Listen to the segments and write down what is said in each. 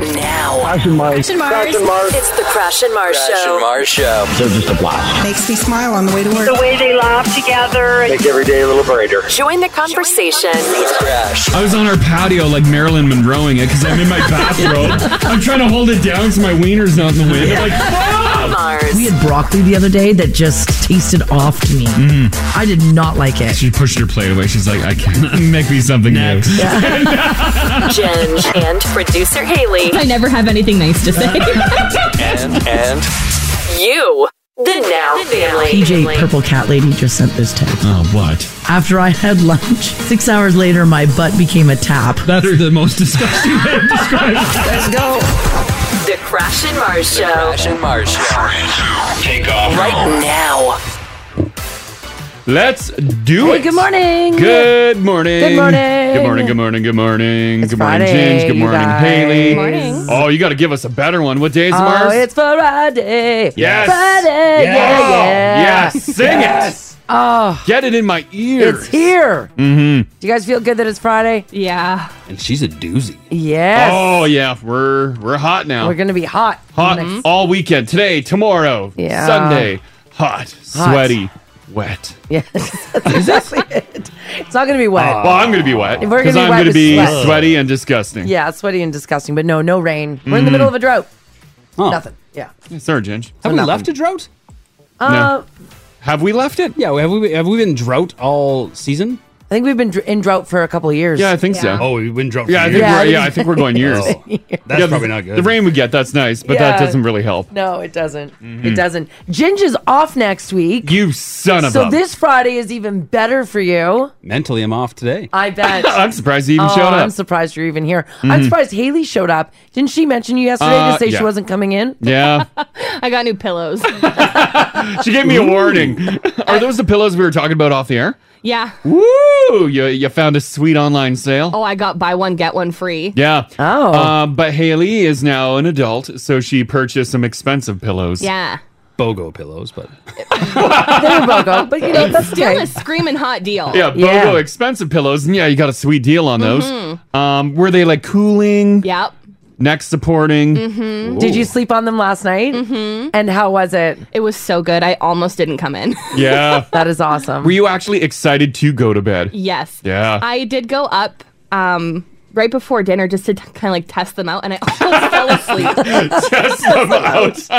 now. Crash and Mars. It's the Crash and Mars Crash and Show. Mars Show. They're just a blast. Makes me smile on the way to work. The way they laugh together. Make every day a little brighter. Join the conversation. Crash. I was on our patio like Marilyn Monroeing it because I'm in my bathrobe. I'm trying to hold it down so my wiener's not in the wind. I'm like, Mars. We had broccoli the other day that just tasted off to me. Mm. I did not like it. she pushed her plate away. She's like, I can't make me something new. Jen and producer Haley. I never have anything nice to say. And, and, You, the Now Family. PJ Purple Cat Lady just sent this text. Oh, what? After I had lunch, six hours later, my butt became a tap. That's the most disgusting way to describe it. The Crash and Mars Show. Crash and Mars Show. Take off. Right now. Let's do it. Good morning. Good morning. Good morning. Good morning. Good morning. Good morning. good morning, Friday, Ginge. Good you morning, guys. Haley. Morning. Oh, you got to give us a better one. What day is Oh, Mars? it's Friday. Yes. Friday. Yeah, yeah. Yes. Oh, Sing it. Oh, Get it in my ears. it's here. Mm-hmm. Do you guys feel good that it's Friday? yeah. And she's a doozy. Yes. Oh yeah, we're we're hot now. We're going to be hot. hot Next- all weekend. Today, tomorrow, Yeah. Sunday. Hot, sweaty, wet. Yes. That's exactly it. It's not going to be wet. well, I'm gonna be wet We're gonna because be I'm wet gonna with be sweat. sweaty and disgusting. yeah, it's sweaty and disgusting, but no, no rain. We're in Mm-hmm. the middle of a drought. Nothing. Yeah. Sorry, Ginge. Have we left a drought? Uh, Have we left it? Yeah, have we have we been drought all season? I think we've been dr- in drought for a couple of years. Yeah, I think so. Oh, we've been drought. Yeah, I for think years. we're yeah, I think we're going years. Oh, that's Yeah, probably the- not good. The rain we get, that's nice, but that Yeah. doesn't really help. No, it doesn't. It doesn't. Ginger's off next week. Mm-hmm. You son of so a. this Friday is even better for you. Mentally, I'm off today. I bet. I'm surprised he even Oh, showed up. Mm-hmm. I'm surprised you're even here. I'm surprised Haley showed up. Didn't she mention you yesterday Uh, to say yeah. she wasn't coming in? yeah, I got new pillows. she gave me a warning. Are those the pillows we were talking about off the air? yeah. Woo! You you found a sweet online sale. Oh, I got buy one, get one free. Yeah. Oh. Uh, but Haley is now an adult, so she purchased some expensive pillows. Yeah. Bogo pillows, but They were Bogo, but you know that's Still okay. a screaming hot deal. Yeah, Bogo Oh, Yeah. Mm-hmm. expensive pillows. And yeah, you got a sweet deal on those. Um, were they like cooling, Yep. neck supporting? Mm-hmm. Did you sleep on them last night? Mm-hmm. And how was it? It was so good. I almost didn't come in. Yeah. That is awesome. were you actually excited to go to bed? yes. Yeah. I did go up um, right before dinner just to kind of like test them out, and I almost fell asleep. Test them out.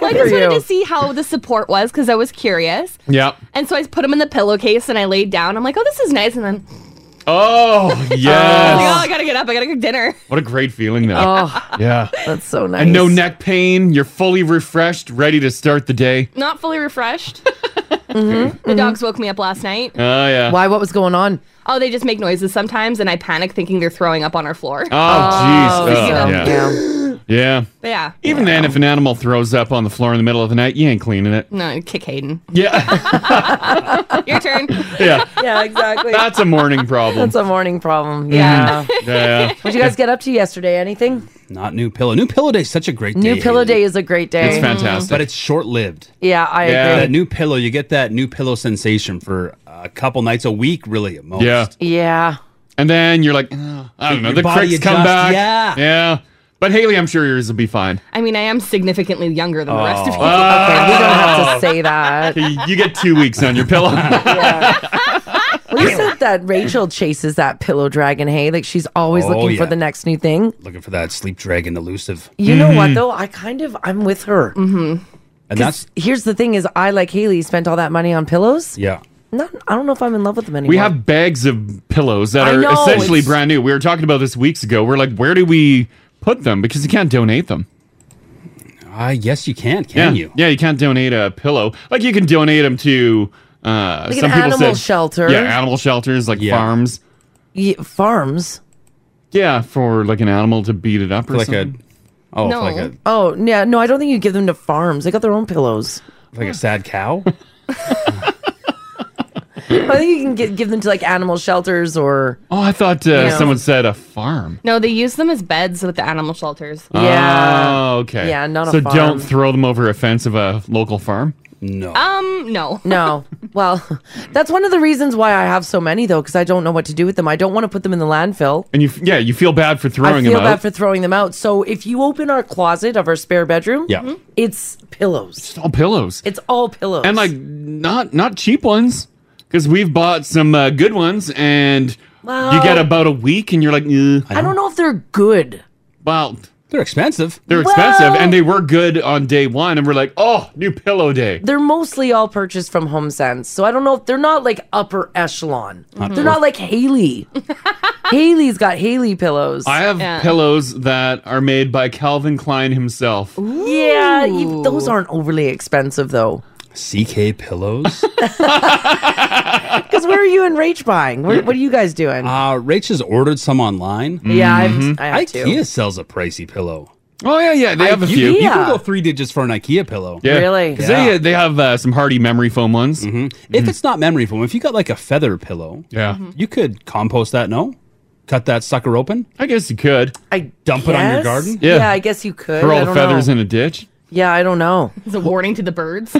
I just for wanted you. to see how the support was because I was curious. Yeah. And so I put them in the pillowcase and I laid down. I'm like, oh, this is nice. And then, Oh, like, oh, yes. I got to get up. I got to cook dinner. What a great feeling, though. oh, Yeah. that's so nice. And no neck pain. You're fully refreshed, ready to start the day. Not fully refreshed. Mm-hmm, The dogs woke me up last night. Oh, yeah. Why? What was going on? Oh, they just make noises sometimes, and I panic thinking they're throwing up on our floor. Oh, jeez. Oh, So, yeah. yeah. yeah. But yeah. Even then, if an animal throws up on the floor in the middle of the night, you ain't cleaning it. No, kick Hayden. Yeah. Your turn. yeah. Yeah, exactly. That's a morning problem. Mm-hmm. That's a morning problem. Yeah. yeah. What'd you guys get up to yesterday? Anything? not new pillow. New pillow day is such a great day. New pillow Haley. day is a great day. It's fantastic. but it's short lived. Yeah, I Yeah. That agree. new pillow, you get that new pillow sensation for a couple nights a week, really at most. Yeah. Yeah. And then you're like, "Ugh, I don't know. Your The body cricks come adjusts, back. yeah. Yeah. But Haley, I'm sure yours will be fine. I mean, I am significantly younger than the rest of Oh. you. Okay, we don't have to say that. You you get two weeks on your pillow. Well, you said that Rachel chases that pillow dragon, hey? Like she's always Oh, looking for yeah. the next new thing. Looking for that sleep dragon elusive. You know Mm-hmm. what though? I kind of I'm with her. Mm-hmm. And that's Here's the thing is I like Haley spent all that money on pillows. yeah. Not I don't know if I'm in love with them anymore. we have bags of pillows that I are know, essentially it's- brand new. We were talking about this weeks ago. We're like, where do we put them? Because you can't donate them. I guess Ah, you can, can yeah. you? Yeah, you can't donate a pillow. Like you can donate them to uh, Like an some people animal said- shelter. Yeah, animal shelters like Yeah. farms. Ye- farms. Yeah, for like an animal to beat it up or For like a something. oh No. for like a Oh, yeah, no, I don't think you give them to farms. They got their own pillows. like a sad cow. I think you can get, give them to like animal shelters or oh, I thought uh, Yeah. someone said a farm. No, they use them as beds with the animal shelters. yeah. Oh, okay. Yeah, not a so farm. don't throw them over a fence of a local farm. No. Um, no. No. Well, that's one of the reasons why I have so many though, because I don't know what to do with them. I don't want to put them in the landfill. And you, f- yeah, you feel bad for I throwing feel them bad out. for throwing them out. So if you open our closet of our spare bedroom, Yeah. Mm-hmm. Mhm. it's pillows. It's all pillows. It's all pillows. and like not not cheap ones because we've bought some uh, good ones and you Well- get about a week and you're like "Eh." I don't know if they're good. well they're expensive they're expensive and they were good on day one and we're like oh new pillow day They're mostly all purchased from HomeSense, so I don't know if they're not like upper echelon. Not They're worth- not like Haley. Haley's got Haley pillows. i have pillows that are made by calvin klein himself Yeah, you, those aren't overly expensive though. CK pillows. Because where are you and Rach buying? Where, what are you guys doing? uh, Rach has ordered some online. Mm-hmm. yeah, I've, I have two. IKEA sells a pricey pillow. oh yeah yeah they have a few You Yeah. can go three digits for an IKEA pillow. yeah. Really? 'Cause they, uh, they have uh, some hardy memory foam ones If it's not memory foam, if you got like a feather pillow, yeah Mm-hmm. you could compost that. No, cut that sucker open. i guess you could I Dump it on your guess? garden? Yeah. Yeah, I guess you could. throw I all the don't feathers know. in a ditch Yeah, I don't know. It's a warning to the birds.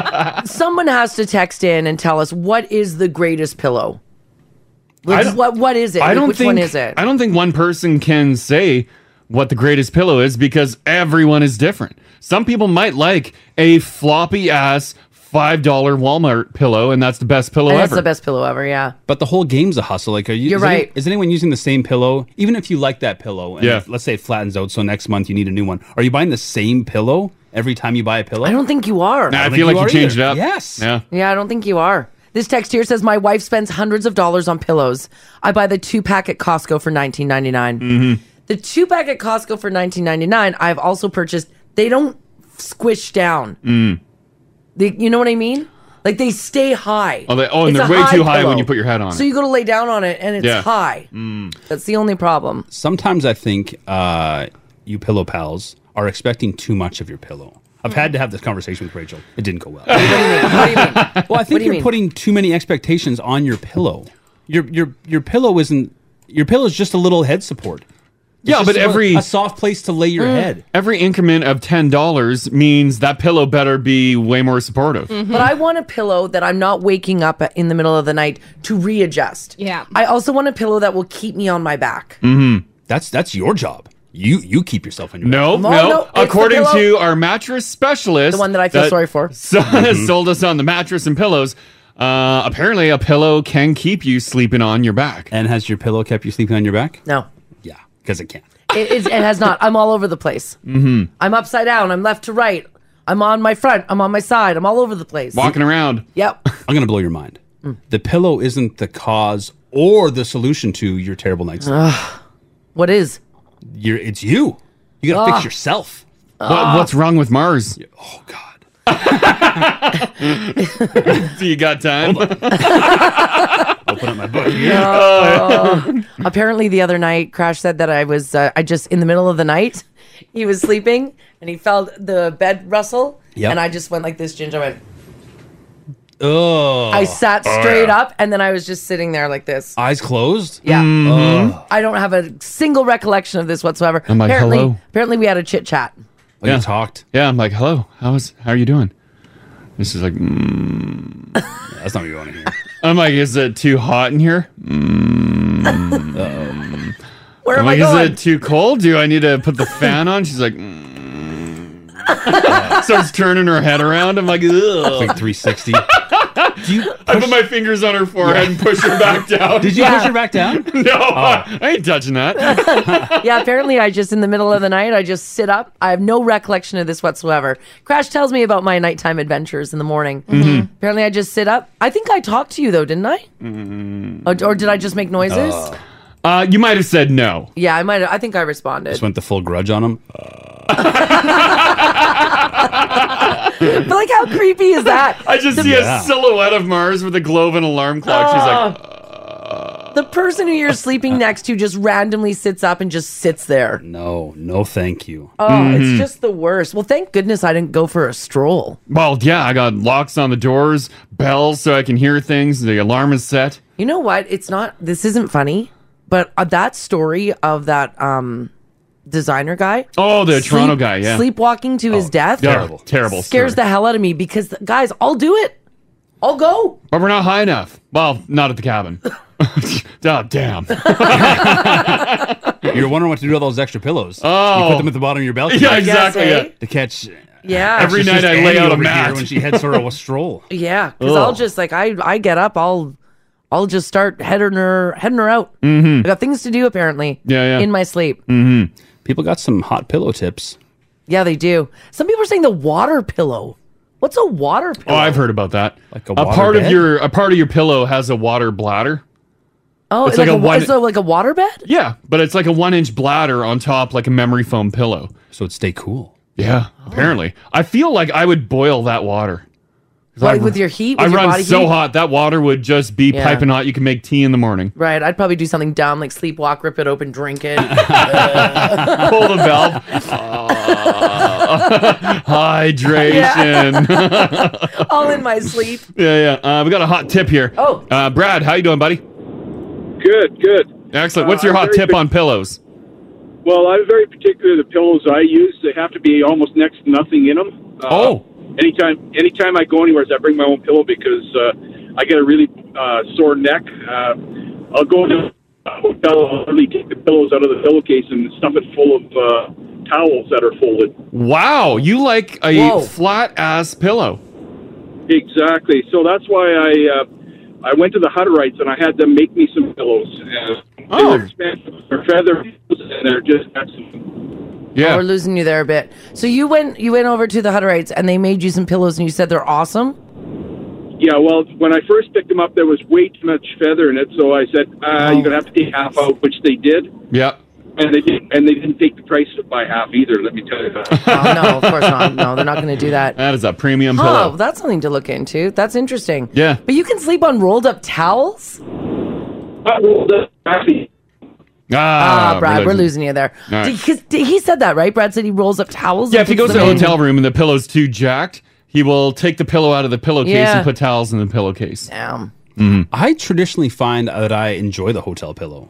Someone has to text in and tell us what is the greatest pillow. Like, don't- what what is it? I Like, don't which think one is it? I don't think one person can say what the greatest pillow is because everyone is different. Some people might like a floppy ass five dollar Walmart pillow, and that's the best pillow And ever. That's the best pillow ever. Yeah. But the whole game's a hustle. Like, are you? You're is any- right. is anyone using the same pillow? Even if you like that pillow, and Yeah. if- let's say it flattens out, so next month you need a new one. Are you buying the same pillow every time you buy a pillow? I don't think you are. Nah, I, don't feel like think you, you are changed either. it up. Yes. Yeah. Yeah, I don't think you are. This text here says my wife spends hundreds of dollars on pillows. I buy the two pack at Costco for nineteen ninety Mm-hmm. The two pack at Costco for nineteen ninety nine. I've also purchased. They don't squish down. Mm. They, you know what I mean? Like they stay high. Oh, they- oh, and It's they're a way too high pillow. when you put your head on So it. you go to lay down on it and it's Yeah. high. Mm. That's the only problem. Sometimes I think uh, you pillow pals are expecting too much of your pillow. I've had to have this conversation with Rachel. It didn't go well. well, What do you mean? I think you you are mean? putting too many expectations on your pillow. Your your your pillow isn't your pillow is just a little head support. It's Yeah, just but a- every a soft place to lay your Mm. head. every increment of ten dollars means that pillow better be way more supportive. But I want a pillow that I'm not waking up in the middle of the night to readjust. Yeah. I also want a pillow that will keep me on my back. Mm-hmm. That's that's your job. You you keep yourself in your No, No, no. no, it's the According pillow. to our mattress specialist, The one that I feel sorry for. so- sold us on the mattress and pillows. Uh, apparently, a pillow can keep you sleeping on your back. And has your pillow kept you sleeping on your back? No. Yeah, because it can. It, it's, it has not. I'm all over the place. Mm-hmm. I'm upside down. I'm left to right. I'm on my front. I'm on my side. I'm all over the place. Walking around. Yep. Mm. I'm gonna blow your mind. The pillow isn't the cause or the solution to your terrible night's sleep. What is? You're, it's you. You gotta fix yourself. What, Uh, what's wrong with Mars? Oh God. Do you got time? Open up my book. Yeah. Apparently, the other night, Crash said that I was, uh, I just, in the middle of the night, he was sleeping and he felt the bed rustle. Yep. And I just went like this, Ginger went. Oh. I sat straight up and then I was just sitting there like this. Eyes closed. Mm-hmm. Yeah. Mm-hmm. Uh. Mm-hmm. I don't have a single recollection of this whatsoever. I'm like, apparently, hello? apparently we had a chit chat. Oh, Yeah. You talked. yeah, I'm like, hello. How's how are you doing? This is like, mm. That's not what you want to hear. I'm like, is it too hot in here? Mm. Where am I'm I like, is going? it too cold? Do I need to put the fan on? She's like, mm. starts turning her head around. I'm like, ugh. Like 360. Do you? I put my fingers on her forehead and push her back down. Did you Yeah. push her back down? Oh. No, I ain't touching that. yeah, apparently I just in the middle of the night, I just sit up. I have no recollection of this whatsoever. Crash tells me about my nighttime adventures in the morning. Mm-hmm. Mm-hmm. Apparently I just sit up. I think I talked to you though, didn't I? Or, or did I just make noises? Mm. Uh, you might have said no. Yeah, I might. I think I responded. Just went the full grudge on him. But like, how creepy is that? I just see Yeah. a silhouette of Mars with a globe and alarm clock. She's Ah. like, Uh. The person who you're sleeping next to just randomly sits up and just sits there. No, no, thank you. Oh, Mm-hmm. it's just the worst. Well, thank goodness I didn't go for a stroll. well, yeah, I got locks on the doors, bells so I can hear things. The alarm is set. You know what? It's not. This isn't funny, but uh, that story of that um designer guy. Oh, the sleep- Toronto guy, yeah. Sleepwalking to his death. Yeah, Terrible. Terrible. Scares story. the hell out of me because guys, I'll do it. I'll go. But we're not high enough. Well, not at the cabin. oh, damn. You're wondering what to do with all those extra pillows. Oh. You put them at the bottom of your belly. Yeah, exactly. eh? yeah. To catch. Yeah. Every It's night just I lay Annie out a over here mat. when she heads for a stroll. Yeah, because I'll Ugh. just like I I get up, I'll I'll just start heading her heading her out. Mm-hmm. I got things to do apparently. Mm. Yeah, yeah. In my sleep. Mm-hmm. People got some hot pillow tips. Yeah, they do. Some people are saying the water pillow. What's a water Oh, pillow? I've heard about that. Like a water part of bed? your a part of your pillow has a water bladder. oh, it's like, like a, a one- it's a- like a water bed. Yeah, but it's like a one inch bladder on top, like a memory foam pillow. So it'd stay cool. Yeah, Oh. apparently. I feel like I would boil that water. 'Cause Like I- with your heat, with I your run body so heat? hot that water would just be Yeah. piping hot. You can make tea in the morning. Right, I'd probably do something dumb like sleepwalk, rip it open, drink it. Uh. Pull the valve. Ah. hydration. Yeah, all in my sleep. yeah. Uh, we got a hot tip here. Oh. uh, Brad, how you doing, buddy? Good, good. Excellent. Uh, What's your I'm hot very tip good. on pillows? Well, I'm very particular. The pillows I use, they have to be almost next to nothing in them. Uh, Oh. Anytime, anytime I go anywhere, is I bring my own pillow because uh, I get a really uh, sore neck. Uh, I'll go to a hotel, I'll literally take the pillows out of the pillowcase and stuff it full of uh, towels that are folded. Wow, you like a Whoa. flat ass pillow. Exactly. So that's why I uh, I went to the Hutterites and I had them make me some pillows. Uh, Oh. They're expensive. They're feather pillows and they're just excellent. Yeah. Oh, We're losing you there a bit. So you went you went over to the Hutterites and they made you some pillows and you said they're awesome. Yeah. Well, when I first picked them up, there was way too much feather in it, so I said uh, you're gonna have to take half out, which they did, yeah. and they did, and they didn't take the price by half either. Let me tell you that. Oh no, of course not. No, they're not going to do that. That is a premium Oh, pillow. that's something to look into. That's interesting. Yeah. But you can sleep on rolled up towels? I rolled up happy. Ah, Brad, religion. we're losing you there. All right. Because he said that, right? Brad said he rolls up towels? Yeah, and if he puts goes to a them in. hotel room and the pillow's too jacked, he will take the pillow out of the pillowcase Yeah. and put towels in the pillowcase. Mm-hmm. Damn. I traditionally find that I enjoy the hotel pillow.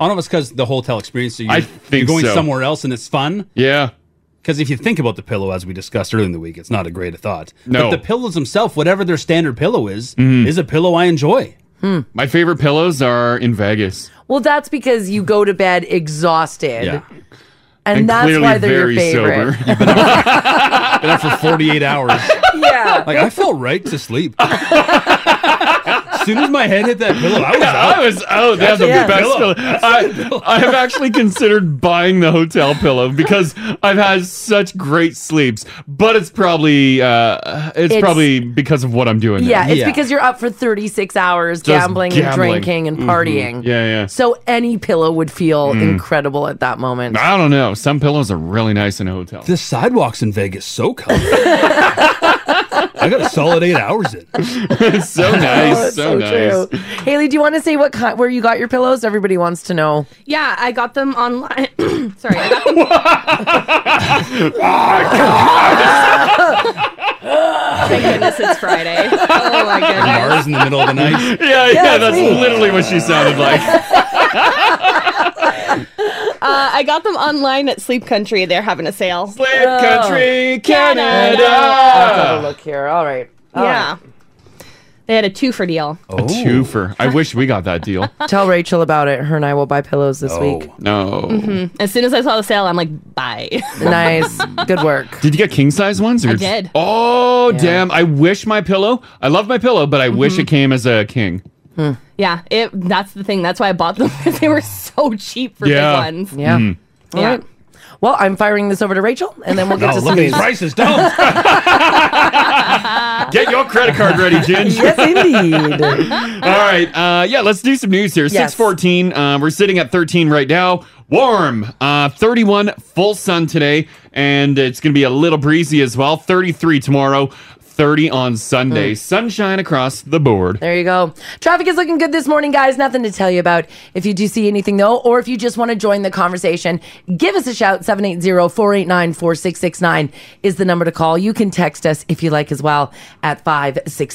I don't know if it's because the hotel experience. So you're, I think you're going so. somewhere else and it's fun. Yeah. Because if you think about the pillow, as we discussed earlier in the week, it's not a great thought. No. Mm-hmm. Mm. But the pillows themselves, whatever their standard pillow is, is a pillow I enjoy. My favorite pillows are in Vegas. Well, that's because you go to bed exhausted. Yeah. And, And that's clearly why they're very your favorite. sober. Been up for 48 hours. Yeah. Like, I felt right to sleep. as soon as my head hit that pillow, I was out. I was out. That's the Yeah. best Oh, pillow. pillow. I, I have actually considered buying the hotel pillow because I've had such great sleeps, but it's probably uh, it's, It's- probably because of what I'm doing. there. Yeah, it's Yeah. because you're up for 36 hours gambling, and gambling. Mm-hmm. drinking and partying. Yeah, Mm. yeah. So any pillow would feel incredible at that moment. I don't know. Some pillows are really nice in a hotel. The sidewalks in Vegas so comfy. I got a solid eight hours in. It's so nice. so, nice. Oh, true. Haley, do you want to say what kind, where you got your pillows? Everybody wants to know. Yeah, I got them online. Sorry, I got them. Oh, Thank goodness it's Friday. Oh my goodness. Bars in the middle of the night. Yeah, yeah, that's me. literally what she sounded like. Uh, I got them online at Sleep Country. They're having a sale. Sleep Country, Oh. Ah. Canada. Have a Canada. look here. All right. All Oh. yeah. They had a two for deal. A Oh. twofer. I wish we got that deal. right. Tell Rachel about it. Her and I will buy pillows this week. Oh, No. Oh. Mm-hmm. As soon as I saw the sale, I'm like, bye. Nice. Good work. Did you get king size ones? Or I did. Oh damn! I wish my pillow. I love my pillow, but I wish it came as a king. yeah, it. That's the thing. That's why I bought them. 'cause they were so cheap for Yeah. Mm-hmm. big ones. Yeah. All Yeah. right. Well, I'm firing this over to Rachel, and then we'll get Oh, to look some at these news. prices. Don't. Get your credit card ready, Ginge. Yes, indeed. All right. Uh, yeah, let's do some news here. Yes. 614. Uh, we're sitting at 13 right now. Warm. Uh, 31 full sun today. And it's going to be a little breezy as well. 33 tomorrow. 30 on Sunday. Mm. Sunshine across the board. There you go. Traffic is looking good this morning, guys. Nothing to tell you about. If you do see anything, though, or if you just want to join the conversation, give us a shout. 780 489 4669 is the number to call. You can text us if you like as well at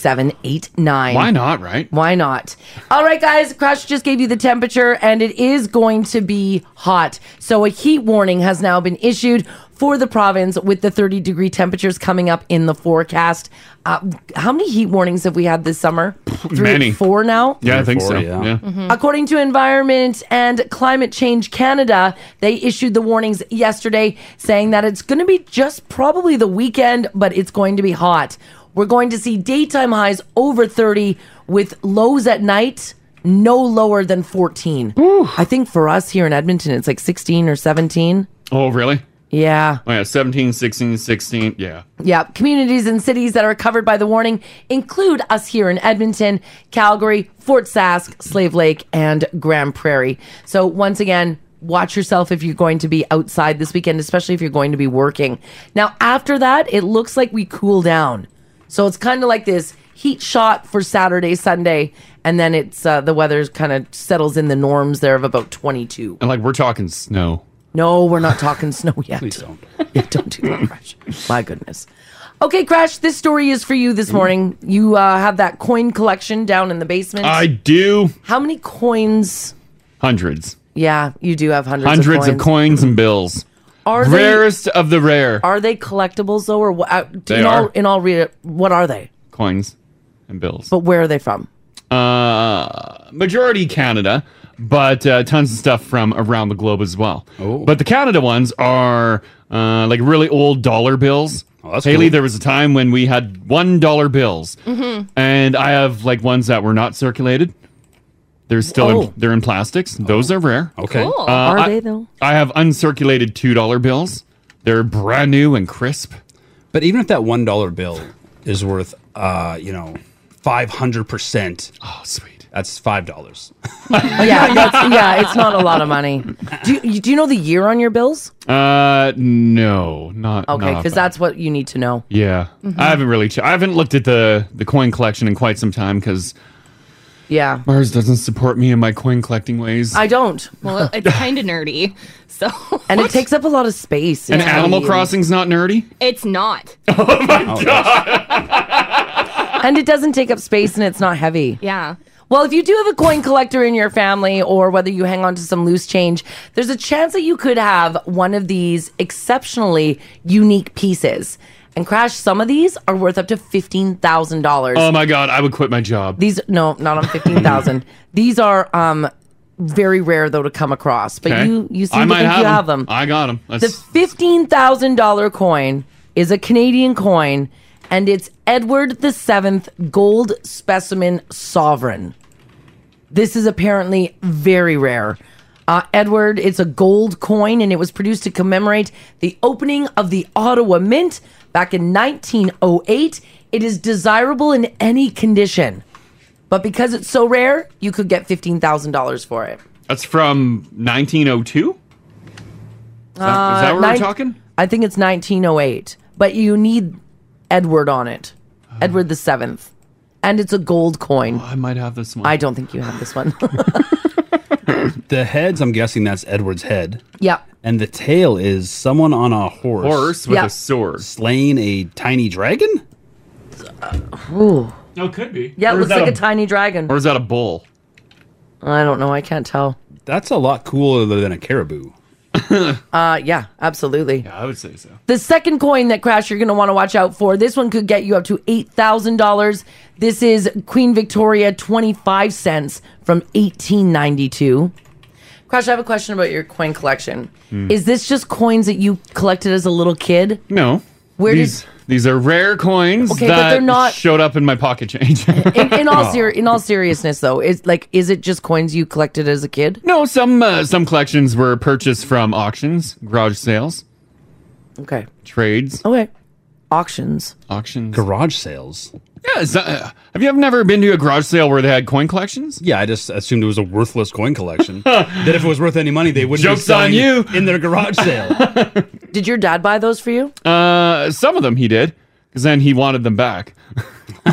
56789. Why not, right? Why not? All right, guys, Crash just gave you the temperature, and it is going to be hot. So a heat warning has now been issued for the province with the 30 degree temperatures coming up in the forecast. Uh, how many heat warnings have we had this summer? Three, Many. Four now? Yeah, I think so. Yeah. Mm-hmm. According to Environment and Climate Change Canada, they issued the warnings yesterday saying that it's going to be just probably the weekend, but it's going to be hot. We're going to see daytime highs over 30 with lows at night no lower than 14. I think for us here in Edmonton, it's like 16 or 17. Oh, really? Yeah. Oh, yeah. 17, 16, 16. Yeah. Yeah, communities and cities that are covered by the warning include us here in Edmonton, Calgary, Fort Sask, Slave Lake, and Grand Prairie. So, once again, watch yourself if you're going to be outside this weekend, especially if you're going to be working. Now, after that, it looks like we cool down. So, it's kind of like this heat shot for Saturday, Sunday, and then it's uh, the weather kind of settles in the norms there of about 22. And like, we're talking snow. No, we're not talking snow yet. Please don't. Yeah, don't do that, Crash. My goodness. Okay, Crash, this story is for you Mm-hmm. this morning. You uh, have that coin collection down in the basement. I do. How many coins? Hundreds. Yeah, you do have hundreds, Hundreds of of coins and bills. Are they- Rarest of the rare Are they collectibles though, or what? Uh, They in all are. in all, re- what are they? coins and bills. But where are they from? uh, majority Canada, but uh, tons of stuff from around the globe as well. Oh. But the Canada ones are uh, like really old dollar bills. Haley, Oh, cool. there was a time when we had one dollar bills, Mhm. and I have like ones that were not circulated. They're still in, Oh. they're in plastics. Those are rare. Uh, Okay. Cool. Are I- they, though? I have uncirculated two dollar bills. They're brand new and crisp. But even if that one dollar bill is worth, uh, you know, five hundred percent. Oh, sweet. That's five dollars. Oh, yeah, that's, yeah, it's not a lot of money. Do you, do you know the year on your bills? Uh, no, not Okay, not because that's what you need to know. Yeah, Mhm. I haven't really. Ch- I haven't looked at the the coin collection in quite some time because Yeah, Mars doesn't support me in my coin collecting ways. I don't. Well, it's kind of nerdy. So and it takes up a lot of space. and It's Animal tiny. Crossing's not nerdy. it's not. and it doesn't take up space and it's not heavy. Yeah. Well, if you do have a coin collector in your family or whether you hang on to some loose change, there's a chance that you could have one of these exceptionally unique pieces. And Crash, some of these are worth up to $15,000. Oh my god, I would quit my job. These no, not on fifteen thousand. These are um very rare though to come across. But Okay? you you I seem to might think you have them. I got them. The fifteen thousand dollar coin is a Canadian coin, and it's Edward the Seventh gold specimen sovereign. This is apparently very rare. Uh, Edward, it's a gold coin, and it was produced to commemorate the opening of the Ottawa Mint back in 1908. It is desirable in any condition, but because it's so rare, you could get fifteen thousand dollars for it. That's from 1902. Is that, is that Uh, what we're nine- talking? I think it's 1908, but you need Edward on it, Edward the Seventh, and it's a gold coin. Uh. Oh, I might have this one. I don't think you have this one. The heads, I'm guessing that's Edward's head, yeah, and the tail is someone on a horse, Horse with a Yeah. sword, slaying a tiny dragon. Ooh. No, it could be. yeah, it Or is looks that like a, a- tiny dragon. Or is that a bull? I don't know. I can't tell. That's a lot cooler than a caribou. Uh, yeah, absolutely. I would say so. The second coin that Crash you're going to want to watch out for. This one could get you up to $8,000. This is Queen Victoria 25 cents from 1892. Crash, I have a question about your coin collection. Hmm. Is this just coins that you collected as a little kid? No. Where did- these these are rare coins Okay, but that they're not- showed up in my pocket change. In, in all Oh. ser- in all seriousness though, is like is it just coins you collected as a kid? No, some uh, some collections were purchased from auctions, garage sales, Okay. trades. Okay. Auctions. Auctions. Garage sales. Yeah. Is that, uh, have you ever never been to a garage sale where they had coin collections? Yeah, I just assumed it was a worthless coin collection. that if it was worth any money, they wouldn't. Joke's be selling on you. In their garage sale. Did your dad buy those for you? Uh, some of them he did, because then he wanted them back.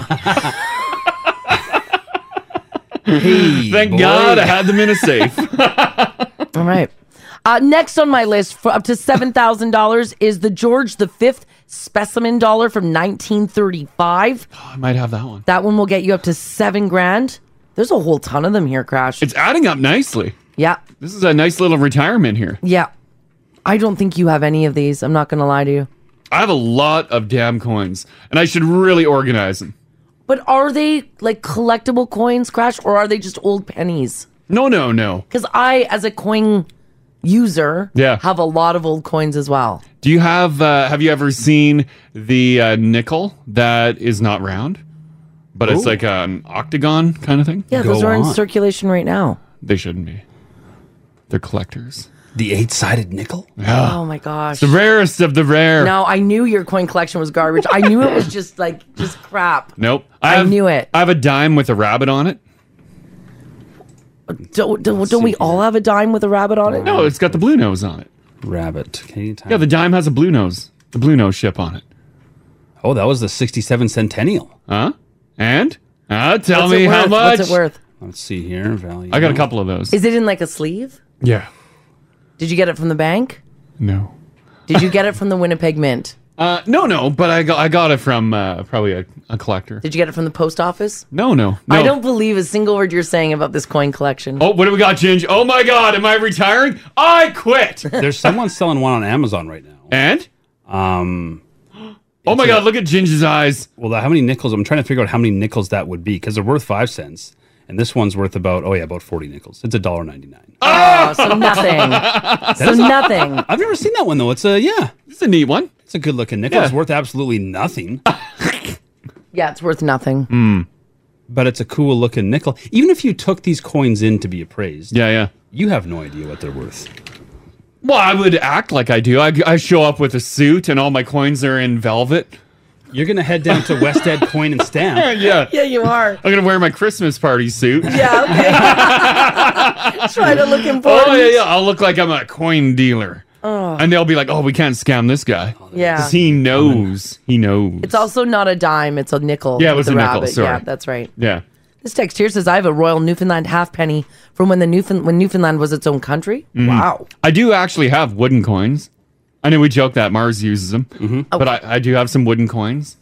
Thank boy. God I had them in a safe. All right. Uh, next on my list for up to seven thousand dollars is the George V specimen dollar from 1935. I might have that one. That one will get you up to seven grand. There's a whole ton of them here, Crash. It's adding up nicely. Yeah. This is a nice little retirement here. Yeah. I don't think you have any of these. I'm not going to lie to you. I have a lot of damn coins, and I should really organize them. But are they like collectible coins, Crash, or are they just old pennies? No, no, no. Because I, as a coin user, Yeah. have a lot of old coins as well. Do you have uh, have you ever seen the uh, nickel that is not round, but it's Ooh. like an octagon kind of thing? Yeah, those are in circulation right now. They shouldn't be. They're collectors. The eight sided nickel. Yeah. Oh my gosh. It's the rarest of the rare. No, I knew your coin collection was garbage. I knew it was just like just crap. Nope. I, knew it. I have a dime with a rabbit on it. Don't, don't, don't we all have a dime with a rabbit on it? No, Oh, it's got the blue nose on it. Rabbit. Canadian time. Yeah, the dime has a blue nose. The blue nose ship on it. Oh, that was the 67 centennial. Huh? And? Uh, tell What's me it how worth? much. What's it worth? Let's see here. Value. I got a couple of those. Is it in like a sleeve? Yeah. Did you get it from the bank? No. Did you get it from the Winnipeg Mint? Uh, no, no, but I got, I got it from uh, probably a, a collector. Did you get it from the post office? No, no, no. I don't believe a single word you're saying about this coin collection. Oh, what do we got, Ginge? Oh my God, am I retiring? I quit. There's someone selling one on Amazon right now. And? Um. Oh my God, look at Ginge's eyes. Well, how many nickels? I'm trying to figure out how many nickels that would be because they're worth five cents. And this one's worth about, oh yeah, about 40 nickels. It's a dollar ninety nine. Oh, so nothing. so nothing. I've never seen that one though. It's a, yeah. It's a neat one. It's a good looking nickel. Yeah. It's worth absolutely nothing. Yeah, it's worth nothing. Hmm. but it's a cool looking nickel. Even if you took these coins in to be appraised, Yeah, yeah. you have no idea what they're worth. Well, I would act like I do. I, I show up with a suit and all my coins are in velvet. You're gonna head down to West Ed Coin and Stamp. Yeah. Yeah, you are. I'm going to wear my Christmas party suit. Yeah, okay. Try to look important. Oh, yeah, yeah. I'll look like I'm a coin dealer. And they'll be like, oh, we can't scam this guy. Yeah. 'Cause he knows. He knows. It's also not a dime, it's a nickel. Yeah, it with was the a nickel, rabbit. sorry. Yeah, that's right. yeah. This text here says I have a Royal Newfoundland halfpenny from when the Newfound- when Newfoundland was its own country. Mm. Wow. Mm-hmm. I do actually have wooden coins. I know we joke that Mars uses them, Mm-hmm. but I, I do have some wooden coins.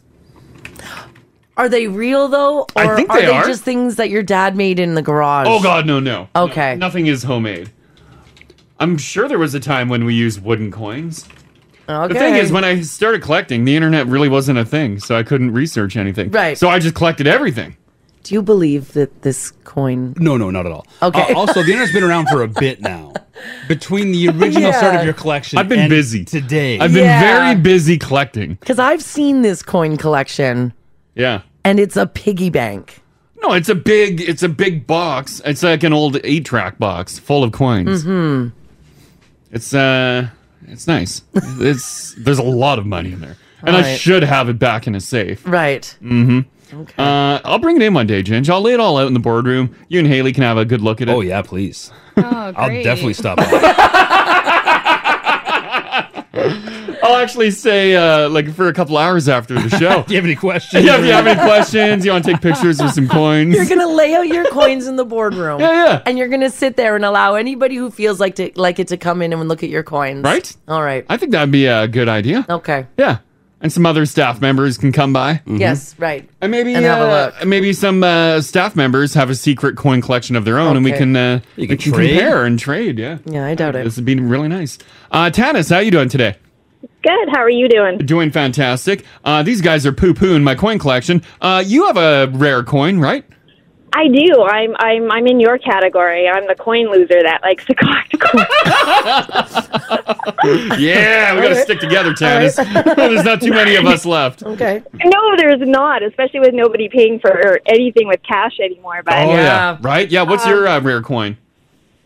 Are they real though? Or I think they are they are. just things that your dad made in the garage? Oh, God, no, no. No, Okay. nothing is homemade. I'm sure there was a time when we used wooden coins. Okay. The thing is, when I started collecting, the internet really wasn't a thing, so I couldn't research anything. Right. So I just collected everything. Do you believe that this coin No, no, not at all. Okay. Uh, also, the internet's been around for a bit now. Between the original start Yeah. of your collection, I've been and busy. today. I've been Yeah. very busy collecting. Because I've seen this coin collection Yeah. and it's a piggy bank. No, it's a big, it's a big box. It's like an old eight-track box full of coins. Mm-hmm. Hmm. It's uh, it's nice. it's there's a lot of money in there, and I Alright. should have it back in a safe. Right. Uh, I'll bring it in one day, Ginge. I'll lay it all out in the boardroom. You and Haley can have a good look at it. oh yeah, please. Oh, I'll great. definitely stop. By. I'll actually say uh, like for a couple hours after the show. Do you have any questions? yeah, if you have any questions, you want to take pictures with some coins. You're gonna lay out your coins in the boardroom. Yeah, yeah. And you're gonna sit there and allow anybody who feels like to like it to come in and look at your coins. Right? All right. I think that'd be a good idea. okay. Yeah, and some other staff members can come by. Yes. Right. Mm-hmm. And maybe And have a uh, look. maybe some uh, staff members have a secret coin collection of their own, and we Okay. can uh, You we can can trade. compare and trade. Yeah, Yeah, I doubt this it. would be really nice. Uh, Tanis, how you doing today? Good. How are you doing? Doing fantastic. Uh, these guys are poo pooing my coin collection. Uh, you have a rare coin, right? I do. I'm I'm I'm in your category. I'm the coin loser that likes to collect coins. Yeah, we got to stick together, Tanis. There's not too many of us left. Okay. no, there's not, especially with nobody paying for anything with cash anymore. But Oh yeah, Yeah. right. Yeah, what's your Um, uh, rare coin?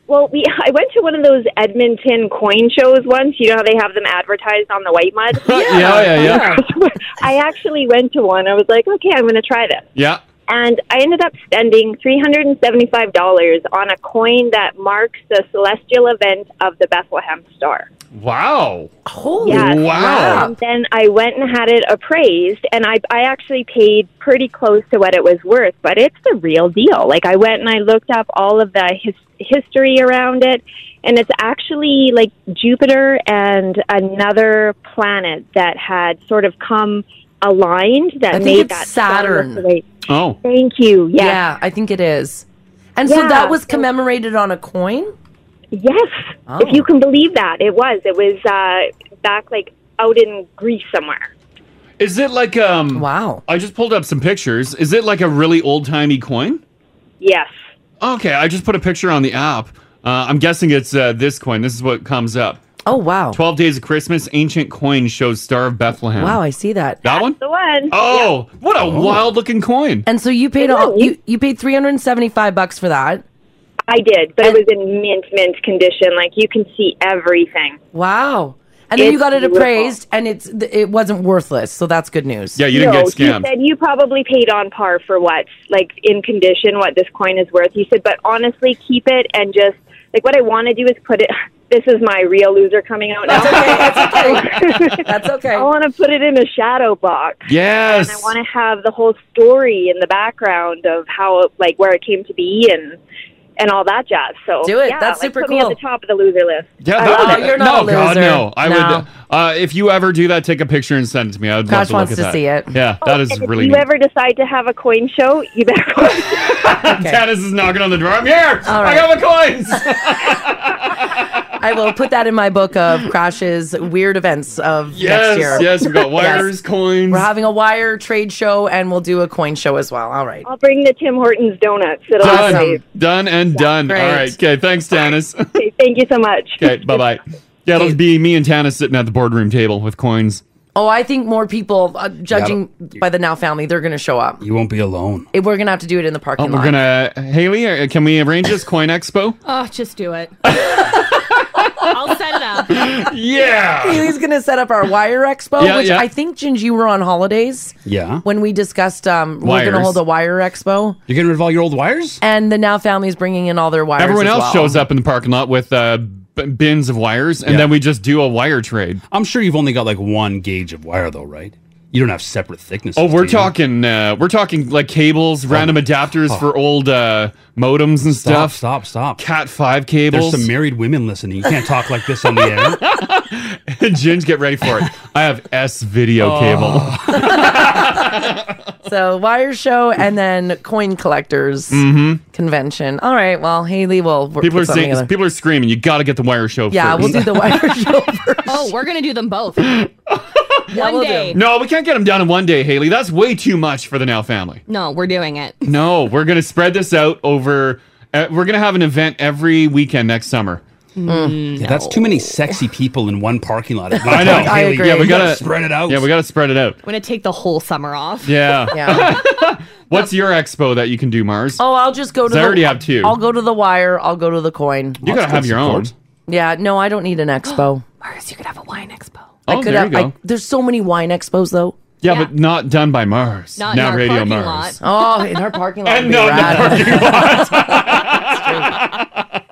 well, we I went to one of those Edmonton coin shows once. You know how they have them advertised on the white mud. yeah, yeah, yeah, Yeah. I actually went to one. I was like, okay, I'm going to try this. yeah. and I ended up spending $375 on a coin that marks the celestial event of the Bethlehem Star. Wow. Holy Yeah. Wow. crap. And Um, then I went and had it appraised, and I, I actually paid pretty close to what it was worth, but it's the real deal. Like, I went and I looked up all of the his, history around it, and it's actually like Jupiter and another planet that had sort of come aligned that I think made it's that Saturn. celestial- Oh. Thank you. Yes. Yeah, I think it is. And so Yeah. that was commemorated on a coin? Yes, if Oh. you can believe that, it was. It was uh, back like out in Greece somewhere. Is it like um? Wow. I just pulled up some pictures. Is it like a really old timey coin? Yes. Okay, I just put a picture on the app. Uh, I'm guessing it's uh, this coin. This is what comes up. Oh wow! Twelve days of Christmas. Ancient coin shows Star of Bethlehem. Wow, I see that. That one. The one. Oh, what a wild looking coin! And so you paid all you you paid three hundred and seventy five bucks for that. I did, but it was in mint, mint condition. Like you can see everything. Wow. And then It's you got it beautiful. appraised, and it's th- it wasn't worthless, so that's good news. No, He said you probably paid on par for what, like in condition, what this coin is worth. He said, but honestly, keep it and just like what I want to do is put it. This is my real loser coming out. That's okay. That's okay. that's okay. I want to put it in a shadow box. Yes. And I want to have the whole story in the background of how, it- like, where it came to be and and all that jazz. So Do it. Yeah, That's like, super put me at cool. the top of the loser list. Yeah, I Oh, that love would, it. no, God, no. I would. Uh, if you ever do that, take a picture and send it to me. I would Crash love wants to look to at that. see it. Yeah, that is And if really you neat. ever decide to have a coin show, you better Dennis is knocking on the door. I'm here. All I right. got my coins. I will put that in my book of crashes, weird events of next Yes, year. yes, we've got wires, coins. We're having a wire trade show, and we'll do a coin show as well. All right. I'll bring the Tim Hortons donuts. It'll be done, great. done, and done. Great. All right. Okay. Thanks, Dennis. Okay, Thank you so much. okay. Bye bye. Yeah, it'll be me and Tannis sitting at the boardroom table with coins. Oh, I think more people, uh, judging by the Now family, they're going to show up. You won't be alone. It- We're going to have to do it in the Oh, parking we're lot. gonna Haley. uh, Can we arrange this coin expo? Oh, just do it. I'll set it up. Yeah. Haley's going to set up our wire expo, Yeah, which yeah. I think, Ginge, you were on holidays. Yeah. When we discussed, um, we're going to Wires. hold a wire expo. You're getting rid of all your old wires? And the Now family's bringing in all their wires. Everyone as else well. shows up in the parking lot with uh, b- bins of wires, and then we just do a wire trade. I'm sure you've only got like one gauge of wire though, right? You don't have separate thicknesses. Oh, we're do you? talking uh, we're talking like Oh. cables, random adapters for old uh, modems and stuff. Stop, stop, Cat five cables. There's some married women listening. You can't talk like this on the air. Ginge, get ready for it. I have S video Oh. cable. So wire show and then coin collectors Mhm. convention. All right. Well, Haley will. work- People put are something saying, together. people are screaming. You got to get the wire show. Yeah, first. we'll do the wire show. Oh, we're gonna do them both. One day. No, we can't get them done in one day, Haley. That's way too much for the Now family. No, we're doing it. No, we're gonna spread this out over. Uh, we're gonna have an event every weekend next summer. Mm. Yeah, That's too many sexy people in one parking lot. at one I know. time, Haley. Yeah, we You gotta spread it out. Yeah, we gotta spread it out. I'm gonna take the whole summer off. Yeah. What's your expo that you can do, Mars? Oh, I'll just go to. 'Cause I the, already have two. I'll go to the wire. I'll go to the coin. You gotta have your own. Yeah. No, I don't need an expo. Mars, you could have a wine expo. Oh, there you go. I, there's so many wine expos though. yeah, but not done by Mars. Not in our Radio parking Mars. Oh, in our parking lot. And would be no, no rad. parking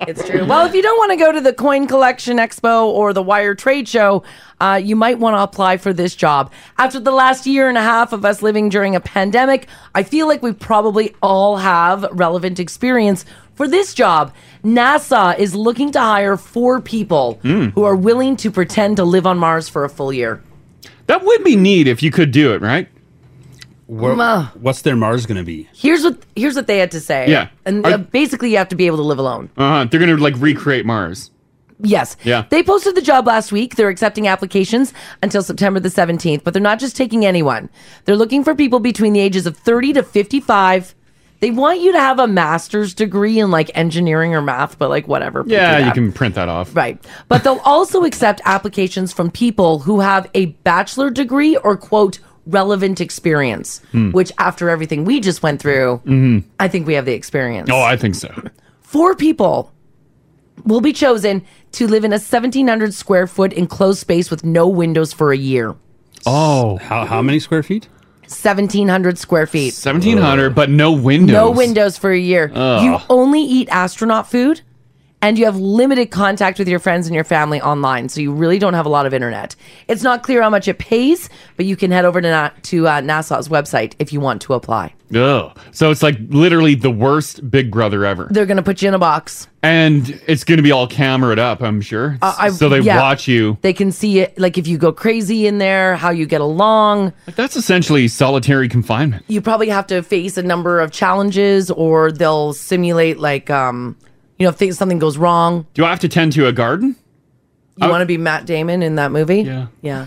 it's true. It's true. Well, if you don't want to go to the Coin Collection Expo or the Wire Trade Show, uh, you might want to apply for this job. After the last year and a half of us living during a pandemic, I feel like we probably all have relevant experience for this job. NASA is looking to hire four people Hmm. who are willing to pretend to live on Mars for a full year. Oh. That would be neat if you could do it, right? Where- Ma. what's their Mars going to be? Here's what here's what they had to say. Yeah. and Are- uh, basically you have to be able to live alone. Uh huh. They're gonna like recreate Mars. Yes. Yeah. They posted the job last week. They're accepting applications until September the 17th, but they're not just taking anyone. They're looking for people between the ages of 30 to 55. They want you to have a master's degree in like engineering or math, but like whatever. Yeah, Do you that. can print that off. Right. But they'll also accept applications from people who have a bachelor degree or quote relevant experience, Hmm. which after everything we just went through, Mhm. I think we have the experience Oh, I think so. four people will be chosen to live in a 1700 square foot enclosed space with no windows for a year Oh, how how many square feet? Uh, 1700 square feet Seventeen hundred, but no windows. Oh. no windows for a year Ugh. you only eat astronaut food and you have limited contact with your friends and your family online so you really don't have a lot of internet it's not clear how much it pays but you can head over to, na- to uh, nasa's website if you want to apply Ugh. So it's like literally the worst Big Brother ever, they're going to put you in a box and it's gonna be all camered up. I'm sure. Uh, I- so they yeah. watch you. they can see it like if you go crazy in there how you get along That's essentially solitary confinement. you probably have to face a number of challenges or they'll simulate like um you know, if things, something goes wrong, Do I have to tend to a garden? you Oh. want to be Matt Damon in that movie? Yeah. Yeah.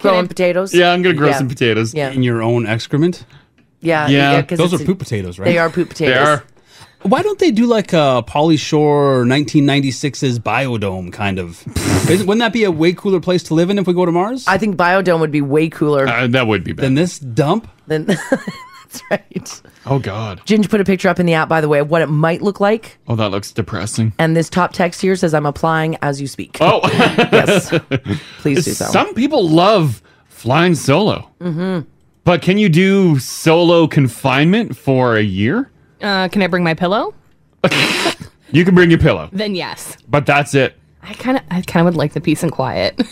Growing potatoes? Yeah, I'm gonna grow Yeah. some potatoes. Yeah. in your own excrement. Yeah. Yeah. 'cause Those it's are a- poop potatoes, right? They are poop potatoes. Why don't they do like a Polly Shore 1996's Biodome kind of? Isn't- Wouldn't that be a way cooler place to live in if we go to Mars? I think Biodome would be way cooler. Uh, that would be better. Than this dump? Then that's right. Oh God. Ginge put a picture up in the app, by the way, of what it might look like. Oh, that looks depressing. And this top text here says, I'm applying as you speak. Oh, yes. Please do so. Some people love flying solo, Mm-hmm. but can you do solo confinement for a year? Uh, can I bring my pillow? You can bring your pillow, Then yes. but that's it. I kind of, I kind of would like the peace and quiet.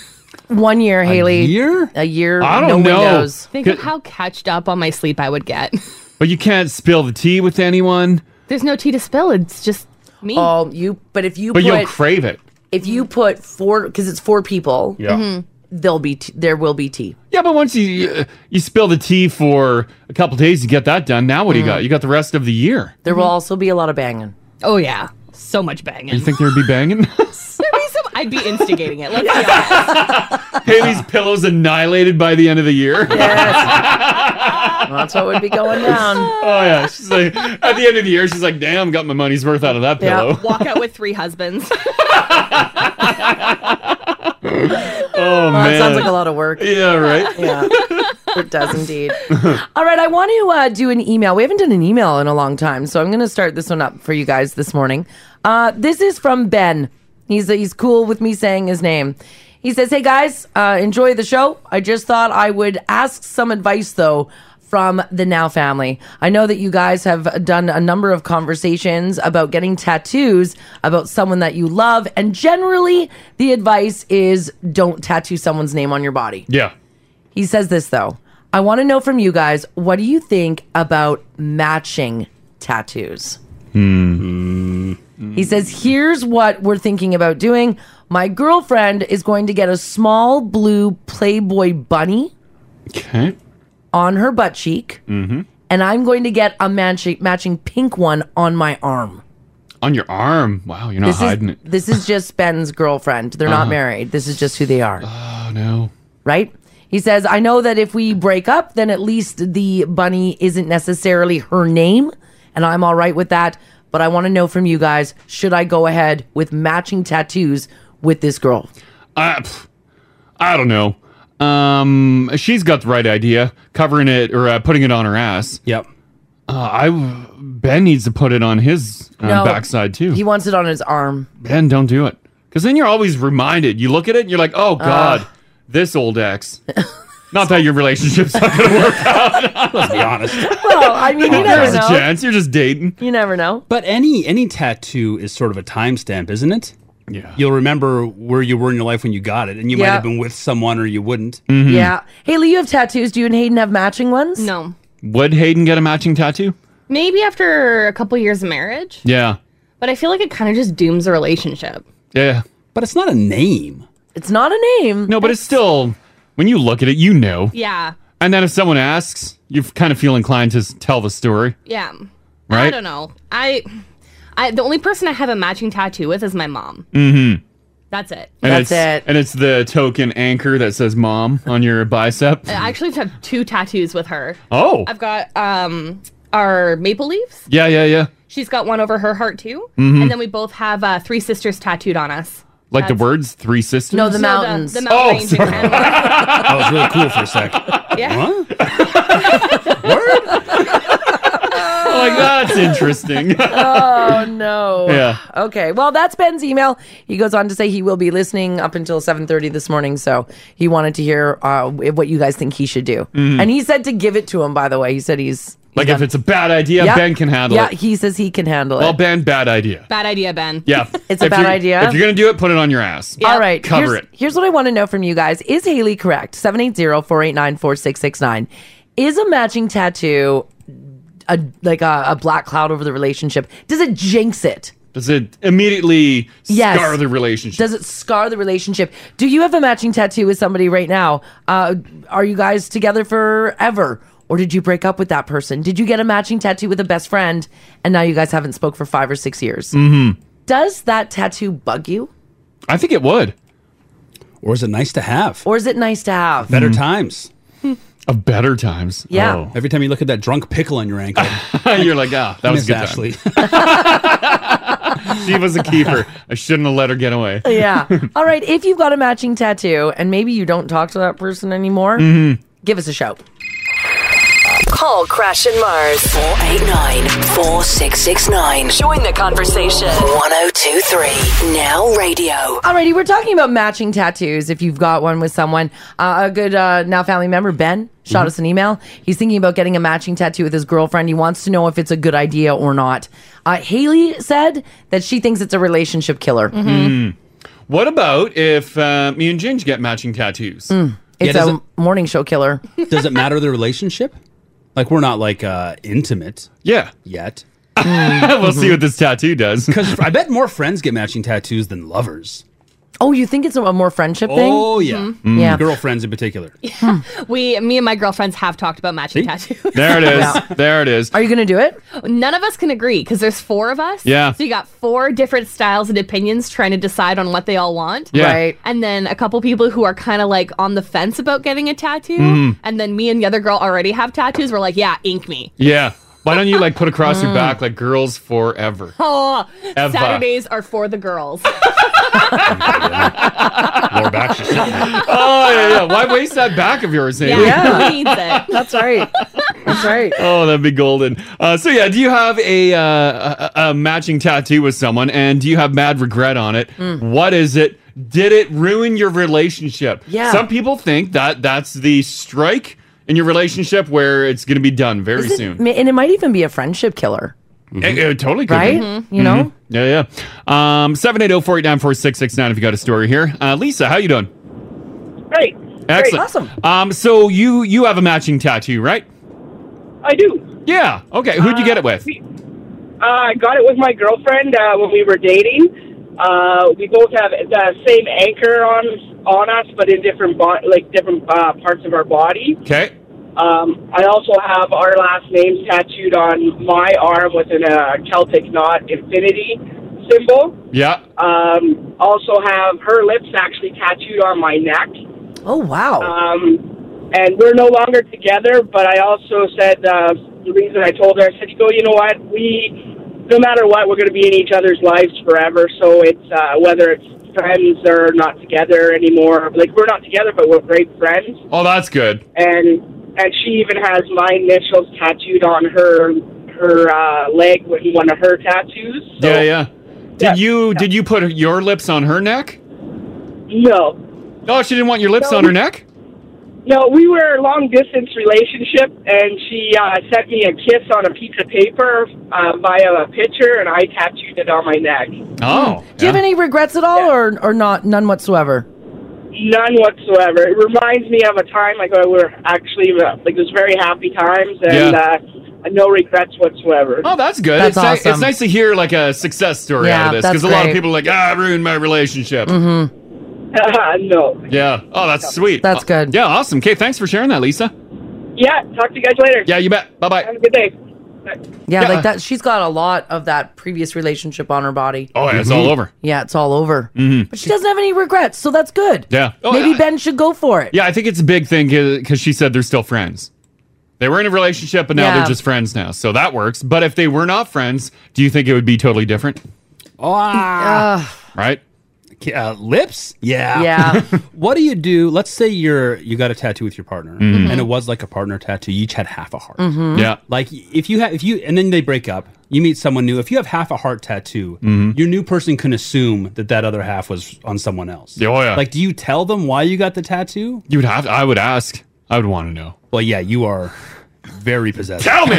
One year, Haley. A year? A year. I don't no know. windows. Think of how catched up on my sleep I would get. But you can't spill the tea with anyone. There's no tea to spill. It's just me. Oh, you. But if you but put, you'll crave it. if you put four, because it's four people, Yeah. Mhm. Mm-hmm. there'll be t- there will be tea. Yeah, but once you uh, you spill the tea for a couple days, you get that done. Now what Hmm. do you got? You got the rest of the year. There will also be a lot of banging. Mm-hmm. Oh yeah, so much banging. You think there'd be banging? There'd be some- I'd be instigating it. Let's be honest. Haley's pillows annihilated by the end of the year. That's what would be going down. Oh yeah, she's like at the end of the year, she's like, "Damn, got my money's worth out of that pillow." Walk out with three husbands. Oh Well, man, that sounds like a lot of work. Yeah, right. Yeah, it does indeed. All right, I want to uh, do an email. We haven't done an email in a long time, so I'm going to start this one up for you guys this morning. Uh, this is from Ben. He's he's cool with me saying his name. He says, "Hey guys, uh, enjoy the show. I just thought I would ask some advice though." From the Now family. I know that you guys have done a number of conversations about getting tattoos, about someone that you love, and generally the advice is don't tattoo someone's name on your body. Yeah. He says this though. I want to know from you guys, what do you think about matching tattoos? He says, here's what we're thinking about doing. My girlfriend is going to get a small blue Playboy bunny Okay. on her butt cheek, Mm-hmm. and I'm going to get a matching matching pink one on my arm. On your arm. Wow, you're not This is, hiding it. this is just Ben's girlfriend. They're not Uh-huh. married. This is just who they are. Oh no. right? He says, I know that if we break up, then at least the bunny isn't necessarily her name, and I'm all right with that. But I want to know from you guys should I go ahead with matching tattoos with this girl? I, pff, I don't know. Um, she's got the right idea, covering it or uh, putting it on her ass. Yep. Uh, I w- Ben needs to put it on his uh, No. backside too. He wants it on his arm. ben, don't do it, because then you're always reminded. You look at it, and you're like, "Oh God, this old ex." Not that your relationship's not gonna work out. Let's be honest. Well, I mean, you never Oh, There's a know. chance. You're just dating. You never know. But any any tattoo is sort of a timestamp, isn't it? Yeah. You'll remember where you were in your life when you got it, and you might Yeah. have been with someone or you wouldn't. Mm-hmm. Yeah. Haley, you have tattoos. Do you and Hayden have matching ones? No. Would Hayden get a matching tattoo? Maybe after a couple years of marriage, Yeah. but I feel like it kind of just dooms a relationship. Yeah. But it's not a name. It's not a name. No, but it's still when you look at it, you know. Yeah. And then if someone asks, you kind of feel inclined to s- tell the story, Yeah. I right? don't know. I, I the only person I have a matching tattoo with is my mom. Mm-hmm. That's it. And I it's, And it's the token anchor that says "mom" on your bicep. actually have two tattoos with her. Oh. I've got um our maple leaves. Yeah, yeah, yeah. She's got one over her heart too, Mhm. and then we both have uh, three sisters tattooed on us. Like the That's- words three sisters. No, the mountains. the mountain oh, range in sorry. That was really cool for a sec. Yeah. Huh? like Oh that's interesting. oh no. Yeah. Okay. Well, that's Ben's email. He goes on to say he will be listening up until 7:30 this morning, so he wanted to hear uh, what you guys think he should do. Mhm. And he said to give it to him by the way. He said he's like if it's a bad idea, Yeah. Ben can handle Yeah, it. he says he can handle Well, it. Ben, bad idea. Bad idea, Ben. Yeah, It's a If bad you're- idea. If you're gonna do it, put it on your ass. All right. cover here's, it. Here's what I want to know from you guys. Is Haley correct? 780-489-4669. Is a matching tattoo a like a, a black cloud over the relationship? Does it jinx it? Does it immediately Yes. scar the relationship? Does it scar the relationship? Do you have a matching tattoo with somebody right now? Uh, are you guys together forever? Or did you break up with that person? Did you get a matching tattoo with a best friend and now you guys haven't spoke for five or six years? Mm. Mm-hmm. Does that tattoo bug you? I think it would. Or is it nice to have? Or is it nice to have? Mm. Better times. Hmm. Of better times. Yeah. Oh. Every time you look at that drunk pickle on your ankle, you're like, ah, that was a good time." Ashley. she was a keeper. I shouldn't have let her get away. yeah. All right. If you've got a matching tattoo and maybe you don't talk to that person anymore, Mhm. give us a shout. Call Crash and Mars 489 4669. Join the conversation 1023 Now Radio. Alrighty, we're talking about matching tattoos. If you've got one with someone, uh, a good uh, now family member, Ben, shot us an email. He's thinking about getting a matching tattoo with his girlfriend. He wants to know if it's a good idea or not. Uh, Haley said that she thinks it's a relationship killer. Mm. What about if uh, me and Ginge get matching tattoos? Mm. It's a morning show killer. Does it matter the relationship? Like we're not like uh intimate. Yeah. Yet. Mm. We'll see what this tattoo does. Because I bet more friends get matching tattoos than lovers. Oh, you think it's a more friendship thing? Oh yeah. Mm. Mhm. Yeah. Girlfriends in particular. We, me and my girlfriends have talked about matching tattoos. There it is. There it is. Are you going to do it? None of us can agree because there's four of us. Yeah. So you got four different styles and opinions trying to decide on what they all want. Yeah. Right. And then a couple people who are kind of like on the fence about getting a tattoo. Mhm. And then me and the other girl already have tattoos. We're like, yeah, ink me. Yeah. Why don't you like put across your Mm. back like girls forever? Oh, Eva. Saturdays are for the girls. Lower back. oh yeah, yeah. Why waste that back of yours? eh? Who needs it? That's right. That's right. Oh, that'd be golden. Uh, so yeah, do you have a, uh, a a matching tattoo with someone, and do you have mad regret on it? Hmm. What is it? Did it ruin your relationship? Yeah. Some people think that that's the strike in your relationship where it's going to be done very soon. Mm-hmm. Ma- And it might even be a friendship killer. It, it totally could be. Right? Mhm. You know? Mhm. Yeah, yeah. Um, 780-489-4669 if you got a story here. Uh, Lisa, how you doing? Great. Excellent. Um, so you you have a matching tattoo, right? I do. Yeah. Okay. Who'd you get it with? Uh, I got it with my girlfriend uh, when we were dating. Uh, we both have the same anchor on on us, but in different bo- like different uh, parts of our body. Okay. Um, I also have our last names tattooed on my arm with a uh, Celtic knot infinity symbol. Yeah. Um, also have her lips actually tattooed on my neck. Oh wow! Um, and we're no longer together. But I also said uh, the reason I told her I said, "You go, you know what? We, no matter what, we're going to be in each other's lives forever. So it's uh, whether it's friends or not together anymore. Like we're not together, but we're great friends." Oh, that's good. And and she even has my initials tattooed on her her uh, leg with one of her tattoos. yeah, yeah. Did you did you put your lips on her neck? No. Oh, she didn't want your lips No. on her neck. No, we were a long distance relationship, and she uh, sent me a kiss on a piece of paper uh, via a picture, and I tattooed it on my neck. Oh. Do you have any regrets at all or, or not? None whatsoever? None whatsoever. It reminds me of a time like we were actually uh, like it was very happy times, and uh, no regrets whatsoever. Oh, that's Good. That's it's, ni- awesome. it's nice to hear like a success story out Yeah, of this that's because a lot of great. Mm-hmm. people are like, ah, I ruined my relationship. no. Yeah. Oh, that's sweet. That's good. Yeah, awesome. Okay, thanks for sharing that, Lisa. Yeah. Talk to you guys later. Yeah, you bet. Bye bye. Have a good day. Yeah, Yeah. like that. She's got a lot of that previous relationship on her body. Oh, yeah, it's all over. Yeah, it's all over. Mm-hmm. But she doesn't have any regrets, so that's good. Yeah. Oh, Maybe Ben should go for it. Yeah, I think it's a big thing because she said they're still friends. They were in a relationship, but now Yeah. they're just friends now. So that works. But if they were not friends, do you think it would be totally different? Right? Uh, lips? Yeah. Yeah. what do you do? Let's say you're you got a tattoo with your partner, Mhm. and it was like a partner tattoo. You each had half a heart. Mhm. Yeah. Like if you have if you and then they break up, you meet someone new. If you have half a heart tattoo, Mhm. your new person can assume that that other half was on someone else. Oh, yeah. Like, do you tell them why you got the tattoo? You would have. I would ask. I would want to know. Well, yeah, you are very possessive. Tell me.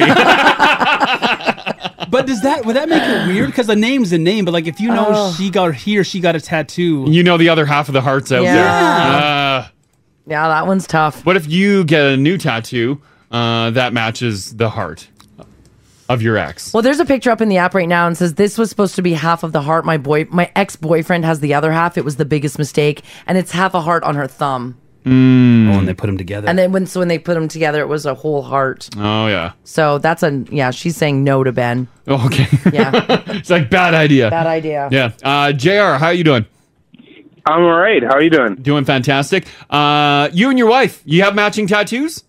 but does that would that make it weird? Because the name's a name, but like if you know Oh. she got he or she got a tattoo, You know the other half of the hearts out Yeah. there. Uh, yeah, that one's tough. What if you get a new tattoo uh, that matches the heart of your ex? Well, there's a picture up in the app right now and says this was supposed to be half of the heart. My boy, my ex boyfriend has the other half. It was the biggest mistake, and it's half a heart on her thumb. Mm. Oh, and they put them together. And then when so when they put them together, it was a whole heart. Oh yeah. So that's a yeah. She's saying no to Ben. Oh, okay. Yeah. it's like bad idea. Bad idea. Yeah. Uh, Jr. How you doing? I'm all right. How are you doing? Doing fantastic. Uh, you and your wife, you have matching tattoos?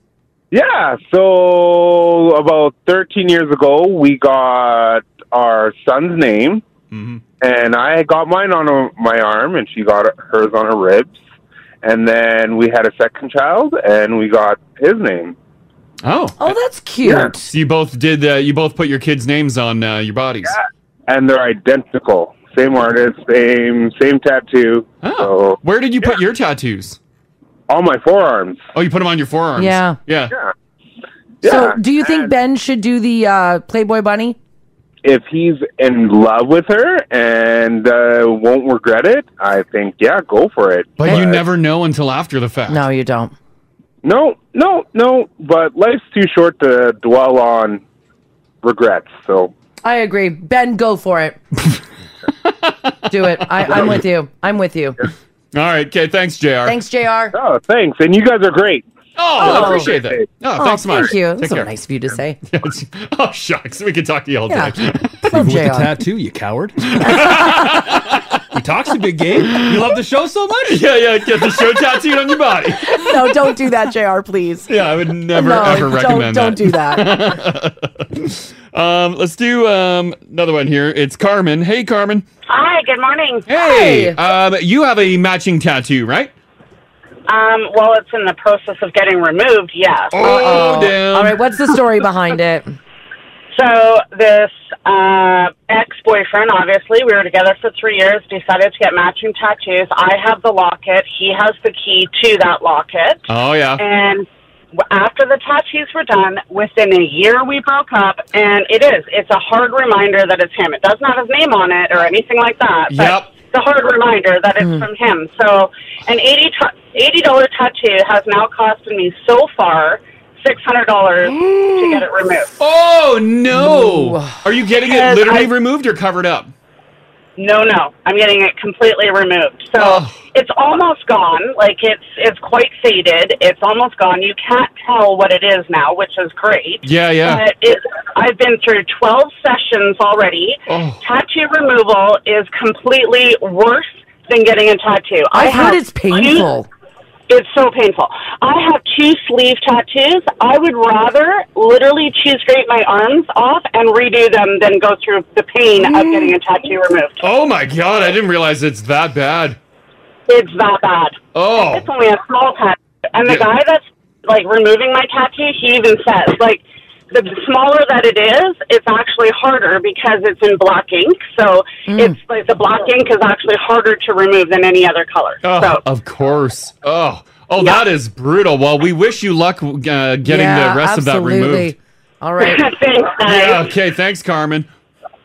Yeah, so about 13 years ago, we got our son's name, Mm-hmm. and I got mine on uh, my arm, and she got hers on her ribs. And then we had a second child, and we got his name. Oh. Oh, that's So you both did. Uh, you both put your kids' names on uh, your bodies. And they're identical. Same artist, same same tattoo. So, Where did you put your tattoos? On my forearms. Oh, you put them on your forearms. Yeah. Yeah. So do you think Ben should do the uh, Playboy Bunny? if he's in love with her and uh, won't regret it, I think yeah, go for it. But you never know until after the fact. No, you don't. No, no, no. But life's too short to dwell on regrets. So I agree. Ben, go for it. do it. I, I'm with you. I'm with Oh, you. All right. Okay. Thanks, Jr. Thanks, Jr. Oh, thanks. And you guys are great. Oh, I appreciate that. No, Oh, thanks so much. Thank you. Take That's so care. nice of you to say. oh, shucks. We could talk to you all Yeah. day. Love With the JR. tattoo, you coward. he talks a big game. You love the show so much. Yeah, yeah. Get the show tattooed on your body. no, don't do that, Jr. Please. Yeah, I would never No, ever don't- recommend don't do that. um, let's do um, another one here. It's Carmen. Hey, Carmen. Hi, good morning. Hey. Um, you have a matching tattoo, right? Um, well, it's in the process of getting removed, yes. Oh, damn. All right. What's the story behind it? So, this uh, ex boyfriend, obviously, we were together for three years, decided to get matching tattoos. I have the locket, he has the key to that locket. Oh, yeah. And w- after the tattoos were done, within a year we broke up, and it is. It's a hard reminder that it's him. It doesn't have his name on it or anything like that. But Yep. It's a hard reminder that it's from him. So, an eighty ta- eighty dollar tattoo has now cost me so far six hundred dollars Mm. to get it removed. Oh no! Are you getting it Because literally I- removed or covered up? No, no, I'm getting it completely removed. So Oh. it's almost gone. Like it's it's quite faded. It's almost gone. You can't tell what it is now, which is great. Yeah, yeah. But it, I've been through 12 sessions already. Oh. Tattoo removal is completely worse than getting a tattoo. I've heard have it's painful. it's so painful. I have two sleeve tattoos. I would rather literally choose grate my arms off and redo them than go through the pain of getting a tattoo removed. Oh my god! I didn't realize it's that bad. It's that bad. Oh. It's only a small tattoo. And the guy that's like removing my tattoo, he even says like the smaller that it is, it's actually harder because it's in black ink. So Mm. it's like the black ink is actually harder to remove than any other color. Oh, So of course. Oh, oh, that is brutal. Well, we wish you luck uh, getting Yeah, the rest of that absolutely. removed. All right. Thanks, guys. Yeah. Okay. Thanks, Carmen.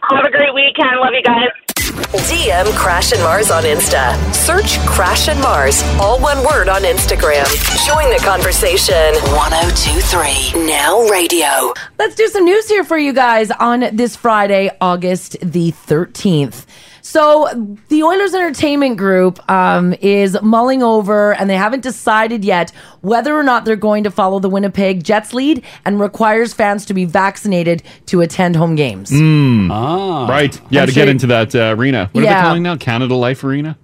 have a great weekend. Love you guys. DM Crash and Mars on Insta. Search Crash and Mars, all one word on Instagram. Join the conversation. 1023 Now Radio. Let's do some news here for you guys on this Friday, August the 13th. So, the Oilers Entertainment Group um, is mulling over, and they haven't decided yet whether or not they're going to follow the Winnipeg Jets lead and requires fans to be vaccinated to attend home games. Mm. Right. Yeah. Ah. I'm to sure- get into that uh, arena. What are Yeah. they calling now? Canada Life Arena.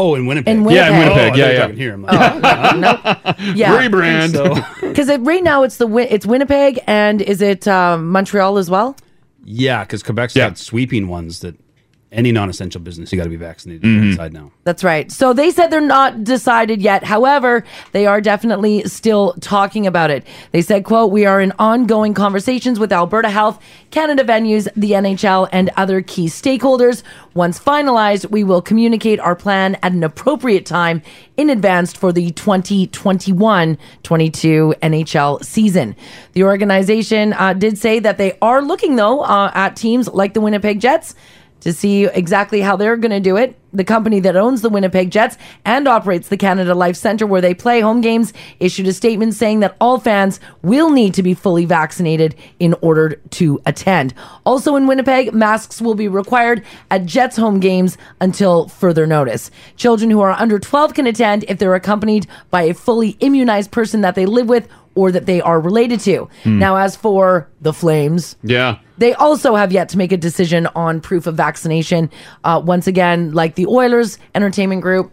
Oh, in Winnipeg. In Yeah, in Winnipeg. Winnipeg. Oh, I thought you yeah, were yeah. talking here. I'm Yeah. Rebrand. Because right now it's the Win- it's Winnipeg and is it um, Montreal as well? Yeah, because Quebec's got sweeping ones that any non-essential business you got to be vaccinated Mm-hmm. inside now. That's right. So they said they're not decided yet. However, they are definitely still talking about it. They said, quote, we are in ongoing conversations with Alberta Health, Canada venues, the NHL, and other key stakeholders. Once finalized, we will communicate our plan at an appropriate time in advance for the 2021-22 NHL season. The organization uh, did say that they are looking, though, uh, at teams like the Winnipeg Jets to see exactly how they're going to do it. The company that owns the Winnipeg Jets and operates the Canada Life Center where they play home games issued a statement saying that all fans will need to be fully vaccinated in order to attend. Also in Winnipeg, masks will be required at Jets home games until further notice. Children who are under 12 can attend if they're accompanied by a fully immunized person that they live with or that they are related to. Hmm. Now as for the Flames, Yeah. they also have yet to make a decision on proof of vaccination. Uh, once again, like the Oilers Entertainment Group,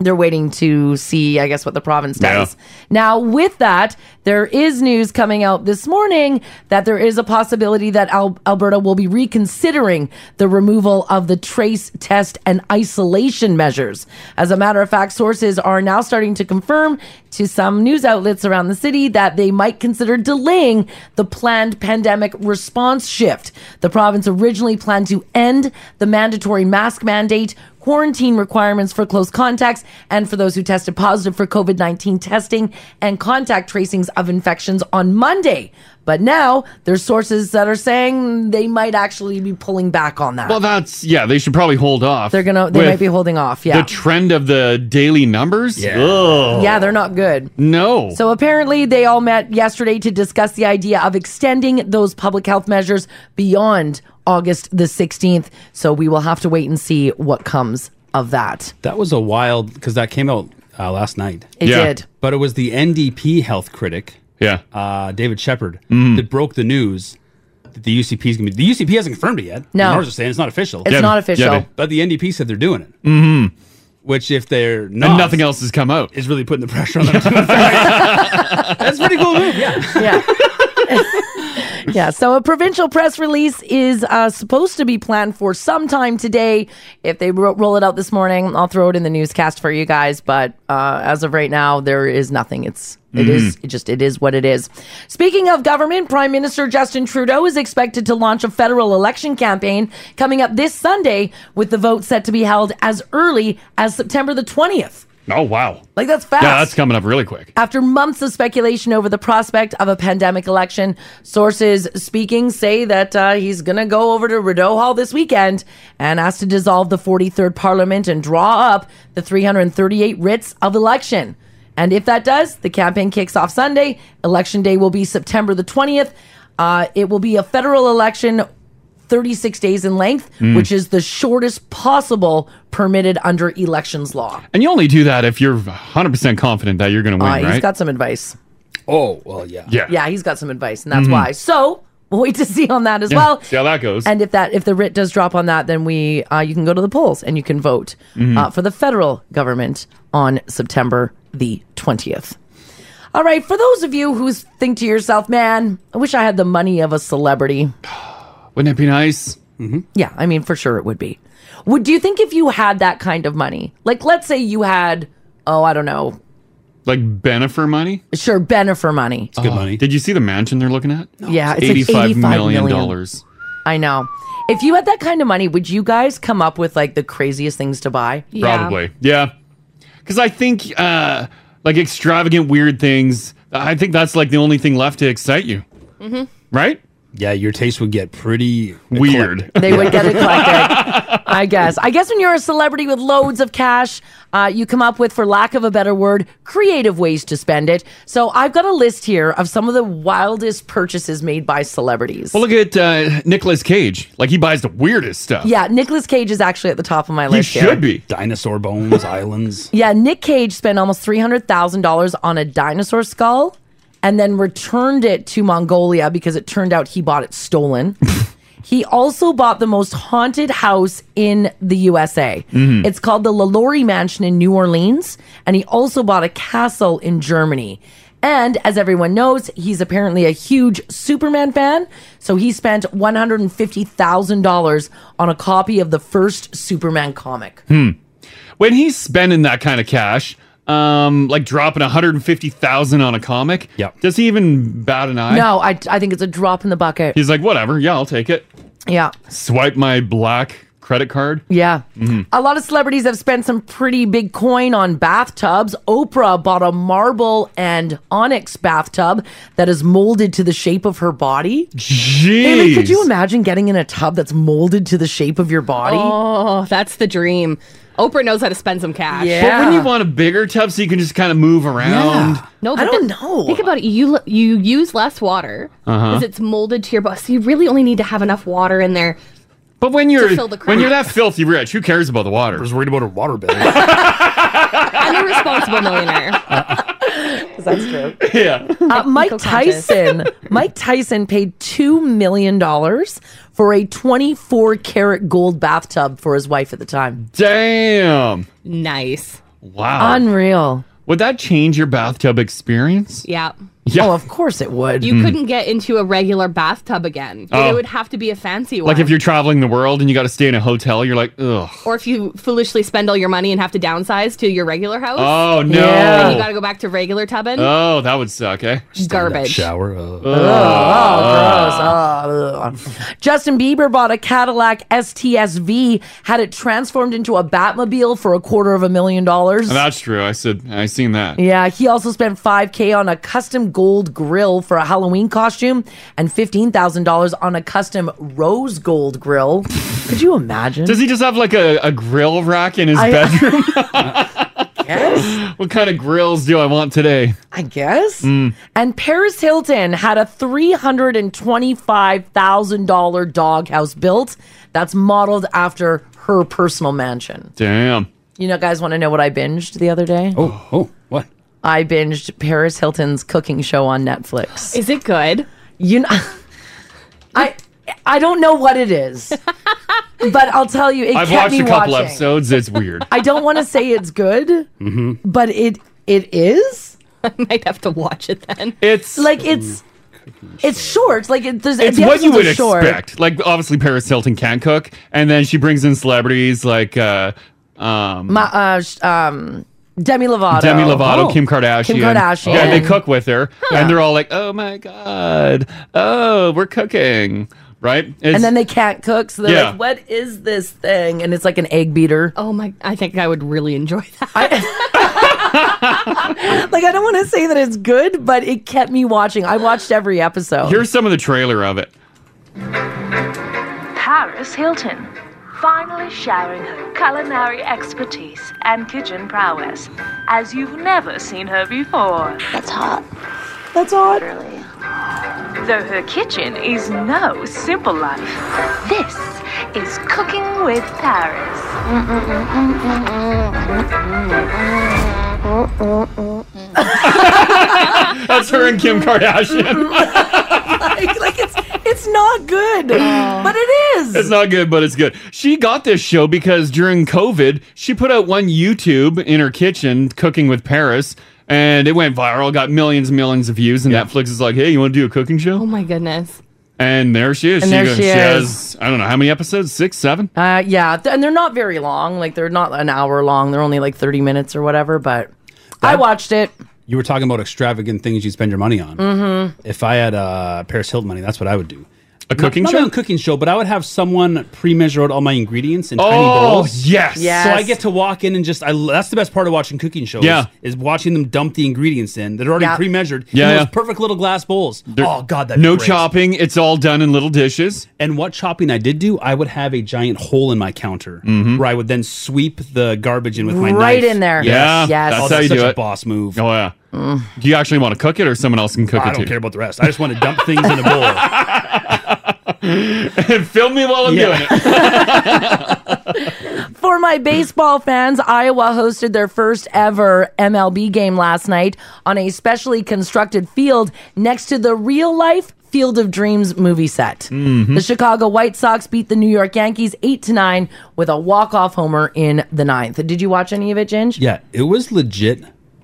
they're waiting to see, I guess, what the province does. Now, with that, there is news coming out this morning that there is a possibility that Al- Alberta will be reconsidering the removal of the trace, test, and isolation measures. As a matter of fact, sources are now starting to confirm to some news outlets around the city that they might consider delaying the planned pandemic response shift. The province originally planned to end the mandatory mask mandate quarantine requirements for close contacts and for those who tested positive for COVID 19 testing and contact tracings of infections on Monday. But now there's sources that are saying they might actually be pulling back on that. Well, that's yeah. They should probably hold off. they're gonna, they With might be holding off. Yeah. The trend of the daily numbers. Yeah. yeah, they're not good. No. So apparently, they all met yesterday to discuss the idea of extending those public health measures beyond August the 16th. So we will have to wait and see what comes of that. That was a wild because that came out uh, last night. It Yeah. did. but it was the NDP health critic, yeah, uh, David Shepard, Mm. that broke the news that the UCP is going to be. The UCP hasn't confirmed it yet. No. ours are saying it's not official. It's Yeah, not official. yeah, they- but the NDP said they're doing it. hmm Which, if they're not, nothing else has come out, is really putting the pressure on them. to That's pretty cool move. Yeah. yeah, so a provincial press release is uh, supposed to be planned for sometime today. If they ro- roll it out this morning, I'll throw it in the newscast for you guys. But uh, as of right now, there is nothing. It's it is Mm-hmm. Mhm. it just it is what it is. Speaking of government, Prime Minister Justin Trudeau is expected to launch a federal election campaign coming up this Sunday, with the vote set to be held as early as September the twentieth. Oh wow. Like that's fast. Yeah, that's coming up really quick. After months of speculation over the prospect of a pandemic election, sources speaking say that uh, he's going to go over to Rideau Hall this weekend and ask to dissolve the 43rd Parliament and draw up the 338 writs of election. And if that does, the campaign kicks off Sunday. Election day will be September the 20th. Uh, it will be a federal election 36 days in length, Mm. which is the shortest possible permitted under elections law. And you only do that if you're 100 percent confident that you're going to win, Uh, right? He's got some advice. Oh well, yeah. Yeah. he's got some advice, and that's Mhm. why. So we'll wait to see on that as Yeah, well. see how that goes. And if that if the writ does drop on that, then we uh, you can go to the polls and you can vote Hmm. Mhm. uh, for the federal government on September the twentieth. All right, for those of you who think to yourself, "Man, I wish I had the money of a celebrity." Wouldn't it be nice? Mm-hmm. Yeah, I mean, for sure it would be. Would do you think if you had that kind of money, like let's say you had, oh, I don't know, Like Benefer money. sure, Benefer money, It's good money. Did you see the mansion they're looking at? Yeah, it's like $85 million $85 dollars. I know. If you had that kind of money, would you guys come up with like the craziest things to buy? Probably. Yeah. Because I think uh, like extravagant, weird things. I think that's like the only thing left to excite you, Mm-hmm. right? Yeah, your taste would get pretty weird. They would get eclectic, I guess. I guess when you're a celebrity with loads of cash, uh, you come up with, for lack of a better word, creative ways to spend it. So I've got a list here of some of the wildest purchases made by celebrities. Well, look at uh, Nicolas Cage. Like he buys the weirdest stuff. Yeah, Nicolas Cage is actually at the top of my He list. here. should be. Dinosaur bones, islands. Yeah, Nick Cage spent almost three hundred thousand dollars on a dinosaur skull, and then returned it to Mongolia because it turned out he bought it stolen. he also bought the most haunted house in the USA. Mhm. It's called the LaLaurie Mansion in New Orleans, and he also bought a castle in Germany. And as everyone knows, he's apparently a huge Superman fan. So he spent $150,000 on a copy of the first Superman comic. Hmm. When he's spending that kind of cash, um, like dropping 150,000 on a comic, yeah. does he even bat an eye? no, I, I think it's a drop in the bucket. He's like, whatever. Yeah, I'll take it. Yeah. Swipe my black credit card. Yeah. Mhm. A lot of celebrities have spent some pretty big coin on bathtubs. Oprah bought a marble and onyx bathtub that is molded to the shape of her body. Jeez. Haley, could you imagine getting in a tub that's molded to the shape of your body? Oh, that's the dream. Oprah knows how to spend some cash. But wouldn't you want a bigger tub so you can just kind of move around? No, I don't know. Think about it. You l- you use less water Uh-huh. because it's molded to your body. So you really only need to have enough water in there. But when you're to fill the when you're cracks. that filthy rich, who cares about the water? I was worried about her water bill. I'm a responsible millionaire. that's true. yeah. Uh, Mike conscious. Tyson. Mike Tyson paid two million dollars for a 24 karat gold bathtub for his wife at the time. Damn. Nice. Wow. Unreal. Would that change your bathtub experience? Yeah. Yeah. Mm-hmm. Oh, of course it would. You couldn't get into a regular bathtub again. Hmm. Oh. It would have to be a fancy one. Like if you're traveling the world and you got to stay in a hotel, you're like, ugh. or if you foolishly spend all your money and have to downsize to your regular house. Oh, no. And you got to go back to regular tubbing. Oh, that would suck, eh? Garbage. Shower. Oh, gross. Oh. Justin Bieber bought a Cadillac STSV, had it transformed into a Batmobile for a quarter of a million dollars. That's true. I said I seen that. Yeah, he also spent 5K on a custom gold grill for a Halloween costume and $15,000 on a custom rose gold grill. Could you imagine? Does he just have like a, a grill rack in his I- bedroom? what kind of grills do I want today? I guess. Mm. And Paris Hilton had a $325,000 doghouse built that's modeled after her personal mansion. Damn. You know, guys want to know what I binged the other day? Oh, oh, what? I binged Paris Hilton's cooking show on Netflix. Is it good? You know, I I don't know what it is, but I'll tell you, it I've kept watched me a couple watching. episodes. It's weird. I don't want to say it's good, mm-hmm. but it it is. I might have to watch it then. It's like it's it's short. Like it, there's It's the what you episodes would are short. expect. Like obviously Paris Hilton can't cook, and then she brings in celebrities like uh, um, My, uh, sh- um, Demi Lovato. Oh. Demi Oh. Lovato, Kim Kardashian. Kim Kardashian. Yeah, they cook with her, Huh. and they're all like, "Oh my god, oh we're cooking." Right? It's- and then they can't cook, so they're Yeah. like, "What is this thing?" And it's like an egg beater. Oh my! I think I would really enjoy that. like I don't want to say that it's good, but it kept me watching. I watched every episode. here's some of the trailer of it. Paris Hilton, finally showering her culinary expertise and kitchen prowess as you've never seen her before. That's hot. That's hot. Really. Though her kitchen is no simple life, this is cooking with Paris. That's her and Kim Kardashian. like, like it's it's not good, but it is. It's not good, but it's good. She got this show because during COVID, she put out one YouTube in her kitchen cooking with Paris, and it went viral, got millions and millions of views. And Netflix is like, hey, you want to do a cooking show? Oh my goodness. And there she is. And there she has, I don't know how many episodes, six, seven? Uh, yeah, th- and they're not very long. Like they're not an hour long. They're only like thirty minutes or whatever. But I watched it. You were talking about extravagant things you spend your money on. hmm If I had uh, Paris Hilton money, that's what I would do. A cooking not, show? Not a cooking show, but I would have someone pre-measure out all my ingredients in tiny Oh, bowls. yes. So I Yes. get to walk in and just I, that's the best part of watching cooking shows. Yeah. is watching them dump the ingredients in that are already Yeah. pre-measured. Yeah, in yeah. those perfect little glass bowls. There- oh God, that No great. chopping. It's all done in little dishes. And what chopping I did do, I would have a giant hole in my counter Mm-hmm. where I would then sweep the garbage in with my knife. Right in there. Yeah, Yes. that's Oh, how you such do a it. Boss move. Oh yeah. Do you actually want to cook it, or someone else can cook I it? don't too? care about the rest. I just want to dump things in a bowl. and film me while I'm doing it. For my baseball fans, Iowa hosted their first ever MLB game last night on a specially constructed field next to the real life Field of Dreams movie set. Mm-hmm. The Chicago White Sox beat the New York Yankees 8 to 9 with a walk-off homer in the ninth. Did you watch any of it, Ginge? Yeah, it was legit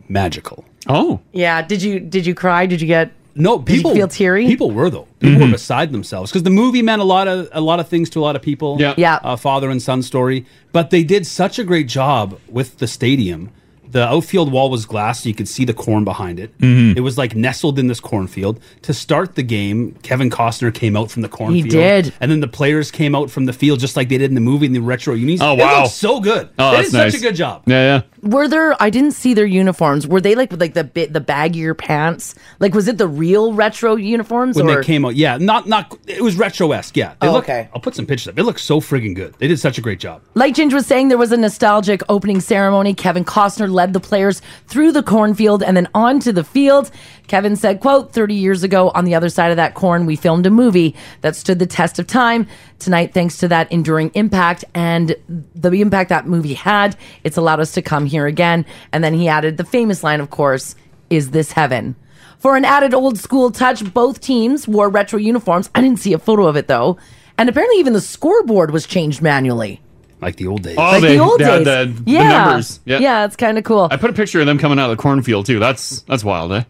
magical. Oh. Yeah, did you did you cry? Did you get No, people feel teary? People were though. People Mm-hmm. were beside themselves because the movie meant a lot of a lot of things to a lot of people. Yeah. Yeah. Uh, father and son story, but they did such a great job with the stadium The outfield wall was glass, so you could see the corn behind it. Mhm. It was like nestled in this cornfield. To start the game, Kevin Costner came out from the cornfield. did. and then the players came out from the field just like they did in the movie in the retro unis. Oh, It wow. looked so good. Oh, they that's did nice. such a good job. Yeah, Were there? I didn't see their uniforms. Were they like with like the bit the baggier pants? Like was it the real retro uniforms? When or? they came out, yeah, not not it was retro esque, yeah. They Oh, look, okay. I'll put some pictures up. It looks so friggin' good. They did such a great job. Like Ginge was saying, there was a nostalgic opening ceremony. Kevin Costner led the players through the cornfield and then onto the field. Kevin said, quote, 30 years ago, on the other side of that corn, we filmed a movie that stood the test of time. Tonight, thanks to that enduring impact and the impact that movie had, it's allowed us to come here again. And then he added the famous line, of course, is this heaven? For an added old school touch, both teams wore retro uniforms. I didn't see a photo of it though. And apparently, even the scoreboard was changed manually. Like the old days. Oh, Like they, the old they had days. The, the Yeah. numbers. Yeah. Yeah, it's kind of cool. I put a picture of them coming out of the cornfield too. That's that's wild, eh?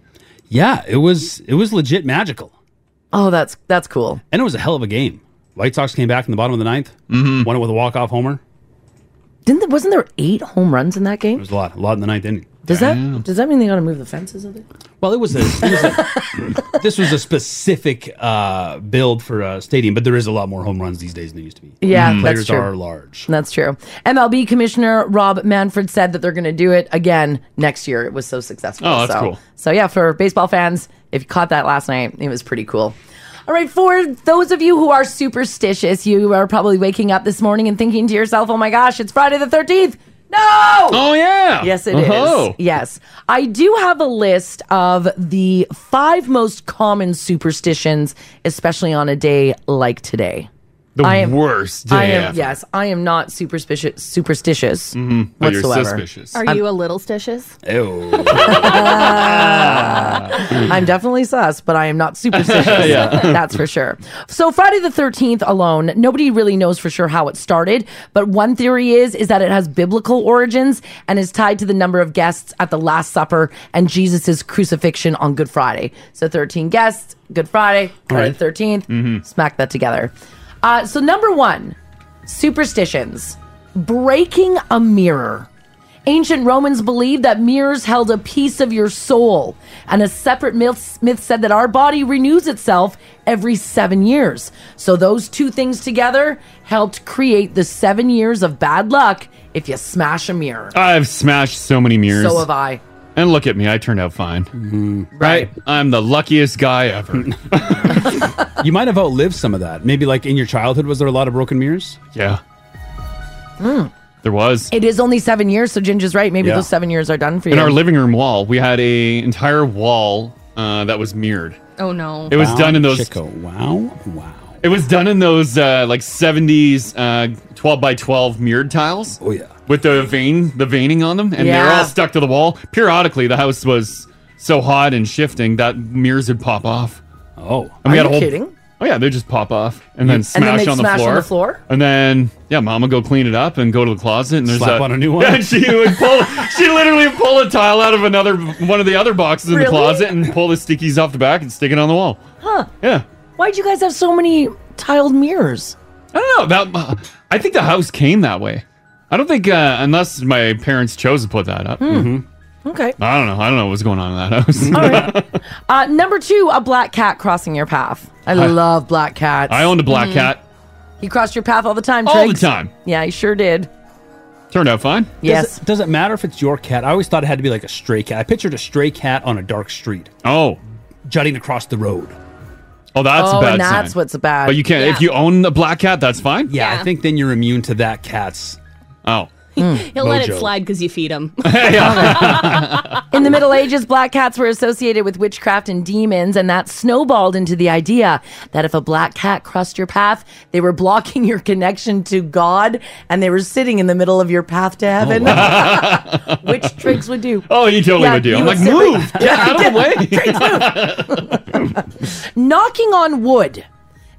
Yeah, it was it was legit magical. Oh, that's that's cool. And it was a hell of a game. White Sox came back in the bottom of the ninth, mm-hmm. won it with a walk off homer. Didn't there, wasn't there eight home runs in that game? There's a lot, a lot in the ninth inning. Does that does that mean they got to move the fences of it? Well, it was a, it was a this was a specific uh, build for a stadium, but there is a lot more home runs these days than there used to be. Mm-hmm. Yeah, players that's true. are large. That's true. MLB Commissioner Rob Manfred said that they're going to do it again next year. It was so successful. Oh, that's so, cool. So yeah, for baseball fans, if you caught that last night, it was pretty cool. All right, for those of you who are superstitious, you are probably waking up this morning and thinking to yourself, "Oh my gosh, it's Friday the 13th." No! Oh yeah. Yes it is. Oh. Yes. I do have a list of the 5 most common superstitions especially on a day like today. The I am- worst day I am ever. yes, I am not superstitious superstitious Mhm, but you're whatsoever. suspicious. Are I'm- you a little stitious? Ew. uh, I'm definitely sus, but I am not superstitious. Yeah. That's for sure. So Friday the 13th alone, nobody really knows for sure how it started, but one theory is is that it has biblical origins and is tied to the number of guests at the last supper and Jesus's crucifixion on Good Friday. So 13 guests, Good Friday, Friday right. the 13th, Mm-hmm. Mhm. smack that together. Uh, so number 1, superstitions. Breaking a mirror. Ancient Romans believed that mirrors held a piece of your soul, and a separate myth, myth said that our body renews itself every seven years. So, those two things together helped create the seven years of bad luck if you smash a mirror. I've smashed so many mirrors. So have I. And look at me, I turned out fine. Right? I'm the luckiest guy ever. you might have outlived some of that. Maybe like in your childhood, was there a lot of broken mirrors? Yeah, Mm. there was. It is only seven years, so Ginger's right. Maybe Yeah. those seven years are done for you. In our living room wall, we had a entire wall uh, that was mirrored. Oh no. It was done in those. Wow, wow. It was done in those uh, like '70s uh, 12 by 12 mirrored tiles. Oh yeah, with the vein, the veining on them, and they're Yeah. all stuck to the wall. Periodically, the house was so hot and shifting that mirrors would pop off. Oh, Are you kidding? Oh yeah, they would just pop off and then And then smash, they'd on, the smash on floor. the floor? And then yeah, mom would go clean it up and go to the closet and there's Slap a, on a new one? Yeah, she would pull. she literally would pull a tile out of another one of the other boxes in Really? the closet and pull the stickies off the back and stick it on the wall. Huh. Yeah. Why'd you guys have so many tiled mirrors? I don't know that. I think the house came that way. I don't think uh, unless my parents chose to put that up. Mm-hmm. Hmm. Okay. I don't know. I don't know what's going on in that house. Uh, number two, a black cat crossing your path. I, I- love black cats. I owned a black Mhm. cat He crossed your path all the time. all the Triggs. time. Yeah, he sure did. Turned out fine. Yes. Does it, does it matter if it's your cat? I always thought it had to be like a stray cat. I pictured a stray cat on a dark street. Oh. Jutting across the road. Oh, that's oh, a bad and that's sign. what's bad. But you can't. If you own the black cat, that's fine. Yeah, I think then you're immune to that cat's. Oh. He'll let it Mojo. slide because you feed him. In the Middle Ages, black cats were associated with witchcraft and demons, and that snowballed into the idea that if a black cat crossed your path, they were blocking your connection to God, and they were sitting in the middle of your path to heaven. Which Triggs would do. Oh, you totally Yeah, would do. you I'm would like, sit right- move. Get out of the way. Knocking on wood.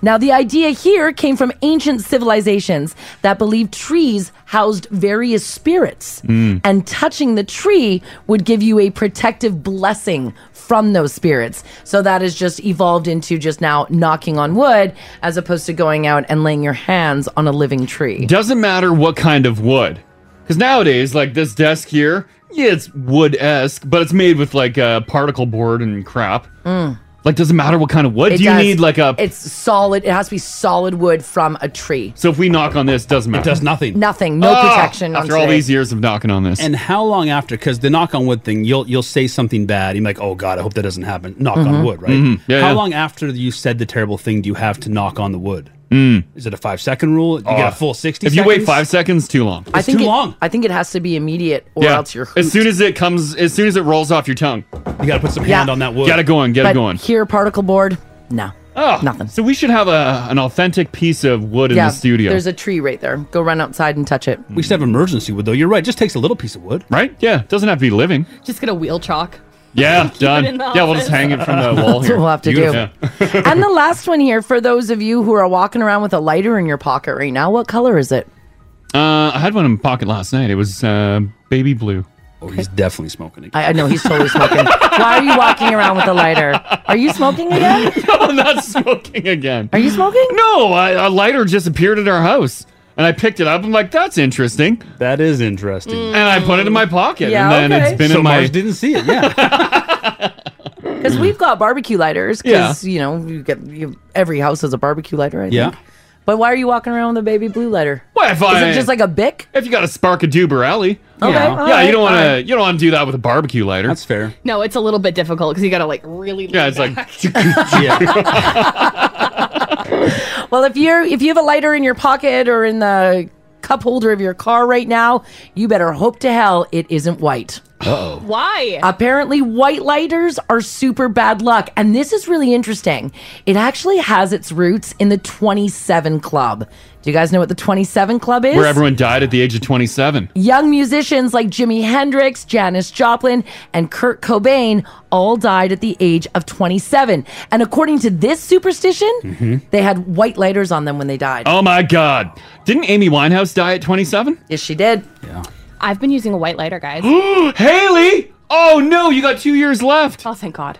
Now, the idea here came from ancient civilizations that believed trees housed various spirits, Hmm. Mm. and touching the tree would give you a protective blessing from those spirits. So that has just evolved into just now knocking on wood as opposed to going out and laying your hands on a living tree. Doesn't matter what kind of wood. Because nowadays, like this desk here, yeah, it's wood esque, but it's made with like uh, particle board and crap. Mm. Like, doesn't matter what kind of wood. It Do you does. need like a? It's solid. It has to be solid wood from a tree. so if we knock on this, doesn't matter. It does nothing. Nothing. No Ah, protection. on After all today. these years of knocking on this, And how long after? Because the knock on wood thing, you'll you'll say something bad. You're like, oh god, I hope that doesn't happen. Knock Mhm. Mm-hmm. on wood, right? Mhm. Yeah, how yeah. long after you said the terrible thing do you have to knock on the wood? Mm. Is it a five second rule? You Oh. get a full sixty. If you wait seconds? five seconds, too long. I It's think too it- long. I think it has to be immediate, or else you're. as soon as it comes, as soon as it rolls off your tongue, you gotta put some Yeah. hand on that wood. Get it going, get but it going. Here, particle board. No. Oh, nothing. So we should have a an authentic piece of wood in the studio. There's a tree right there. Go run outside and touch it. We should have emergency wood though. You're right. It just takes a little piece of wood. Right? Yeah. Doesn't have to be living. Just get a wheel chalk. Yeah, done. in the Yeah, we'll just office. hang it from the wall That's here. what we'll have to do. do. and the last one here for those of you who are walking around with a lighter in your pocket right now. What color is it? Uh, I had one in my pocket last night. It was uh, baby blue. Oh, he's definitely smoking I, I know he's totally smoking. Why are you walking around with a lighter? Are you smoking again? no, I'm not smoking again. Are you smoking? No, I, a lighter just appeared at our house. And I picked it up. I'm like, that's interesting. That is interesting. And I put it in my pocket. Yeah, and then okay. it's been So in my. Mars didn't see it. Yeah. Because we've got barbecue lighters. Because you know, you get you, every house has a barbecue lighter. I Yeah. think. But why are you walking around with a baby blue lighter? Why if I Is it just like a bic? If you got a spark a duber alley, Okay, yeah, all yeah, you right, don't want all to right. you don't want to do that with a barbecue lighter. That's fair. No, it's a little bit difficult because you gotta like really. Yeah, it's like Well, if you're if you have a lighter in your pocket or in the cup holder of your car right now, you better hope to hell it isn't white. Uh oh. Why? Apparently, white lighters are super bad luck. And this is really interesting. It actually has its roots in the 27 Club. Do you guys know what the 27 Club is? where everyone died at the age of 27. Young musicians like Jimi Hendrix, Janis Joplin, and Kurt Cobain all died at the age of 27. And according to this superstition, they had white lighters on them when they died. Oh my god. Didn't Amy Winehouse die at 27? Yes, she did. Yeah. I've been using a white lighter, guys. Haley! Oh no, you got two years left. Oh, thank God.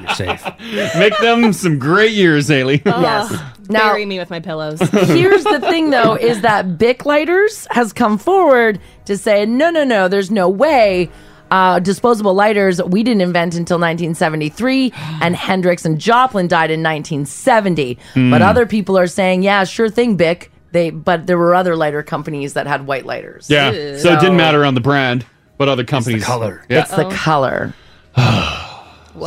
You're safe. Make them some great years, Haley. Yes. Now- bury me with my pillows. Here's the thing, though, is that Bic Lighters has come forward to say, no, no, no, there's no way. Uh, disposable lighters we didn't invent until 1973, and Hendrix and Joplin died in 1970. Hmm. But other people are saying, yeah, sure thing, Bic. They, but there were other lighter companies that had white lighters. Yeah. So it didn't matter on the brand, but other companies. color. Yeah. It's the color.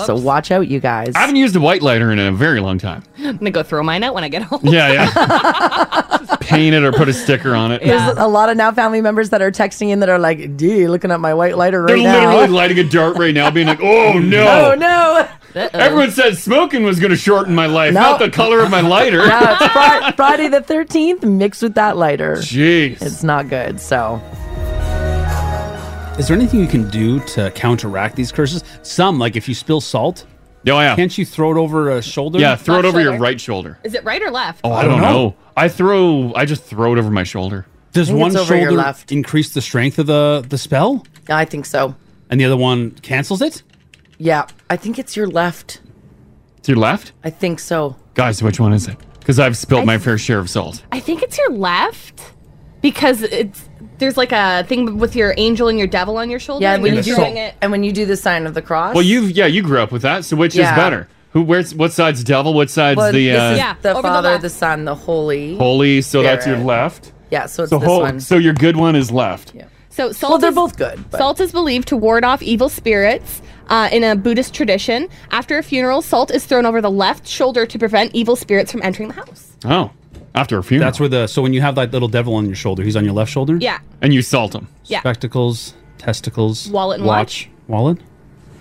so watch out, you guys. I haven't used a white lighter in a very long time. I'm gonna go throw mine out when I get home. Yeah, yeah. Paint it or put a sticker on it. There's a lot of now family members that are texting in that are like, "Gee, looking at my white lighter They're right now." literally lighting a dart right now, being like, oh Oh no. no! Everyone said smoking was going to shorten my life, No. not the color of my lighter. Yeah, it's Fri- Friday the 13th mixed with that lighter. Jeez. It's not good. So, Is there anything you can do to counteract these curses? Some, like if you spill salt. Oh yeah. Can't you throw it over a shoulder? Yeah, throw it over your right shoulder. Is it right or left? Oh, I don't know. I throw, I just throw it over my shoulder. Does I think one it's over your shoulder left. increase the strength of the the spell? I think so. And the other one cancels it. yeah, I think it's your left. To your left? I think so. Guys, which one is it? Because I've spilled my fair share of salt. I think it's your left because it's there's like a thing with your angel and your devil on your shoulder. Yeah, and when you're you do doing it. and when you do the sign of the cross. Well, you've yeah, you grew up with that. So which Yeah. is better? Who where's what side's devil? What side's Well, the this uh, is the Father, the, Son, the Holy. holy? So that's your Spirit. left. Yeah, so it's so this hol- one. So your good one is left. So salt. Well, they're both good. Salt is believed to ward off evil spirits. Uh, in a Buddhist tradition, after a funeral, salt is thrown over the left shoulder to prevent evil spirits from entering the house. Oh, after a funeral. That's where the so when you have that little devil on your shoulder, he's on your left shoulder. Yeah. And you salt him. Yeah. Spectacles, testicles, Wallet and watch. wallet.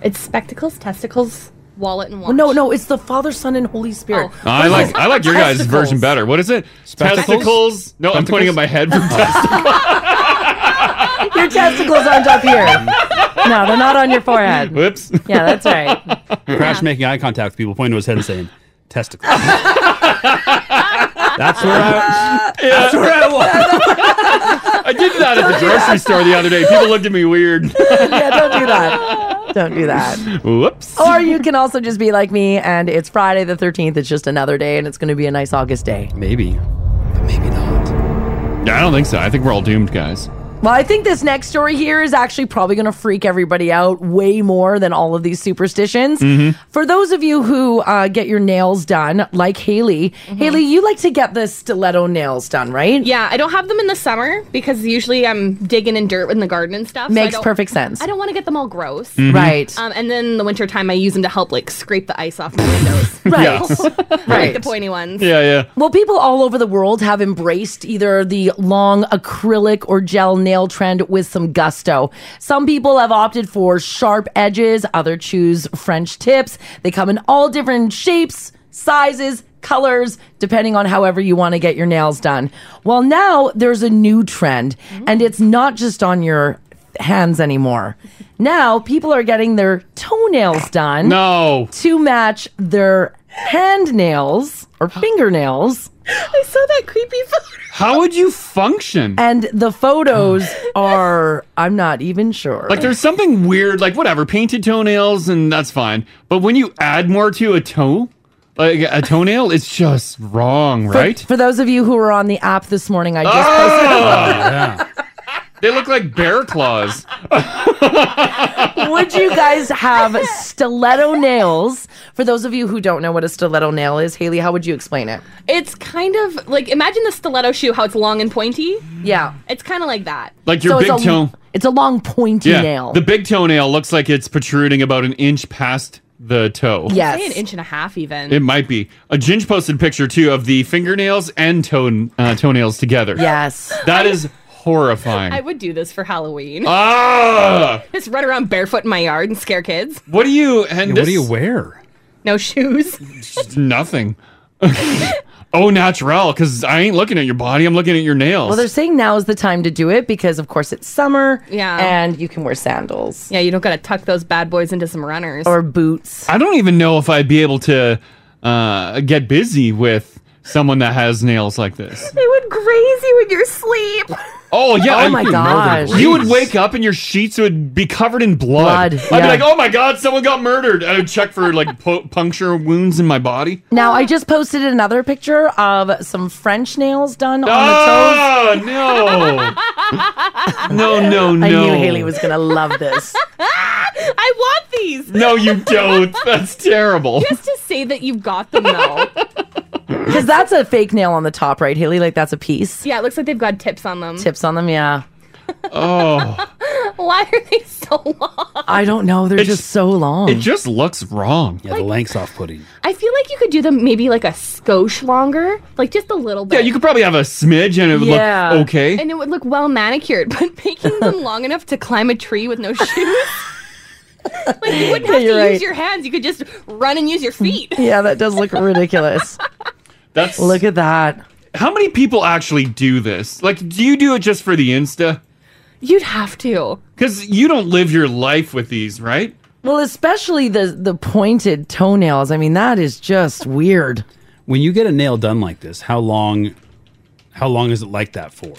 It's spectacles, testicles, wallet, and watch. Oh. no, no, it's the Father, Son, and Holy Spirit. I like I like your guys' Testicles. version better. What is it? Spectacles? Testicles? No, I'm pointing at my head from testicles. your testicles aren't up here. No, they're not on your forehead. Whoops. Yeah, that's right. Crash making eye contact with people, pointing to his head and saying, "Testicles." that's where I. That's where I was. I did that at the grocery store the other day. People looked at me weird. yeah, don't do that. Don't do that. Oh. Whoops. Or you can also just be like me and it's Friday the 13th. It's just another day and it's going to be a nice August day. Maybe. Yeah, I don't think so. I think we're all doomed, guys. Well, I think this next story here is actually probably going to freak everybody out way more than all of these Mm. superstitions. Mhm. For those of you who uh, get your nails done, like Haley, Haley, you like to get the stiletto nails done, right? Yeah, I don't have them in the summer because usually I'm digging in dirt in the garden and stuff. so I Makes don't- perfect sense. I don't want to get them all gross. Mm-hmm. Mhm. Right. Um, and then in the wintertime, I use them to help like scrape the ice off my windows. right. Like the pointy ones. yeah. Well, people all over the world have embraced either the long acrylic or gel nail trend with some gusto. Some people have opted for sharp edges, other choose French tips. They come in all different shapes, sizes, colors, depending on however you want to get your nails done. Well, now there's a new trend, and it's not just on your hands anymore. Now people are getting their toenails done. No. To match their hand nails or fingernails. I saw that creepy photo. How would you function? And the photos are, I'm not even sure. Like there's something weird, like whatever, painted toenails and that's fine. But when you add more to a toe, like a toenail, it's just wrong, For- right? Oh! For, those of you who were on the app this morning, I just They look like bear claws. posted. Would you guys have stiletto nails? For those of you who don't know what a stiletto nail is, Haley, how would you explain it? It's kind of like imagine the stiletto shoe, how it's long and pointy. Yeah. It's kind of like that. Like your it's big a- toe. It's a long pointy yeah. nail. The big toenail looks like it's protruding about an inch past the toe. Say an inch and a half even. It might be. A Ginge posted a picture too of the fingernails and toe uh, toenails together. Yes. That is horrifying. I would do this for Halloween. Ah! Just run around barefoot in my yard and scare kids. what do you and what do you wear? No shoes. Nothing. oh, natural, because I ain't looking at your body. I'm looking at your nails. well, they're saying now is the time to do it because, of course, it's summer. Yeah. And you can wear sandals Yeah, you don't gotta tuck those bad boys into some runners. or boots. I don't even know if I'd be able to uh, get busy with someone that has nails like this. They would graze you in your sleep. Oh yeah! Oh I'd my be murdered. gosh. You would wake up and your sheets would be covered in blood. Blood, I'd yeah. be like, "Oh my god, someone got murdered!" I would check for like po- puncture wounds in my body. Now, I just posted another picture of some French nails done on Ah, the toes. no. No, no, no. I knew Haley was going to love this. I want these. No, you don't. That's terrible. Just to say that you've got them though. Because that's a fake nail on the top, right, Haley? Like, that's a piece. yeah, it looks like they've got tips on them. Tips on them, yeah. Oh. Why are they so long? I don't know. They're just so long. It just looks wrong. Yeah, the length's off-putting. I feel like you could do them maybe like a skosh longer, like just a little bit. Yeah, you could probably have a smidge and it would look okay. And it would look well manicured, but making them long enough to climb a tree with no shoes. like you wouldn't have Yeah, you're to right. use your hands. You could just run and use your feet. Yeah, that does look ridiculous. That's Look at that. How many people actually do this? Like, do you do it just for the Insta? You'd have to. Because you don't live your life with these, right? Well, especially the the pointed toenails. I mean, that is just weird. When you get a nail done like this, how long? How long is it like that for?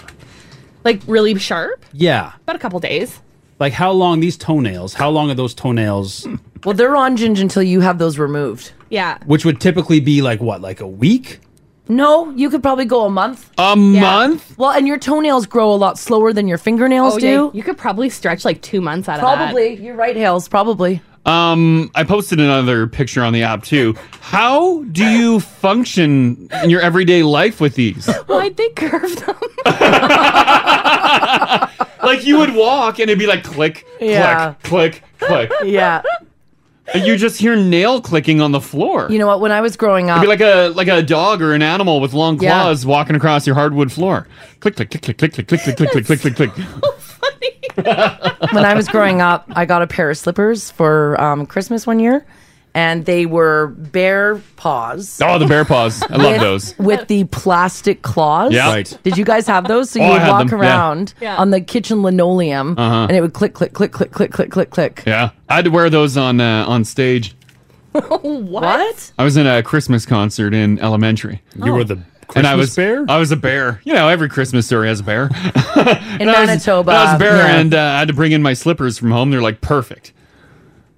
Like really sharp. Yeah, About a couple days. like how long these toenails? How long are those toenails? Well, they're on ginge until you have those removed. Yeah. Which would typically be like what, like a week? No, you could probably go a month. A month? Well, and your toenails grow a lot slower than your fingernails Oh, do. yeah, You could probably stretch like two months out of that. Probably. You're right, Hales. Probably. Um, I posted another picture on the app too. How do you function in your everyday life with these? Why'd they curve them? Like, you would walk and it'd be like click, Yeah. click, click, click. Yeah. And you just hear nail clicking on the floor. You know what? When I was growing It'd up, be like a like a dog or an animal with long Yeah. claws walking across your hardwood floor. Click click click click click click click click click click click click. when I was growing up, I got a pair of slippers for um, Christmas one year, and they were bear paws. Oh, the bear paws! I with- love those. With the plastic claws. Yeah. Right. Did you guys have those? So Oh, you I would had walk them, yeah. around Yeah. on the kitchen linoleum Uh-huh. and it would click, click, click, click, click, click, click, click. Yeah, I had to wear those on uh, on stage. what? what? I was in a Christmas concert in elementary. You Oh. were the and I Christmas was bear. I was a bear. You know, every Christmas story has a bear. In And I was- Manitoba. and I was a bear, yeah. and uh, I had to bring in my slippers from home. They're like perfect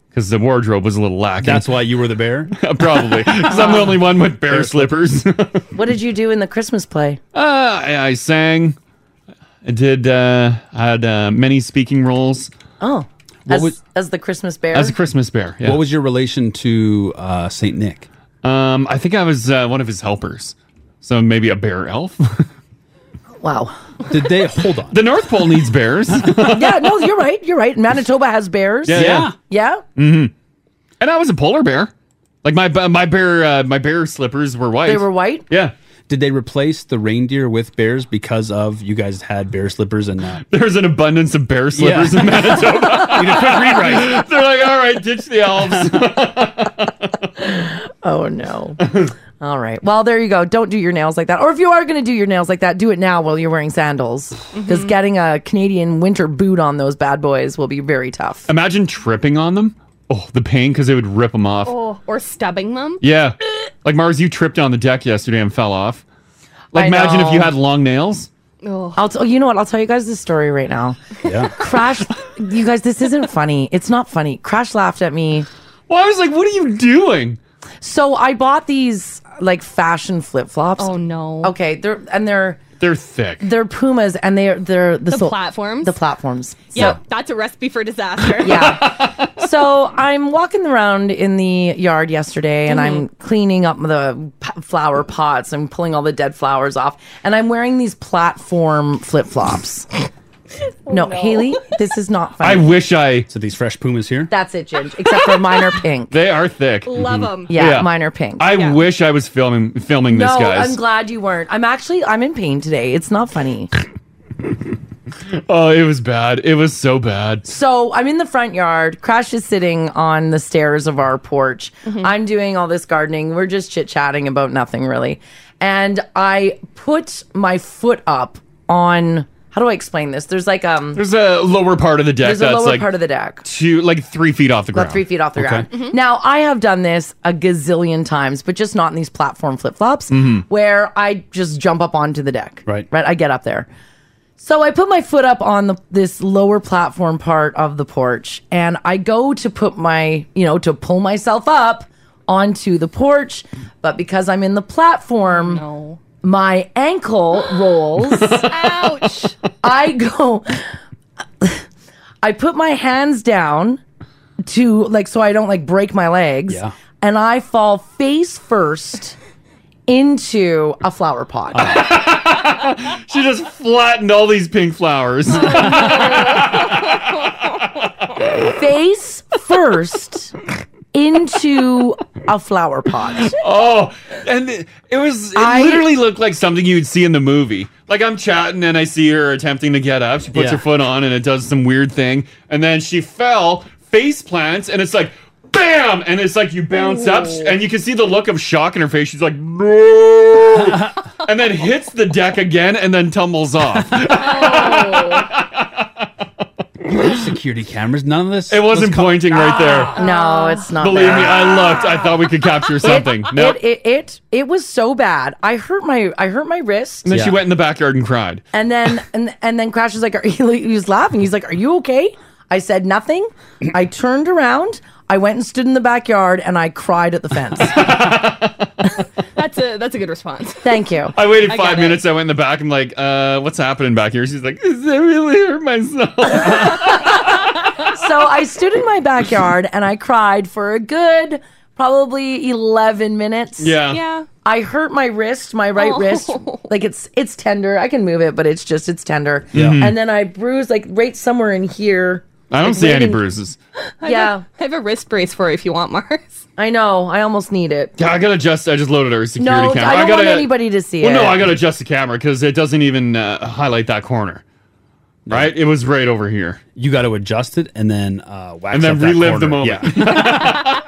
because the wardrobe was a little lacking. That's why you were the bear, probably. Because I'm the only one with bear slippers. What did you do in the Christmas play? Uh, I, I sang. I did uh, I had uh, many speaking roles Oh, What as, would- as the Christmas bear. as a Christmas bear. What was your relation to uh, Saint Nick? Um, I think I was uh, one of his helpers, so maybe a bear elf. wow. Did they hold on? The North Pole needs bears. Mm-hmm. yeah, no, you're right. You're right. Manitoba has bears. Yeah, yeah. Yeah. hmm And I was a polar bear. Like my my bear uh, my bear slippers were white. They were white. Yeah. Did they replace the reindeer with bears because of you guys had bear slippers and not? There's an abundance of bear slippers in Manitoba. You did a quick rewrite. They're like, all right, ditch the elves. Oh no. All right. Well, there you go. Don't do your nails like that. Or if you are going to do your nails like that, do it now while you're wearing sandals. Mm-hmm. Because getting a Canadian winter boot on those bad boys will be very tough. Imagine tripping on them. Oh, the pain because it would rip them off. Oh, or stubbing them. Yeah. Like Mars, you tripped on the deck yesterday and fell off. Like I imagine if you know. had long nails. I'll t- oh, you know what? I'll tell you guys this story right now. Yeah. Crash, you guys, this isn't funny. It's not funny. Crash laughed at me. Well, I was like, what are you doing? So I bought these like fashion flip flops. Oh no. Okay, they're and they're They're thick. they're Pumas and they're they're the, The sole- platforms? The platforms. Yeah, that's a recipe for disaster. so I'm walking around in the yard yesterday and I'm cleaning up the p- flower pots. I'm pulling all the dead flowers off and I'm wearing these platform flip flops. no, Haley, this is not I funny. wish I. So these fresh pumas here? That's it, Ginge, except for mine are pink. They are thick. Mm-hmm. Love 'em. Yeah, mine are pink. I Yeah. wish I was filming filming this, no, guys. I'm glad you weren't. I'm actually I'm in pain today. It's not funny. oh, it was bad. It was so bad. So I'm in the front yard. Crash is sitting on the stairs of our porch. I'm doing all this gardening. We're just chit chatting about nothing really. And I put my foot up on how do I explain this? There's like um There's a lower part of the deck there's a that's lower like part of the deck. two, like three feet off the ground. About three feet off the Okay. ground. Mm-hmm. Now, I have done this a gazillion times, but just not in these platform flip flops Mhm. where I just jump up onto the deck. Right. Right. I get up there. So I put my foot up on the, this lower platform part of the porch and I go to put my, you know, to pull myself up onto the porch. But because I'm in the platform, my ankle rolls. Ouch. I go, I put my hands down to like so I don't like break my legs. Yeah. And I fall face first into a flower pot. She just flattened all these pink flowers. face first into a flower pot. oh, and it was it literally looked like something you'd see in the movie. Like I'm chatting and I see her attempting to get up. She puts Yeah. her foot on and it does some weird thing, and then she fell, face plants, and it's like. Bam! And it's like you bounce up, and you can see the look of shock in her face. She's like, "No!" and then hits the deck again, and then tumbles off. Security cameras. None of this. It wasn't pointing right there. No, it's not. Believe there. me, I looked. I thought we could capture something. It, no. it, it it it was so bad. I hurt my I hurt my wrist. and then she went in the backyard and cried. And then and and then Crash was like, are you, he was laughing. He's like, "Are you okay?" I said nothing. I turned around. I went and stood in the backyard and I cried at the fence. that's a that's a good response. Thank you. I waited I five get it. minutes. I went in the back. I'm like, uh, what's happening back here? She's like, I really hurt myself. so I stood in my backyard and I cried for a good probably 11 minutes. Yeah. Yeah. I hurt my wrist, my right Oh. wrist. Like it's it's tender. I can move it, but it's just it's tender. Yeah. Mhm. And then I bruised like right somewhere in here. I don't Like, see right any in- bruises. Yeah. I have a wrist brace for if you want Mars. I know. I almost need it. Yeah, I gotta adjust. I just loaded our security No, camera. I don't gotta, want anybody to see Well, it. no, I gotta adjust the camera because it doesn't even uh, highlight that corner. Right? It was right over here. You got to adjust it and then uh, wax And then up that relive the corner. moment. Yeah.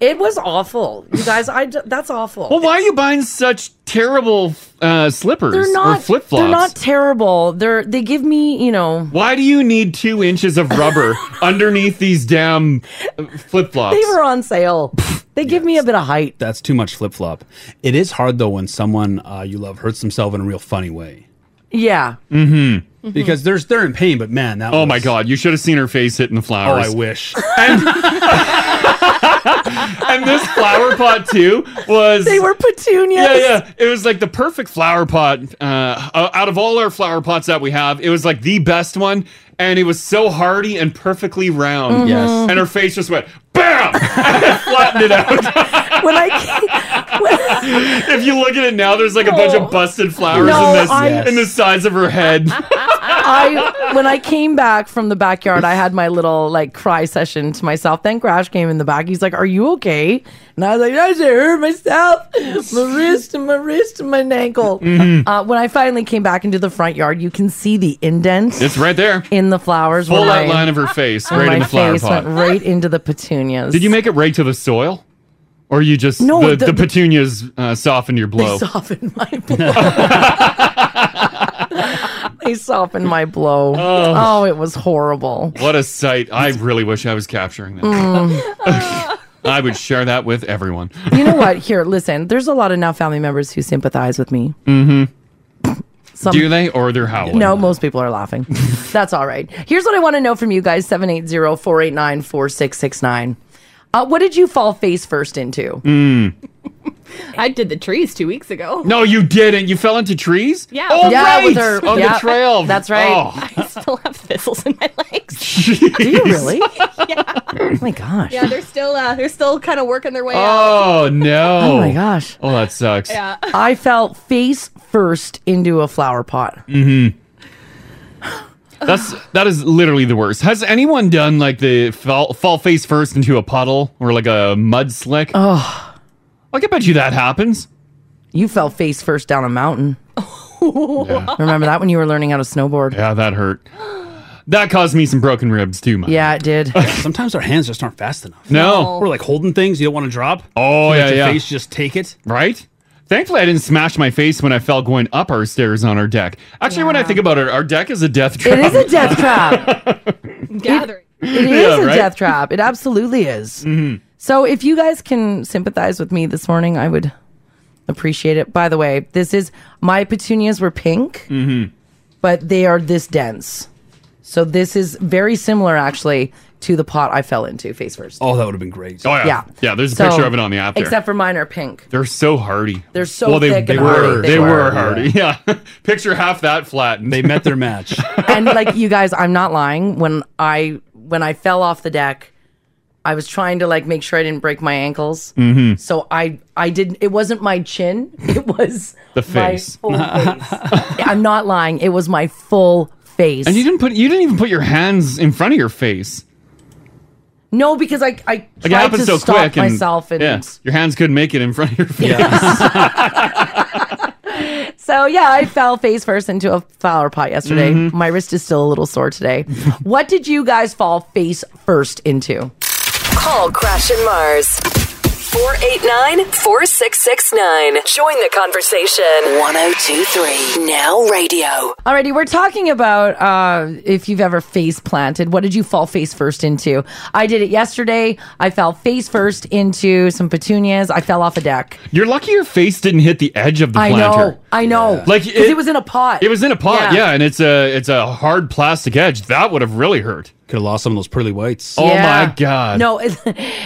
It was awful. You guys, I d- that's awful. Well, why are you buying such terrible uh, slippers they're or not flip flops? They're not terrible. They're they give me, you know, Why do you need two inches of rubber underneath these damn flip flops? they were on sale. They give me a bit of height. That's too much flip flop. It is hard though when someone uh, you love hurts themselves in a real funny way. Yeah. Mm-hmm. because there's they're in pain. But man, that Oh my god, you should have seen her face hitting the flowers. Oh, I wish. and this flower pot too was They were petunias. Yeah, yeah. It was like the perfect flower pot. Uh, o- out of all our flower pots that we have, it was like the best one, and it was so hardy and perfectly round. Mhm. Yes. And her face just went bam, and flattened it out. when I if you look at it now, there's like a bunch of busted flowers No, in this I- in the sides of her head. I when I came back from the backyard, I had my little like cry session to myself. Then Crash came in the back. He's like, "Are you okay?" And I was like, "I just hurt myself, my wrist and my wrist and my ankle." Mhm. Uh, when I finally came back into the front yard, you can see the indent. It's right there. in the flowers. Full where my- outline of her face, where right Oh, my in the flower face pot. went right into the petunias. Did you make it right to the soil? Or you just No, the, the- the, petunias uh, softened your blow? They softened my blow. they softened my blow. Oh. Oh, it was horrible. What a sight! I really wish I was capturing that. Mm. I would share that with everyone. you know what? Here, listen. There's a lot of now family members who sympathize with me. Mm-hmm. Some- Do they or they're howling? No, most people are laughing. That's all right. Here's what I want to know from you guys 780 489 4669. Uh, What did you fall face first into? Mm. I did the trees two weeks ago. No, you didn't. You fell into trees. Yeah. Oh, Yeah, right. with her- on yeah. the trail. That's right. Oh. I still have thistles in my legs. Do you really? yeah. Oh my gosh. Yeah, they're still uh, they're still kind of working their way out. Oh no. Oh my gosh. Oh, that sucks. Yeah. I fell face first into a flower pot. Mm-hmm. That's that is literally the worst. Has anyone done like the fall, fall face first into a puddle or like a mud slick? Oh. Like I bet you that happens. You fell face first down a mountain. Remember that when you were learning how to snowboard? Yeah, that hurt. That caused me some broken ribs too, man. Yeah, it did. Sometimes our hands just aren't fast enough. No. We're like holding things you don't want to drop. Oh You let yeah, your yeah. Face just take it. Right? Thankfully, I didn't smash my face when I fell going up our stairs on our deck. Actually, when I think about it, our deck is a death trap. It is a death trap. Gathering. It is Yeah, a right? Mm-hmm. death trap. It absolutely is. So if you guys can sympathize with me this morning, I would appreciate it. By the way, this is my petunias were pink, Mm-hmm. but they are this dense. So this is very similar actually to the pot I fell into face first. Oh, that would have been great. Oh yeah. Yeah. yeah, There's a So- picture of it on the app. There. Except for mine are pink. they're so hardy. They're so well, they, thick they and were. hardy. They, They were, were, hardy. Yeah. picture half that flattened. They met their match. and like you guys, I'm not lying. When I when I fell off the deck, I was trying to like make sure I didn't break my ankles. Mhm. So I I didn't. It wasn't my chin. It was The my face. full face. I'm not lying. It was my full face. And you didn't put. You didn't even put your hands in front of your face. no, because I I Like it tried happened to so stop quick. And, myself and. yeah, your hands couldn't make it in front of your face. So yeah, I fell face first into a flower pot yesterday. Mm-hmm. My wrist is still a little sore today. what did you guys fall face first into? Call Crash and Mars. 489 4669. Join the conversation. 1023 Now Radio. Alrighty, we're talking about uh, if you've ever face planted. What did you fall face first into? I did it yesterday. I fell face first into some petunias. I fell off a deck. You're lucky your face didn't hit the edge of the I planter. know. I know. Like, because it, it- was in a pot. It was in a pot, Yeah. yeah, and it's a it's a hard plastic edge. That would have really hurt. Could have lost some of those pearly whites. Oh Yeah. my god. No, it,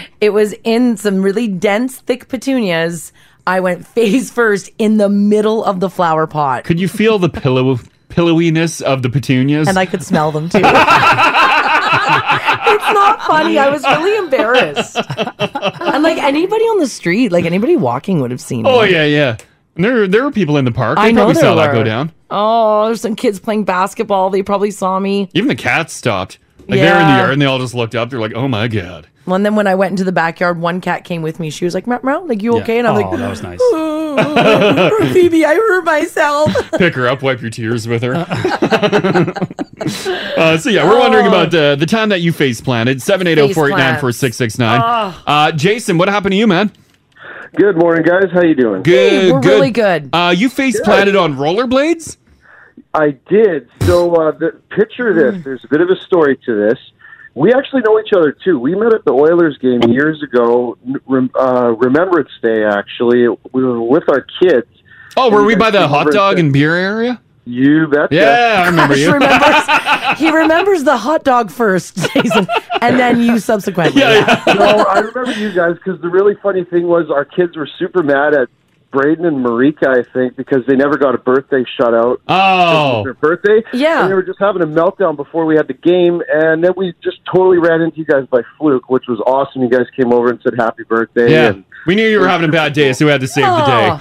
it was in some really dense, thick petunias. I went face first in the middle of the flower pot, Could you feel the pillow pillowiness of the petunias? and I could smell them too. it's not funny. I was really embarrassed. And like anybody on the street, like anybody walking would have seen. Oh me. yeah, yeah. And there there were people in the park. They I know probably there saw that go were. down. Oh, there's some kids playing basketball. They probably saw me. Even the cats stopped. Like they were in the Yeah. yard and they all just looked up. They're like, "Oh my god." Well, And then when I went into the backyard, one cat came with me. She was like, "Meow, meow, like you Yeah. okay?" And I'm Aw, like, that was nice. "Oh, Phoebe, I hurt myself." Pick her up, wipe your tears with her. uh, so yeah, we're wondering Oh. about uh, the time that you face planted. Seven eight zero four eight nine four six six nine. Oh. Uh Jason, what happened to you, man? Good morning, guys. How you doing? Good, we're good. really good. Uh, you face planted on rollerblades. I did. So uh, the, picture Hmm. this. There's a bit of a story to this. We actually know each other too. We met at the Oilers game years ago, rem, uh, Remembrance Day. Actually, we were with our kids. Oh, And were you we guys by the came hot over dog said- and beer area? You betcha. Yeah, I remember Crash you. remembers- he remembers the hot dog first, Jason, and then you subsequently. no, I remember you guys because the really funny thing was our kids were super mad at Braden and Marika, I think, because they never got a birthday shutout. Oh. It was their birthday. Yeah, and they were just having a meltdown before we had the game, and then we just totally ran into you guys by fluke, which was awesome. You guys came over and said happy birthday. Yeah. and We knew you were having a bad day, so we had to save the day.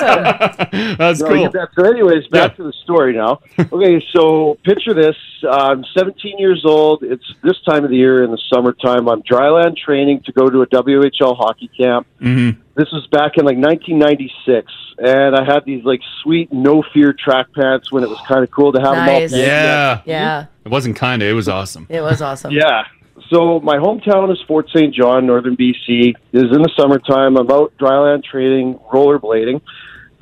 That's No, cool. you bet. So, anyways, back to the story now. Okay, so picture this: I'm 17 years old. It's this time of the year in the summertime. I'm dryland training to go to a WHL hockey camp. Mm-hmm. This was back in like 1996, and I had these like sweet no fear track pants when it was kind of cool to have them all. Yeah. Yeah. It wasn't kinda, it was awesome. It was awesome. Yeah. So my hometown is Fort St. John, northern BC. It is in the summertime. I'm out dryland trading, rollerblading.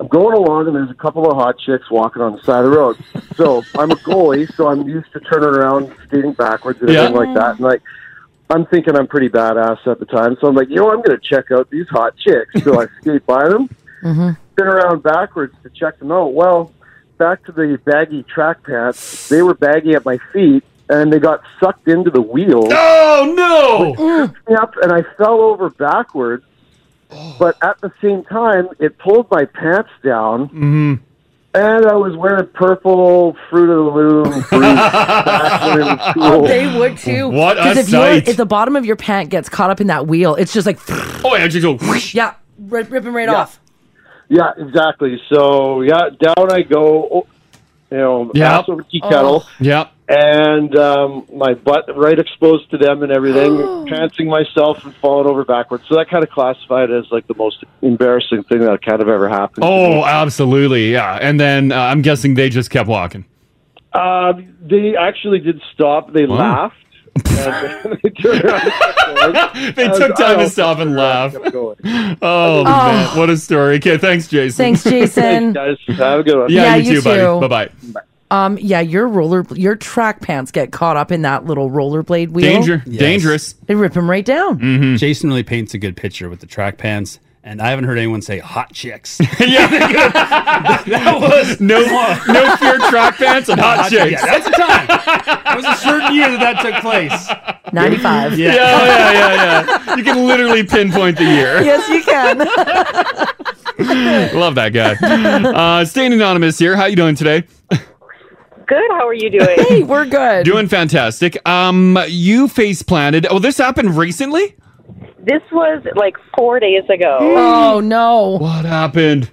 I'm going along, and there's a couple of hot chicks walking on the side of the road. So I'm a goalie, so I'm used to turning around, skating backwards, and Yeah. everything like that. And like, I'm thinking I'm pretty badass at the time, so I'm like, you know, I'm going to check out these hot chicks. So I skate by them, Mm-hmm. spin around backwards to check them out. Well, back to the baggy track pants. They were baggy at my feet, and they got sucked into the wheel. Oh no! Me up, and I fell over backwards. But at the same time, it pulled my pants down, Mm-hmm, and I was wearing purple Fruit of the Loom. Fruit, Oh, they would too. What a 'Cause if your- sight. If the bottom of your pant gets caught up in that wheel, it's just like oh, yeah, just go. Yeah, rip, rip 'em right Yeah. off. Yeah, exactly. So yeah, down I go. Oh, you know, Yep. ass over Oh. tea kettle. Yep. And um, my butt right exposed to them and everything, pantsing myself and falling over backwards. So that kind of classified as like the most embarrassing thing that kind of ever happened. Oh, absolutely. Yeah. And then uh, I'm guessing they just kept walking. Oh. Um, they actually did stop. They laughed. and they turned around and kept going. They As took I "Oh." time to also stop and laugh. kept going. Oh, man. What a story. Okay, thanks, Jason. Thanks, Jason. Thanks, guys. Have a good one. Yeah, Yeah, you, you too, buddy. too. Bye bye. Um, yeah, your roller, your track pants get caught up in that little rollerblade wheel. Danger. Yes. Dangerous. They rip them right down. Mm-hmm. Jason really paints a good picture with the track pants, and I haven't heard anyone say hot chicks. that was no no fear track pants and hot chicks. Yeah, that's a time. That was a certain year that that took place. 95. Yeah, yeah, yeah, yeah, yeah. You can literally pinpoint the year. yes, you can. Love that guy. Uh, staying anonymous here. How you doing today? Good. How are you doing? hey, we're good. Doing fantastic. Um, you face planted. Oh, this happened recently. This was like four days ago. Oh no! What happened?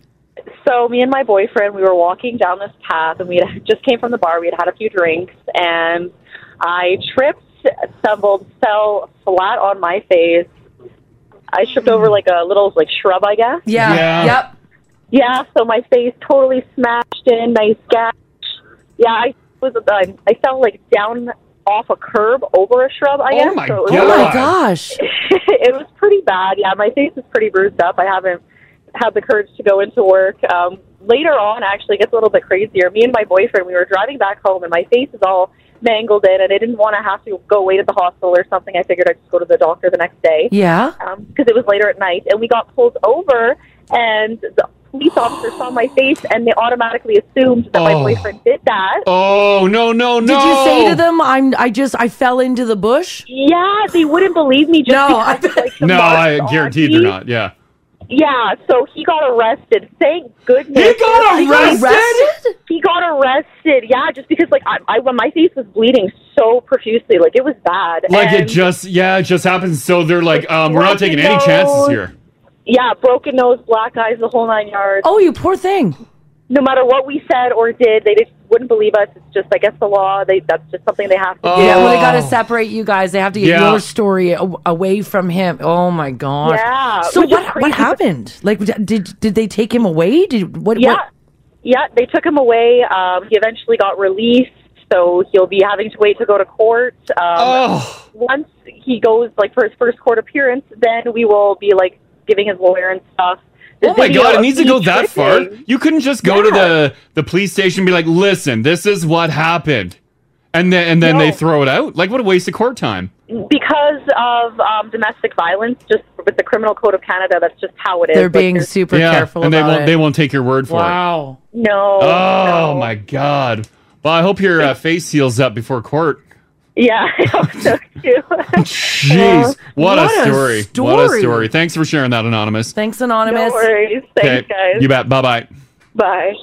So me and my boyfriend, we were walking down this path, and we had just came from the bar. We had had a few drinks, and I tripped, stumbled, fell flat on my face. I tripped over like a little like shrub, I guess. Yeah. Yeah. Yep. Yeah. So my face totally smashed in, nice gash. Yeah, I was. Uh, I fell like down off a curb over a shrub. I guess. so it was- Oh my gosh! it was pretty bad. Yeah, my face is pretty bruised up. I haven't had the courage to go into work. Um, later on, actually, it gets a little bit crazier. Me and my boyfriend, we were driving back home, and my face is all mangled in, and I didn't want to have to go wait at the hospital or something. I figured I'd just go to the doctor the next day. Yeah. Um, because it was later at night, and we got pulled over, and the police officer saw my face, and they automatically assumed that my Oh. boyfriend did that. Oh no no no! Did you say to them, "I'm, I just, I fell into the bush"? Yeah, they wouldn't believe me. Just no, I, No, I guaranteed they're not. Yeah. Yeah, so he got arrested. Thank goodness. He got He got arrested? arrested? He got arrested. Yeah, just because like I, I when my face was bleeding so profusely, like it was bad. Like it And, just yeah, it just happens. So they're like, um, we're not taking any Broken chances nose. here. Yeah, broken nose, black eyes, the whole nine yards. Oh, you poor thing. No matter what we said or did, they just wouldn't believe us. It's just I guess the law. They that's just something they have to do. Oh. Yeah, well, they got to separate you guys. They have to get Yeah. your story a- away from him. Oh my gosh! Yeah, So which is what, what happened? Like, did did they take him away? Did what? Yeah, what- yeah. They took him away. Um, he eventually got released, so he'll be having to wait to go to court. Um, Oh. Once he goes, like for his first court appearance, then we will be like giving his lawyer and stuff. the Oh my video god, it of needs to me go that far. tripping. You couldn't just go to the the police station and be like, "Listen, this is what happened." And then and then they throw it out. Like what a waste of court time. because of um, domestic violence, just with the criminal code of Canada, that's just how it is. They're Like, being super yeah, careful and they about won't it. they won't take your word for Wow. No. it. Oh my god. Well, I hope your uh, face heals up before court. Yeah, I hope so too. Jeez, what, what a, a story. What a story. story. Thanks for sharing that, anonymous. Thanks, Anonymous. No worries. Thanks, Okay, guys. You bet. Bye bye. Bye.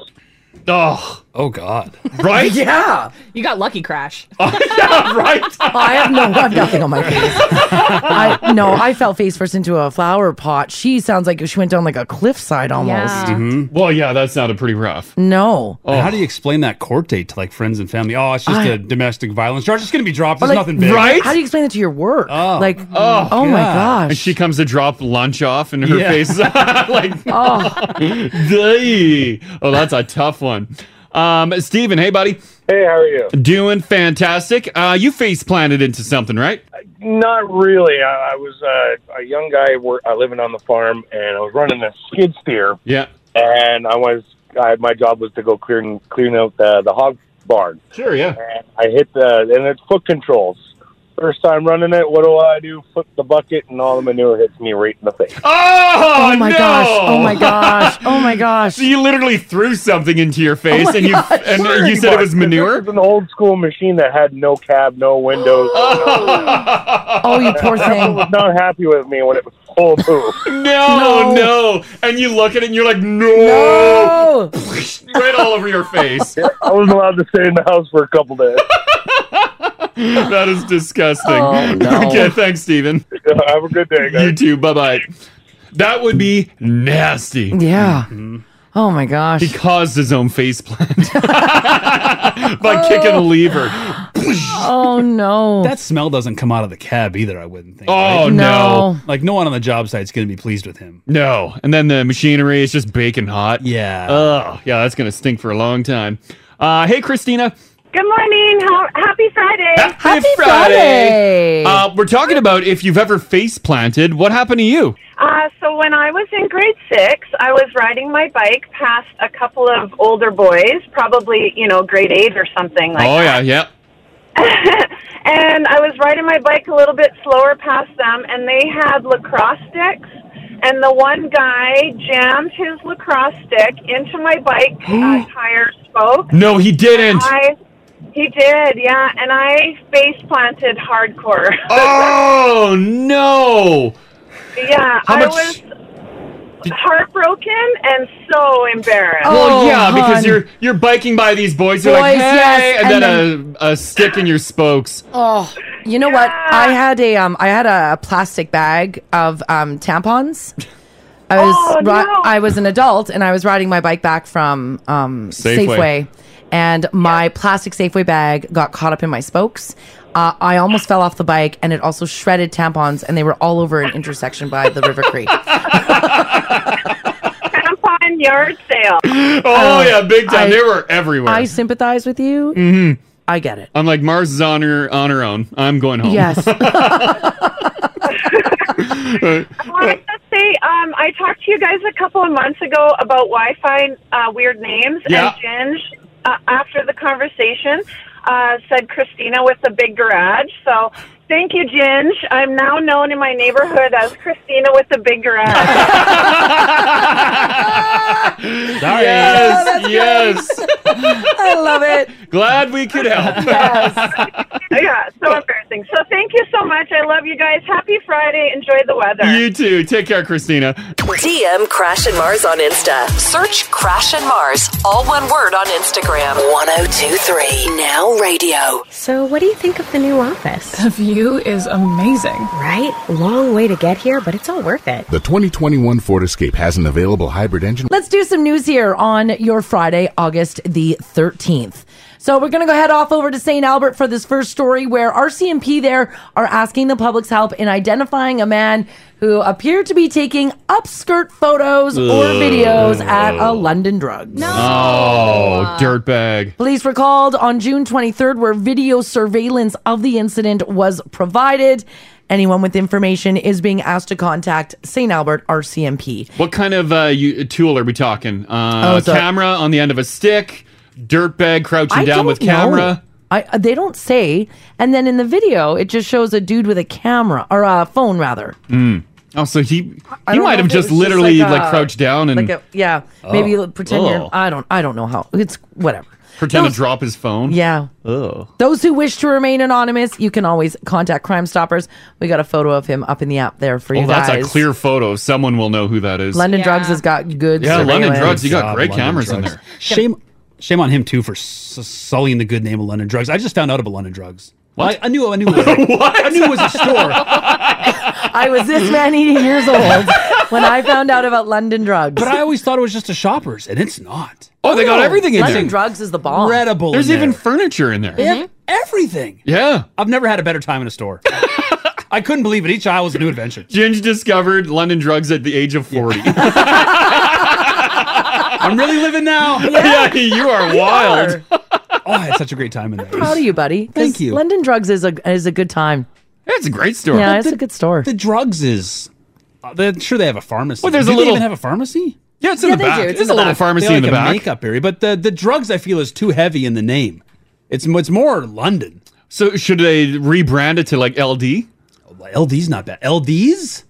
Oh. Oh God. Right? yeah. You got lucky, Crash. right. I have no, I have nothing on my face. I no, I fell face first into a flower pot. She sounds like she went down like a cliffside almost. Mm-hmm. Well, yeah, that sounded pretty rough. No. And Oh. How do you explain that court date to like friends and family? Oh, it's just I- a domestic violence charge. It's going to be dropped. Or, There's like, nothing big. How do you explain that to your work? Like, oh, my God. gosh. And she comes to drop lunch off and her Yeah. face is like Oh, Dee. Oh, that's a tough one. Um Steven, hey buddy. Hey, how are you? Doing fantastic. Uh you face planted into something, right? Not really. I, I was uh, a young guy wor- uh, living on the farm, and I was running a skid steer. Yeah. And I was, I, my job was to go clearing clearing out the, the hog barn. Sure, yeah. And I hit the, and it's foot controls. First time running it, what do I do? Flip the bucket, and all the manure hits me right in the face. Oh, my no! gosh. Oh my gosh. Oh my gosh. So you literally threw something into your face Oh my and you gosh. and you said it was manure? This is an old school machine that had no cab, no windows. oh, you poor thing. was not happy with me when it was full poo. No, no, And you look at it and you're like, no. No. right all over your face. I wasn't allowed to stay in the house for a couple days. that is disgusting. Oh, no. Okay, thanks, Steven. Have a good day, guys. You too. Bye bye. That would be nasty. Mm-hmm. Yeah. Oh my gosh. He caused his own face plant by kicking a lever. Oh no. That smell doesn't come out of the cab either, I wouldn't think. Oh, no. Like no one on the job site's gonna be pleased with him. No. And then the machinery is just baking hot. Yeah. Oh, yeah, that's going to stink for a long time. Uh, hey, Christina. Good morning. How, happy Friday. Uh, we're talking about if you've ever face planted. What happened to you? Uh, so when I was in grade six, I was riding my bike past a couple of older boys, probably you know grade eight or something like oh, yeah, yeah. and I was riding my bike a little bit slower past them, and they had lacrosse sticks. And the one guy jammed his lacrosse stick into my bike uh, tire spoke. No, he didn't. I, he did, yeah. And I face planted hardcore. Oh no! yeah, How I much- was heartbroken and so embarrassed. well, yeah, because you're you're biking by these boys. You're like, hey, Oh, Boys, yes, and, and then, a, a stick in your spokes. Oh, you know what? I had a um, I had a plastic bag of um tampons. I was Oh, ri- no. I was an adult and I was riding my bike back from um Safeway. Safeway, and my plastic Safeway bag got caught up in my spokes. Uh, I almost fell off the bike and it also shredded tampons and they were all over an intersection by the River Creek. Tampon yard sale. Oh yeah, big time. they were everywhere. I sympathize with you. mm-hmm. I get it. I'm like Mars is on her on her own. I'm going home. Yes. I wanted to say um, I talked to you guys a couple of months ago about Wi-Fi uh, weird names, Yeah. and Ginge, uh, after the conversation, uh, said Christina with the big garage. So thank you, Ginge. I'm now known in my neighborhood as Christina with the big garage. Oh, Yes, yes. I love it. Glad we could help. yeah, so embarrassing. So thank you so much. I love you guys. Happy Friday. Enjoy the weather. you too. Take care, Christina. DM Crash and Mars on Insta. Search Crash and Mars, all one word on Instagram. 1023 Now Radio. So, what do you think of the new office? The view is amazing. Right? Long way to get here, but it's all worth it. The 2021 Ford Escape has an available hybrid engine. Let's do some news here on your Friday, August the 13th. So we're going to go head off over to St. Albert for this first story where RCMP there are asking the public's help in identifying a man who appeared to be taking upskirt photos or Ugh. videos at a London drugs. Oh, dirtbag. Police were called on June 23rd, where video surveillance of the incident was provided. Anyone with information is being asked to contact St. Albert RCMP. What kind of uh, you, tool are we talking? Uh, Oh, it's a- camera on the end of a stick, dirtbag crouching down with camera. Know. I uh, they don't say. And then in the video, it just shows a dude with a camera or a phone rather. Mm. Oh, so he I he don't might know have if it just was literally like, a- crouched down and uh, like a, yeah, maybe Oh. pretend Oh. you're, I don't I don't know how. It's whatever. pretend Those- to drop his phone. Yeah. Oh. Those who wish to remain anonymous, you can always contact Crime Stoppers. We got a photo of him up in the app there for you Oh, that's guys. a clear photo. Someone will know who that is. London Drugs has got good. Yeah, London surveillance. Drugs, you got God, great London cameras in Drugs. there. Shame, shame on him too for s- sullying the good name of London Drugs. I just found out about London Drugs. What? I, I knew. I knew. I knew it was a store. I was this many years old when I found out about London Drugs. But I always thought it was just a Shoppers, and it's not. Oh, they got everything in London there. Drugs is the bomb. Mm-hmm. Incredible. There's even furniture in there. everything. Yeah. I've never had a better time in a store. I couldn't believe it. Each aisle was a new adventure. Ginge discovered London drugs at the age of 40. I'm really living now. Yeah, you are You wild. oh, I had such a great time in there. Proud of you, buddy. Thank you. London Drugs is a is a good time. It's a great store. Yeah, But it's the- a good store. The drugs is. Uh, they're, sure, they have a pharmacy. Well, there's do a they little- even have a pharmacy? Yeah, it's in Yeah, the they back. do. It's There's in a the little back. pharmacy They in like the a back. makeup area, but the the drugs I feel is too heavy in the name. It's it's more London. So should they rebrand it to like LD? LD's not bad. LD's?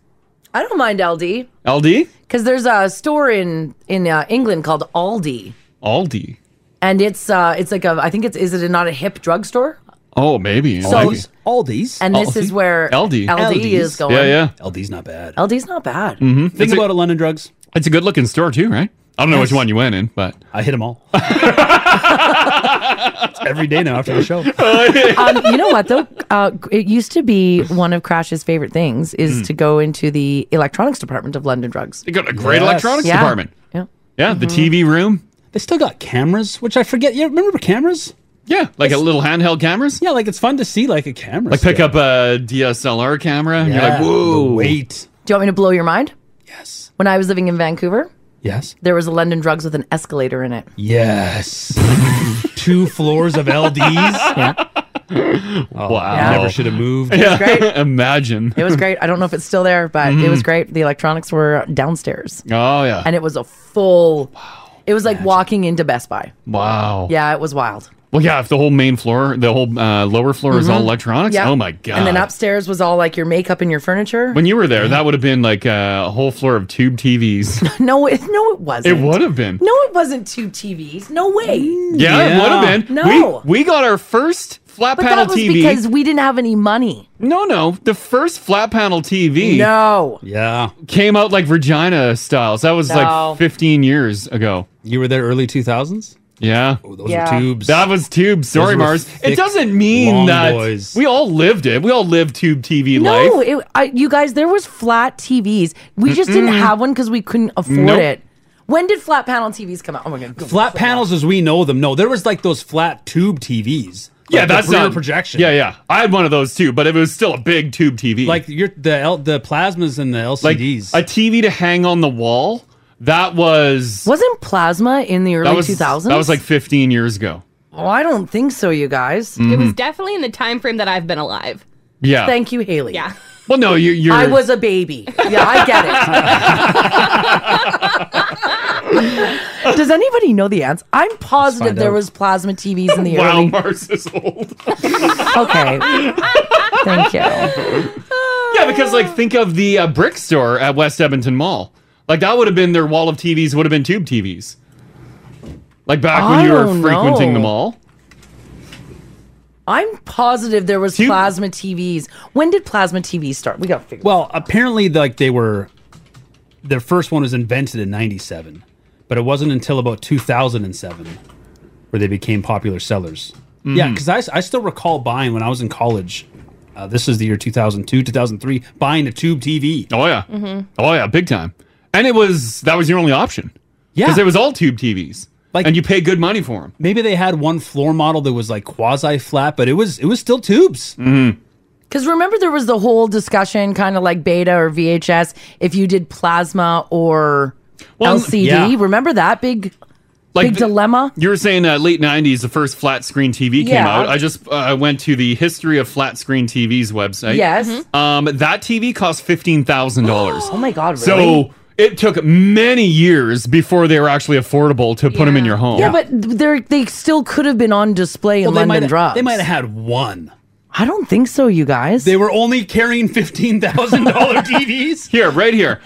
I don't mind LD LD? because there's a store in in uh, England called Aldi, Aldi. and it's uh it's like a I think it's is it not a hip drugstore? Oh, maybe. So- maybe. Aldi's, and this is where LD. LD is going. Yeah, yeah. LD's not bad. LD's not bad. Mm-hmm. Think about it, London Drugs. It's a good looking store too, right? I don't know which one you went in, but I hit them all. It's every day now after the show. um, you know what though? Uh, it used to be one of Crash's favorite things Hmm. is Mm. to go into the electronics department of London Drugs. They got a great electronics Yeah. department. Yeah. Yeah, the Mm-hmm. TV room. They still got cameras, which I forget. You remember cameras? Yeah, like a little handheld cameras. Yeah, like it's fun to see like a camera. Like pick up a DSLR camera and you're Yeah. like, whoa. The weight. Do you want me to blow your mind? Yes. When I was living in Vancouver, Yes. there was a London Drugs with an escalator in it. Yes. Two floors of LDs. Oh, Wow. I Never should have moved. It's great. Imagine. It was great. I don't know if it's still there, but it was Mm-hmm. Mhm. great. The electronics were downstairs. Oh, yeah. And it was a full. It was like walking into Best Buy. Oh. Wow. Yeah, it was wild. Well, yeah, if the whole main floor, the whole uh, lower floor is all Mhm. electronics. Yep. Oh, my God. And then upstairs was all like your makeup and your furniture. When you were there, that would have been like a whole floor of tube TVs. no, it, no, it wasn't. It would have been. No, it wasn't two TVs. No way. Yeah, it would have been. No. We, we got our first flat but panel that was TV. because we didn't have any money. no, no. The first flat panel TV. No. Yeah. Came out like Regina styles. That was No. like 15 years ago. You were there early 2000s? Yeah. Oh, those were Yeah. tubes. That was tubes. Those Sorry, were Mars. thick, it doesn't mean long that boys. we all lived it. We all lived tube TV life. No, it, I, you guys, there was flat TVs. We just didn't Mm-mm. have one because we couldn't afford Nope. it. When did flat panel TVs come out? Oh my god, Google. Flat panels as we know them. No, there was like those flat tube TVs. Yeah, Like the that's rear not projection. Yeah, yeah. I had one of those too, but it was still a big tube TV. Like your the L, the plasmas and the like LCDs. a TV to hang on the wall. That was wasn't plasma in the that early was two thousands. that was like 15 years ago. oh, I don't think so, you guys. It was Mhm. Definitely in the time frame that I've been alive. Yeah. Thank you, Haley. Yeah. Well, no, you you're I was a baby. Yeah, I get it. Does anybody know the answer? I'm positive find there out. was plasma TVs in the wow, early. Mars is old. Okay. Thank you. Yeah, because like think of the uh, brick store at West Edmonton Mall. Like that would have been their wall of TVs would have been tube TVs. Like back when I you were don't frequenting know. the mall. I'm positive there was plasma TVs. When did plasma TVs start? We got to figure. Well, apparently, like they were, their first one was invented in '97, but it wasn't until about 2007 where they became popular sellers. Yeah, Mhm. because I, s- I still recall buying when I was in college. Uh, this is the year 2002, 2003, buying a tube TV. Oh yeah, Mm-hmm. Mhm. oh yeah, big time. And it was that was your only option. Yeah. because it was all tube TVs. Like, and you pay good money for them. Maybe they had one floor model that was like quasi flat, but it was it was still tubes. Mm-hmm. Because remember, there was the whole discussion, kind of like beta or VHS, if you did plasma or Well, LCD. yeah. Remember that big, Like big the- dilemma? You were saying uh, late '90s, the first flat screen TV came Yeah. out. I just uh, went to the history of flat screen TVs website. Yes. Mhm. Mm-hmm. Um, that TV cost fifteen thousand dollars. Oh my God, So really? It took many years before they were actually affordable to put them in your home. Yeah, but they they still could have been on display in Oh. Well, they might London have- drops. they might have had one. I don't think so, you guys. They were only carrying fifteen thousand dollar TVs. Here, right here.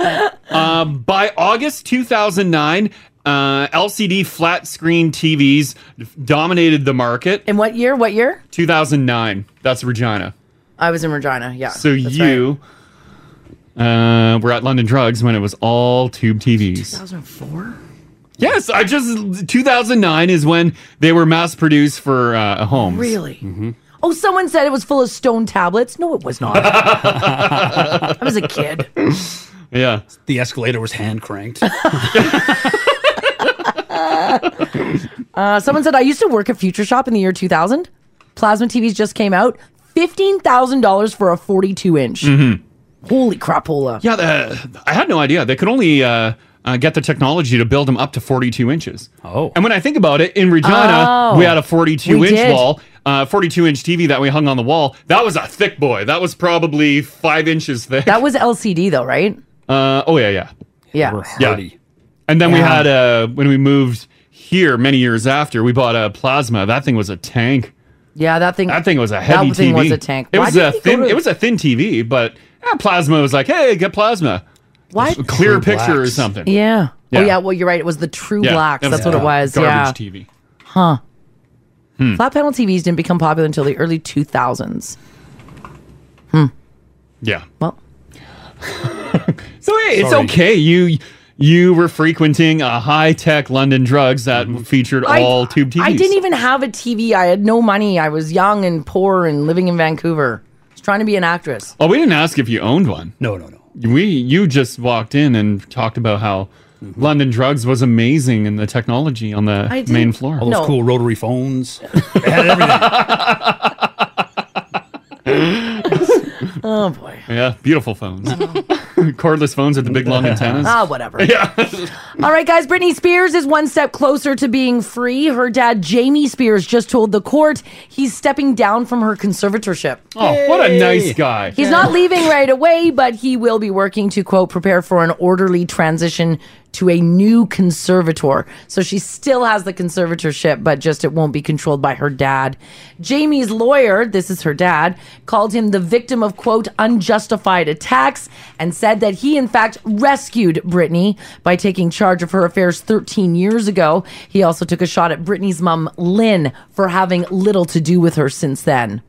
Um, by August 2009, uh, LCD flat screen TVs dominated the market. In what year? What year? 2009. That's Regina. I was in Regina. Yeah. So you uh, were at London Drugs when it was all tube TVs. 2004. Yes, I just 2009 is when they were mass produced for uh, homes. Really? hmm Oh, someone said it was full of stone tablets. No, it was not. I was a kid. Yeah. The escalator was hand cranked. Uh, someone said I used to work at Future Shop in the year 2000. Plasma TVs just came out. Fifteen thousand dollars for a 42 inch. Holy crapola! Mm-hmm. Yeah, the, I had no idea. They could only uh, uh, get the technology to build them up to 42 inches. Oh. And when I think about it, in Regina, Oh. we had a 42 We inch did. wall, uh, 42 inch TV that we hung on the wall. That was a thick boy. That was probably five inches thick. That was LCD though, right? Uh, oh, yeah, yeah. Yeah. Yeah. And then we Yeah. had, uh, when we moved here many years after, we bought a plasma. That thing was a tank. Yeah, that thing. That thing was a heavy That thing TV. was a tank. It Why was did a they go thin. to- It was a thin TV, but eh, plasma was like, hey, get plasma. Why? A clear picture or something. Yeah. Yeah. Oh yeah. Well, you're right. It was the True Yeah, Blacks. that That's what it was. yeah. Garbage TV. Huh. Hmm. Flat panel TVs didn't become popular until the early 2000s. Yeah. Well. so hey, it's Sorry. okay. You you were frequenting a high tech London drugs that featured all tube TVs. Mm-hmm. I didn't even have a TV. I had no money. I was young and poor and living in Vancouver. I was trying to be an actress. Oh, we didn't ask if you owned one. No, no, no. We you just walked in and talked about how Mm-hmm. London drugs was amazing and the technology on the I didn't- main floor. All those No. cool rotary phones. Oh boy. Yeah, beautiful phones. Cordless phones with the big long antennas. Ah, whatever. Yeah. All right, guys. Britney Spears is one step closer to being free. Her dad, Jamie Spears, just told the court he's stepping down from her conservatorship. Oh, what a nice guy. He's not leaving right away, but he will be working to, quote, prepare for an orderly transition to a new conservator. So she still has the conservatorship, but just it won't be controlled by her dad. Jamie's lawyer, this is her dad, called him the victim of, quote, unjustified attacks and said that he, in fact, rescued Brittany by taking charge of her affairs 13 years ago. He also took a shot at Brittany's mom, Lynn, for having little to do with her since then.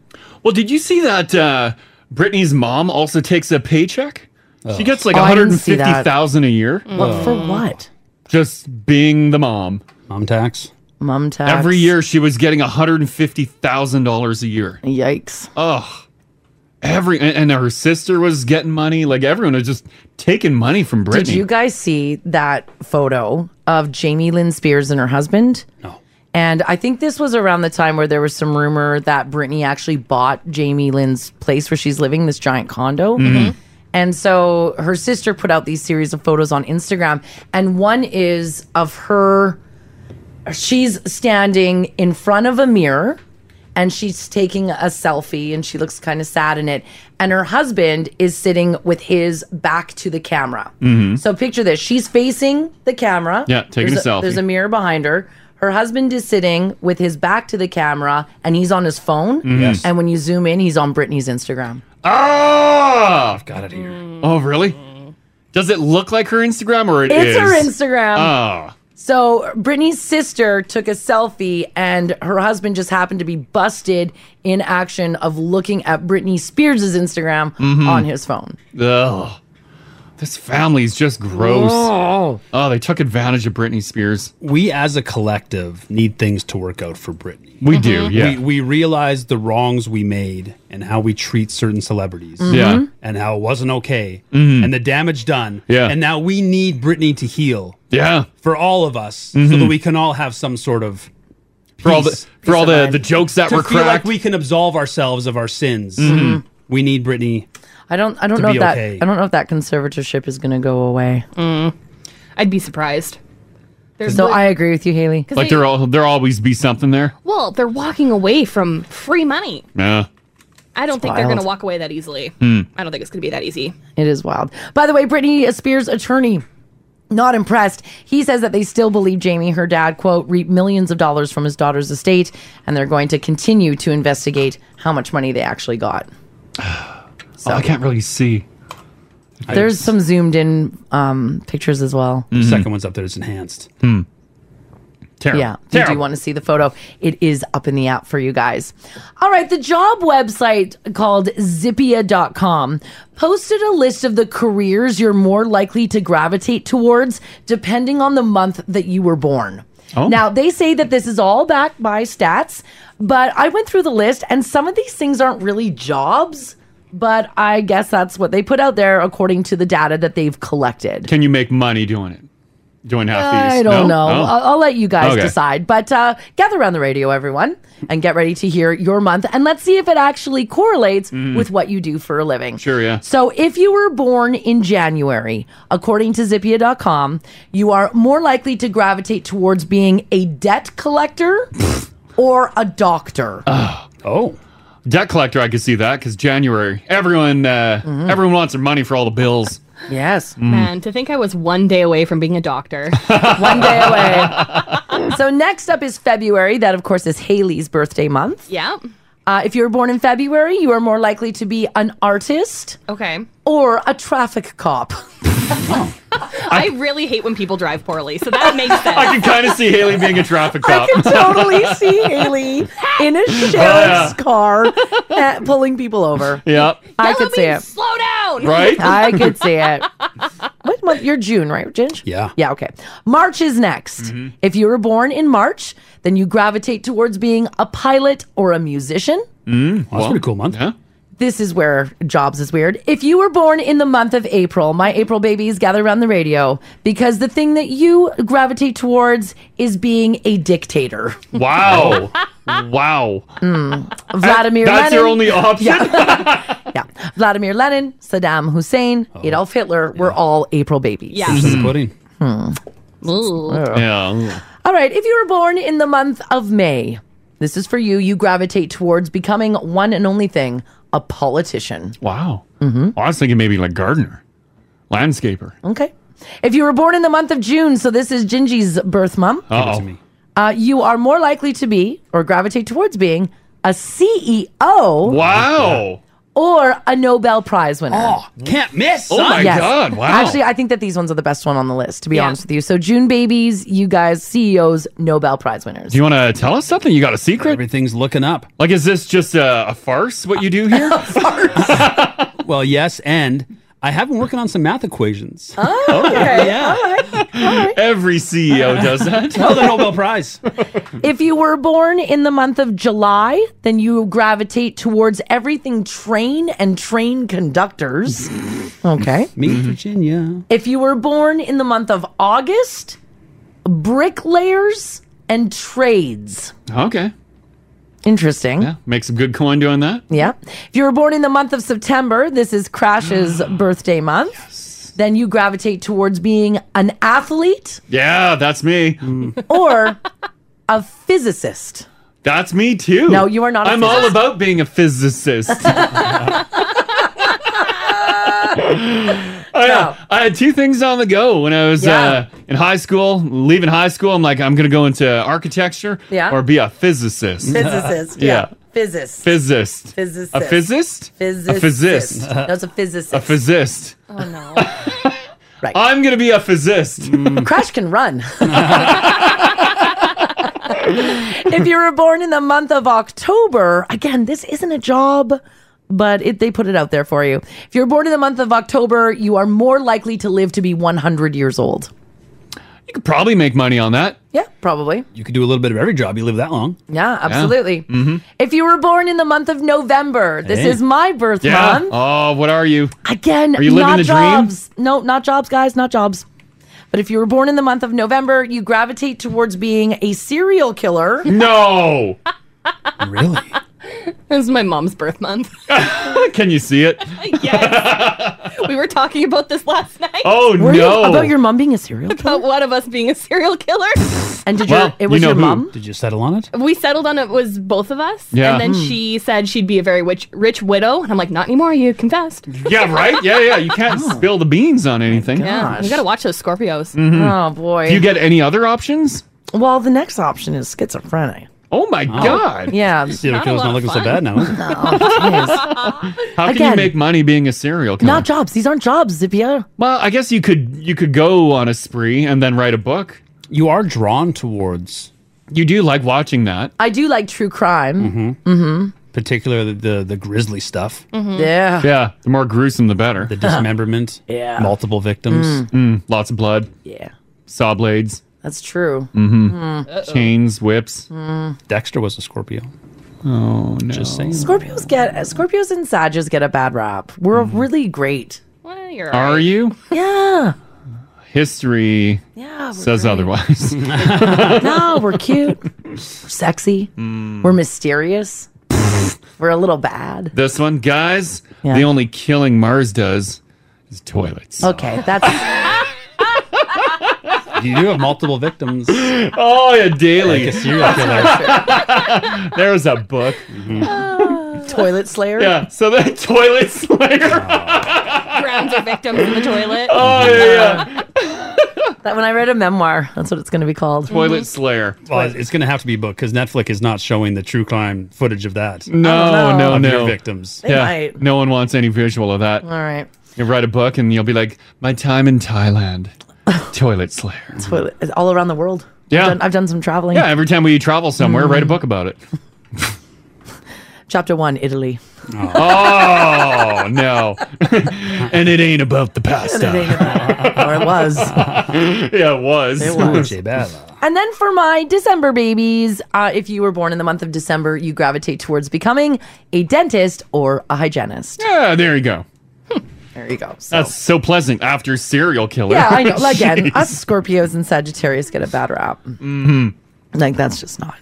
Well, did you see that uh, Britney's mom also takes a paycheck? She gets like Oh, I didn't see that. 150,000 a year. What, Oh. Uh, for what? Just being the mom. Mom tax. Mom tax. Every year she was getting $150,000 a year. Yikes. Ugh. Every and, and her sister was getting money. Like everyone was just taking money from Britney. Did you guys see that photo of Jamie Lynn Spears and her husband? No. And I think this was around the time where there was some rumor that Britney actually bought Jamie Lynn's place where she's living, this giant condo. Mm-hmm. Mm-hmm. Mhm. And so her sister put out these series of photos on Instagram, and one is of her. She's standing in front of a mirror and she's taking a selfie and she looks kind of sad in it. And her husband is sitting with his back to the camera. Mhm. So picture this she's facing the camera. Yeah, taking there's a selfie. There's a mirror behind her. Her husband is sitting with his back to the camera and he's on his phone. Mhm. Yes. And when you zoom in, he's on Britney's Instagram. Ah! I've got it here. Mm. Oh, really? Does it look like her Instagram or it It's her is? Instagram. Ah. So Britney's sister took a selfie, and her husband just happened to be busted in action of looking at Britney Spears' Instagram Mm-hmm. Mhm. on his phone. Ugh. This family's just gross. Oh. they took advantage of Britney Spears. We as a collective need things to work out for Britney. We do, Mm-hmm. Mhm. yeah. We, we realize the wrongs we made and how we treat certain celebrities. Mhm. Yeah. And how it wasn't okay Mhm. and the damage done. Yeah. And now we need Britney to heal. Yeah. For all of us so Mhm. that we can all have some sort of For all the- peace- for all peace of the- mind. the jokes that To were feel like cracked. Mm-hmm. we can absolve ourselves of our sins. Mhm. We need Britney. I don't. I don't To know be if that. okay. Mm. I don't know if that conservatorship is going to go away. I'd be surprised. There's so li- I agree with you, Haley. 'Cause Like they- there'll there'll always be something there. well, they're walking away from free money. Yeah. I don't It's think they're wild. going to walk away that easily. Hmm. I don't think it's going to be that easy. It is wild. By the way, Britney Spears' attorney not impressed. He says that they still believe Jamie, her dad, quote, reaped millions of dollars from his daughter's estate, and they're going to continue to investigate how much money they actually got. Oh, I can't really see. There's some zoomed in um, pictures as well. The second one's up there. It's enhanced. Mm-hmm. Hmm. Terrible. Yeah, you do want to see the photo. It is up in the app for you guys. All right, the job website called zippia.com posted a list of the careers you're more likely to gravitate towards depending on the month that you were born. Oh. Now, they say that this is all backed by stats, but I went through the list and some of these things aren't really jobs, but I guess that's what they put out there according to the data that they've collected. Can you make money doing it? Doing half these? I don't know. Oh. I'll, I'll let you guys Okay. decide. But uh, gather around the radio, everyone, and get ready to hear your month. And let's see if it actually correlates Mm. with what you do for a living. Sure, yeah. So if you were born in January, according to Zippia.com, you are more likely to gravitate towards being a debt collector or a doctor. Oh. Debt collector, I could see that because January, everyone, uh, Mm-hmm. everyone wants their money for all the bills. Yes. Hmm. Man, to think I was one day away from being a doctor. so next up is February. That, of course, is Haley's birthday month. yeah. Uh, if you were born in February, you are more likely to be an artist. Okay. Or a traffic cop. I, really hate when people drive poorly, so that makes sense. I can kind of see Haley being a traffic I cop. can totally see Haley in a sheriff's yeah. car uh, pulling people over. Yep. I could see it. Slow down. Right? I could see it. What month? You're June, right, Ginge? Yeah. Yeah, okay. March is next. Mm-hmm. Mhm. If you were born in March, then you gravitate towards being a pilot or a musician. Well, that's a pretty cool month. Yeah. This is where jobs is weird. If you were born in the month of April, my April babies gather around the radio because the thing that you gravitate towards is being a dictator. Wow. wow. Hmm. Vladimir That's Lenin. your only option? Yeah. Yeah. Vladimir Lenin, Saddam Hussein, Oh. Adolf Hitler were all April babies. Yeah. Proof in Mm-hmm. the pudding. Hmm. Yeah. All right. If you were born in the month of May, this is for you. You gravitate towards becoming one and only thing a politician. Wow. Mm-hmm. Well, I was thinking maybe like gardener, landscaper. Okay. If you were born in the month of June, so this is Gingy's birth month, Oh, uh, you are more likely to be or gravitate towards being a CEO. Wow. Or a Nobel Prize winner. Can't miss. Oh son. Actually, I think that these ones are the best one on the list, to be Yeah. honest with you. So, June babies, you guys, CEOs, Nobel Prize winners. Do you want to tell us something? You got a secret? Everything's looking up. Like, is this just a, a farce? What you do here? Well, yes, and I have been working on some math equations. okay. yeah. Every CEO does that. well, the Nobel Prize. If you were born in the month of July, then you gravitate towards everything train and train conductors. Okay. Meet Virginia. if you were born in the month of August, bricklayers and trades. Okay. Interesting. Yeah. Make some good coin doing that. Yeah. If you were born in the month of September, this is Crash's birthday month. Then you gravitate towards being an athlete Yeah, that's me. or a physicist. That's me too. No, you are not a I'm all physicist. about being a physicist. I, uh, I had two things on the go when I was Yeah. uh, in high school. Leaving high school, I'm like, I'm going to go into architecture Yeah. or be a physicist. Physicist. yeah. Yeah. Physicist. Physicist. Physicist. A physicist? A physicist. Physicist. That's a physicist. A physicist. Oh, no. Right. I'm going to be a Mm. physicist. Crash can run. if you were born in the month of October, again, this isn't a job, but it, they put it out there for you. If you're born in the month of October, you are more likely to live to be 100 years old. You could probably make money on that. Yeah, probably. You could do a little bit of every job. You live that long. Yeah, absolutely. Mm-hmm. If you were born in the month of November, this Hey. is my birth Yeah. month. Oh, what are you? Again, Are you living not the dream? jobs. No, not jobs, guys, not jobs. But if you were born in the month of November, you gravitate towards being a serial killer. No. really? This is my mom's birth month. Can you see it? we were talking about this last night. Oh, Were you- no. about your mom being a serial killer? About one of us being a serial killer. And did Well, your it was you know your who? mom? Did you settle on it? We settled on it was both of us. Yeah. And then Hmm. she said she'd be a very rich, rich widow. And I'm like, not anymore. You confessed. yeah, right? Yeah, yeah. You can't spill the beans on anything. Yeah. You got to watch those Scorpios. Mhm. Oh, boy. Do you get any other options? Well, the next option is schizophrenic. Oh my God. Yeah. Serial killer's not looking so bad now. Oh, jeez. How can you Again, make money being a serial killer? Not jobs. These aren't jobs, Zippia. Well, I guess you could you could go on a spree and then write a book. You are drawn towards. You do like watching that. I do like true crime. Mm-hmm. Mm-hmm. Particularly the, the the grisly stuff. Mhm. Yeah. Yeah. The more gruesome, the better. The dismemberment. Yeah. Multiple victims. Mm. lots of blood. Yeah. Saw blades. That's true. Mm-hmm. Mm. Uh-oh. Chains, whips. Mm. Dexter was a Scorpio. Oh no. Just saying. Scorpios get uh, Scorpios and Sages get a bad rap. We're really great. Well, you're Mm-hmm. Are you? Yeah. History Yeah, we're says otherwise. no, we're cute. We're sexy. Mm. We're mysterious. we're a little bad. This one, guys, the only killing Mars does is toilets. Okay, that's You do have multiple victims. oh, yeah, daily. Like a serial killer. Mm-hmm. There's a book. toilet slayer. Yeah, so the toilet slayer. Grounds are victims in the toilet. Oh, yeah, that when I read a memoir, that's what it's going to be called. Mm-hmm. Slayer. Well, it's going to have to be booked because Netflix is not showing the true crime footage of that. No, no, Of no. your victims. They might. No one wants any visual of that. All right. You write a book and you'll be like, My time in Thailand. Toilet Slayer. Toilet it's all around the world. Yeah. I've done, I've done some traveling. Yeah, every time we travel somewhere, write a book about it. Chapter one, Italy. Oh, no. and it ain't about the pasta. And it ain't or it was. yeah, it was. It was. And then for my December babies, uh, if you were born in the month of December, you gravitate towards becoming a dentist or a hygienist. Yeah, there you go. There you go. So- That's so pleasant after serial killer. Yeah, I know. Again, us Scorpios and Sagittarius get a bad rap. hmm Like that's just not.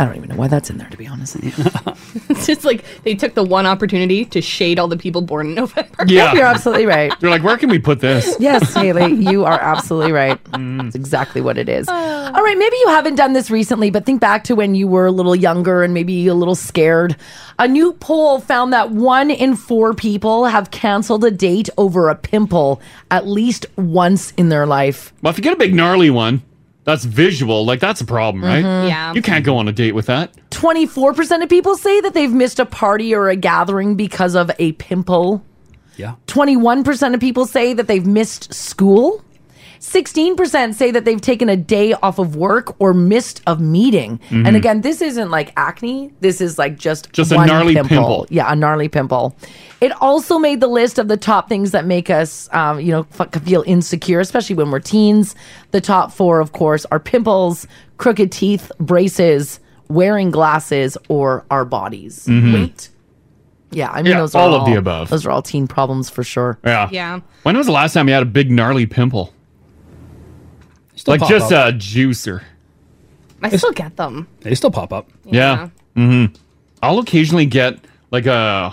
I don't even know why that's in there, to be honest with you. it's just like they took the one opportunity to shade all the people born in November. Yep, you're absolutely right. They're like, where can we put this? Yes, Haley, you are absolutely right. Mm-hmm. That's exactly what it is. All right, maybe you haven't done this recently, but think back to when you were a little younger and maybe a little scared. A new poll found that one in four people have canceled a date over a pimple at least once in their life. Well, if you get a big gnarly one, that's visual. Like that's a problem, right? Mhm. Yeah. You can't go on a date with that. 24% of people say that they've missed a party or a gathering because of a pimple. Yeah. 21% of people say that they've missed school. 16% say that they've taken a day off of work or missed a meeting. Mhm. Mm-hmm. And again, this isn't like acne. This is like just Just a gnarly pimple. Yeah, a gnarly pimple. It also made the list of the top things that make us, um, you know, f- feel insecure, especially when we're teens. The top four, of course, are pimples, crooked teeth, braces, wearing glasses, or our bodies. Mhm. Weight. Yeah, Mm-hmm. I mean, Yeah, those are all of the above. Those are all teen problems for sure. Yeah. Yeah. When was the last time you had a big gnarly pimple? Still like pop just up. a juicer. I still get them. They still pop up. Yeah. Mm-hmm. I'll occasionally get like a.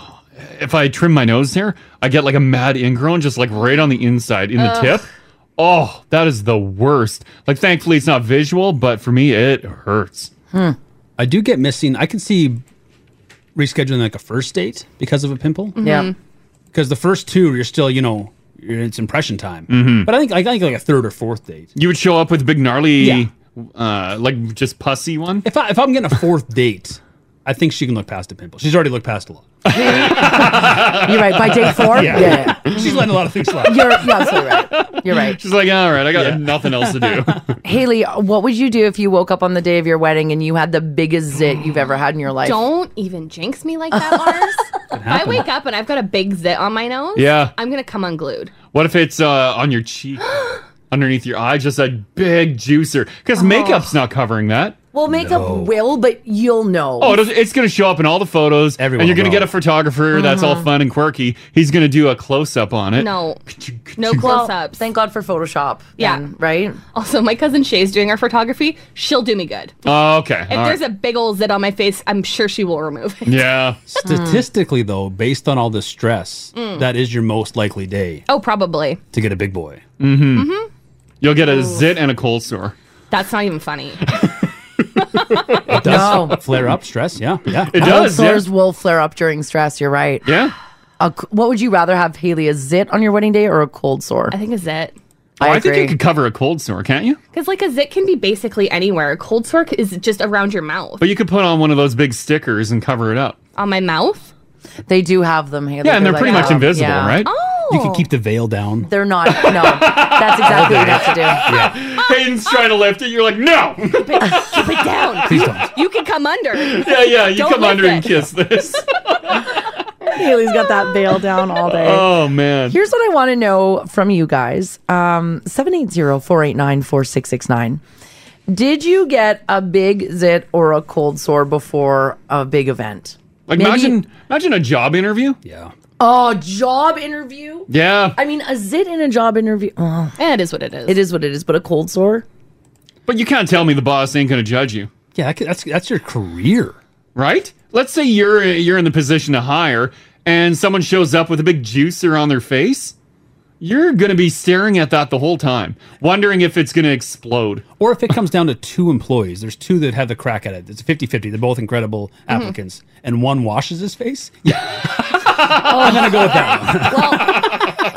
If I trim my nose hair, I get like a mad ingrown, just like right on the inside in the Ugh. tip. Oh, that is the worst. Like, thankfully, it's not visual, but for me, it hurts. Hmm. I do get missing. I can see rescheduling like a first date because of a pimple. Mm-hmm. Yeah. Because the first two, you're still, you know, you're- it's impression time. Mm-hmm. But I think I think like a third or fourth date. You would show up with a big gnarly, Yeah. uh, like just pussy one. If I if I'm getting a fourth date, I think she can look past a pimple. She's already looked past a lot. You're right. By day four? Yeah. Yeah. She's letting a lot of things slide. You're, you're absolutely right. You're right. She's like, all right, I got nothing else to do. Haley, what would you do if you woke up on the day of your wedding and you had the biggest zit you've ever had in your life? Don't even jinx me like that, Lars. if I happened. wake up and I've got a big zit on my nose, Yeah. I'm gonna come unglued. What if it's uh, on Oh. your cheek, underneath your eye, just a big juicer? Because makeup's not covering that. Well, makeup No. will, but you'll know. Oh, it'll- it's going to show up in all the photos, Everyone and you're going to get a photographer that's all Mhm. fun and quirky. He's going to do a close up on it. No. No close ups. Thank God for Photoshop. Yeah. right? Also, my cousin Shay's doing our photography. She'll do me good. Oh, okay. If there's a big ol' zit on my face, I'm sure she will remove it. Yeah. Statistically, though, based on all the stress, Mm. that is your most likely day Oh, probably. to get a big boy. Mm-hmm. You'll get a zit and a cold sore. That's not even funny. It does flare up stress. Yeah, yeah. Cold sores will flare up during stress. You're right. Yeah. A, c- what would you rather have, Haley? A zit on your wedding day or a cold sore? I think a zit. Oh, I I, think you agree. could cover a cold sore, can't you? Because like a zit can be basically anywhere. A cold sore is just around your mouth. But you could put on one of those big stickers and cover it up. On my mouth? They do have them, Haley. yeah, and they're pretty like, much um, invisible, yeah. right? You could keep the veil down. They're not. No, Oh. that's exactly what you have to do. yeah. Hayden's trying to lift it. You're like, no. Please don't. You can come under. Yeah, yeah. You Don't come lift under and it. kiss this. Haley's got that veil down all day. Oh, man. Here's what I want to know from you guys. Um 780-489-4669. Did you get a big zit or a cold sore before a big event? Like, Maybe- imagine, imagine a job interview. Yeah. Oh, job interview? Yeah. I mean, a zit in a job interview. Oh. It is what it is. It is what it is, but a cold sore? But you can't tell me the boss ain't going to judge you. Yeah, that's that's your career, right? Let's say you're you're in the position to hire, and someone shows up with a big juicer on their face. You're going to be staring at that the whole time, wondering if it's going to explode. Or if it comes down to two employees, there's two that have the crack at it. It's 50 50. They're both incredible applicants. And one washes his face. Yeah. I'm going to go with that one.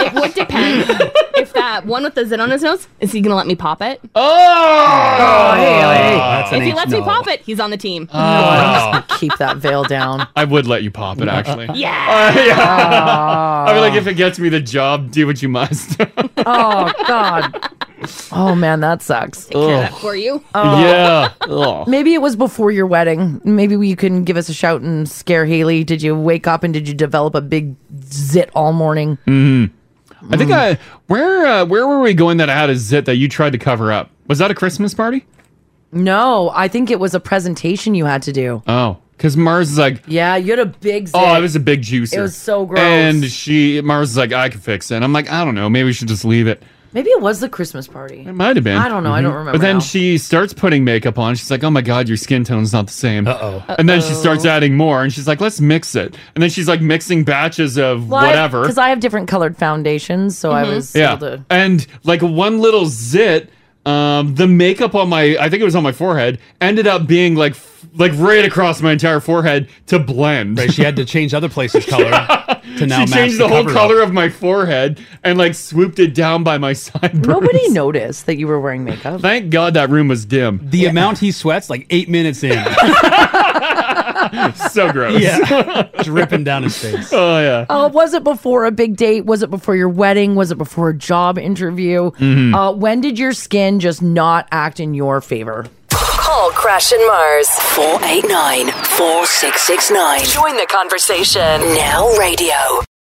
It would depend if that one with the zit on his nose is he gonna let me pop it? Oh, Haley. That's an if he H- lets me no. pop it, he's on the team. Oh. keep that veil down. I would let you pop it, actually. Yeah. Uh, yeah. I mean, like, if it gets me the job, do what you must. Oh god. Oh man, that sucks. Ugh. Oh. for you. Yeah. Ugh. Maybe it was before your wedding. Maybe you can give us a shout and scare Haley. Did you wake up and did you develop a big zit all morning? hmm I think Mm. I where uh, where were we going that I had a zit that you tried to cover up? Was that a Christmas party? No, I think it was a presentation you had to do. Oh, because Mars is like, Yeah, you had a big zit. Oh, it was a big juicer. It was so gross. And she, Mars is like, I can fix it. And I'm like, I don't know. Maybe we should just leave it. Maybe it was the Christmas party. It Might have been. I don't know. I don't Mhm. remember. But then now. she starts putting makeup on. She's like, oh my God, your skin tone's not the same. Uh oh. And then she starts adding more. And she's like, let's mix it. And then she's like mixing batches of whatever. Because I have different colored foundations, so I was yeah. able to. And like one little zit, um, the makeup on my, I think it was on my forehead, ended up being like, f- like right across my entire forehead to blend. Right. She had to change other places' color to now she match changed the, the whole cover-up. color of my forehead and like swooped it down by my sideburns. Nobody noticed that you were wearing makeup. Thank God that room was dim. The amount he sweats, like eight minutes in. so gross. Yeah. Dripping down his face. Oh, yeah. Uh, was it before a big date? Was it before your wedding? Was it before a job interview? Mm-hmm. Mhm. Uh, when did your skin just not act in your favor? Call Crash and Mars 489 4669. Join the conversation. Now radio.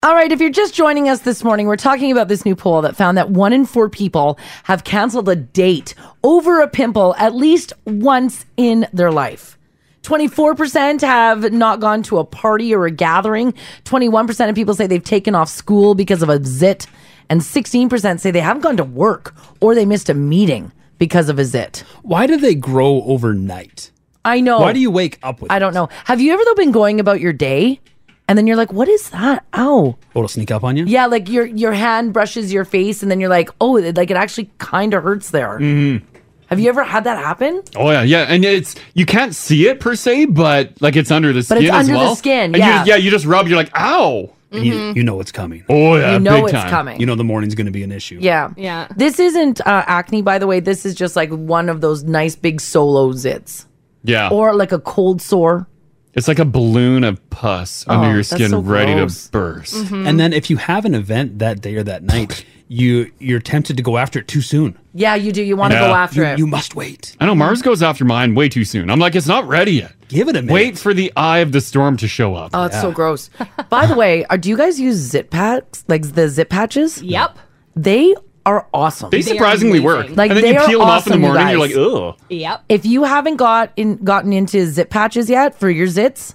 All right, if you're just joining us this morning, we're talking about this new poll that found that one in four people have canceled a date over a pimple at least once in their life. 24% have not gone to a party or a gathering. 21% of people say they've taken off school because of a zit. And 16% say they haven't gone to work or they missed a meeting because of a zit. Why do they grow overnight? I know. Why do you wake up with I don't know. Have you ever though been going about your day and then you're like, what is that? Ow. Oh, it'll sneak up on you? Yeah, like your your hand brushes your face, and then you're like, oh, it, like it actually kind of hurts there. Mm-hmm. Mhm. Have you ever had that happen? Oh yeah, yeah, and it's you can't see it per se, but like it's under the But skin it's as under the well. skin, And you yeah. just- yeah, you just rub. You're like, ow. And you, you know it's coming. Oh yeah, You know big it's time. coming. You know the morning's going to be an issue. Yeah, yeah. This isn't uh, acne, by the way. This is just like one of those nice big solo zits, Yeah, or like a cold sore. it's like a balloon of pus Oh, under your that's skin, so ready gross. to burst. Mhm. And then if you have an event that day or that night, you you're tempted to go after it too soon. Yeah, you do. You want to Yeah. go after You- it. you must wait. I know Mm-hmm. Mars goes after mine way too soon. I'm like, it's not ready yet. Give it a minute. Wait for the eye of the storm to show up. Oh, it's so gross. By the way, are, do you guys use zip packs, like the zip patches? Yep. They are awesome. They They are surprisingly amazing. work. Like And then they you are peel 'em off awesome, in the you morning, you're guys. like, "Ugh." Yep. If you haven't got in, gotten into zip patches yet for your zits,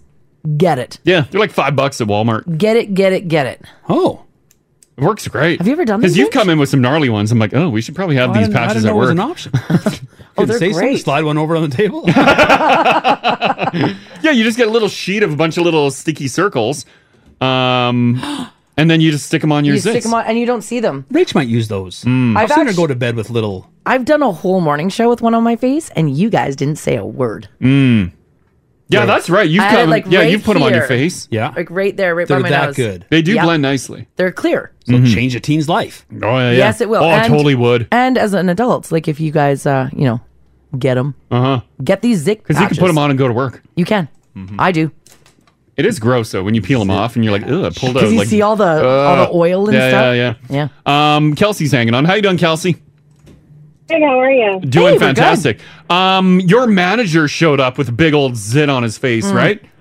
get it. Yeah, they're like five bucks at Walmart. Get it, get it, get it. Oh, it works great. Have you ever done Because these you've come in with some gnarly ones. I'm like, oh, we should probably have Oh, I these didn't- I patches didn't at know it was work. an option. Oh, they're great. Slide one over on the table. yeah, you just get a little sheet of a bunch of little sticky circles, um, and then you just stick them on your you stick zits. them on and you don't see them. Rach might use those. Mm. I've, I've seen her actu- go to bed with little. I've done a whole morning show with one on my face, and you guys didn't say a word. Mm. Yeah, Right. that's right. You've I got had it, 'em- like, yeah, right you've put them on your here. face. Yeah, Like right there, right They're by my that nose. good. They do Yep. blend nicely. Mm-hmm. They're clear. So change a teen's life. Oh yeah, yeah. Yes, it will. Oh, I And- totally would. And as an adult, like if you guys, uh, you know, get them, Uh huh. get these zic Because you can put them on and go Mm-hmm. to work. You can. I do. It is gross though when you peel them off and you're like, ugh, it pulled out. Because you like, see all the all uh, the oil and yeah, stuff. Yeah, yeah, yeah. Um, Kelsey's hanging on. How you doing, Kelsey? Hey, how are you? Doing fantastic. Um, your manager showed up with a big old zit on his face, Mm. right?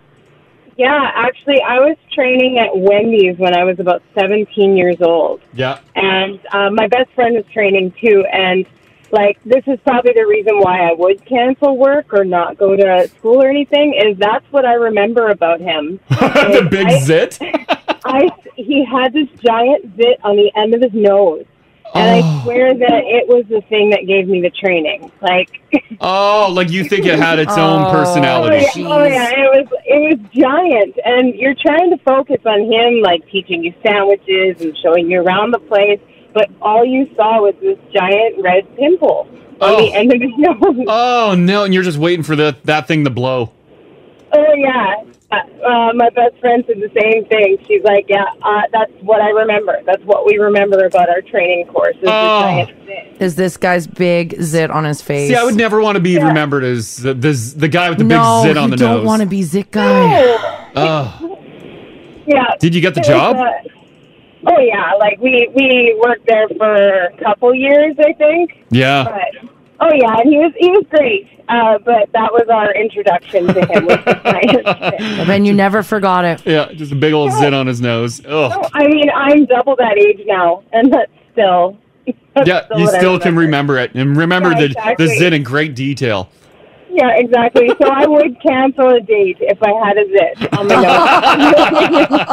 Yeah, actually, I was training at Wendy's when I was about 17 years old. Yeah. And um, my best friend was training too. And, like, this is probably the reason why I would cancel work or not go to school or anything, is that's what I remember about him. the big zit. I, he had this giant zit on the end of his nose. And Oh. I swear that it was the thing that gave me the training. Like, Oh, like you think it had its own personality. Oh yeah, oh, yeah, it was it was giant, and you're trying to focus on him, like teaching you sandwiches and showing you around the place, but all you saw was this giant red pimple on the end of his nose. Oh no, and you're just waiting for the that thing to blow. Oh yeah, uh, my best friend said the same thing. She's like, yeah, uh, that's what I remember. That's what we remember about our training course. Is the Oh. Oh. giant Is this guy's big zit on his face? See, I would never want to be remembered as the the, the guy with the no, big zit you on the don't nose. want to be zit guy. Ugh. Yeah. Did you get the It was, job? uh, oh yeah, like we we worked there for a couple years, I think. Yeah. But, oh yeah, and he was he was great. Uh, but that was our introduction to him. was the science. and you never forgot it. yeah, just a big old zit on his nose. Ugh. So, I mean, I'm double that age now, and that's still. that's Yeah, you what I still can remember it and remember Yeah, the the exactly. zit in great detail. Yeah, exactly. So I would cancel a date if I had a zit on my nose.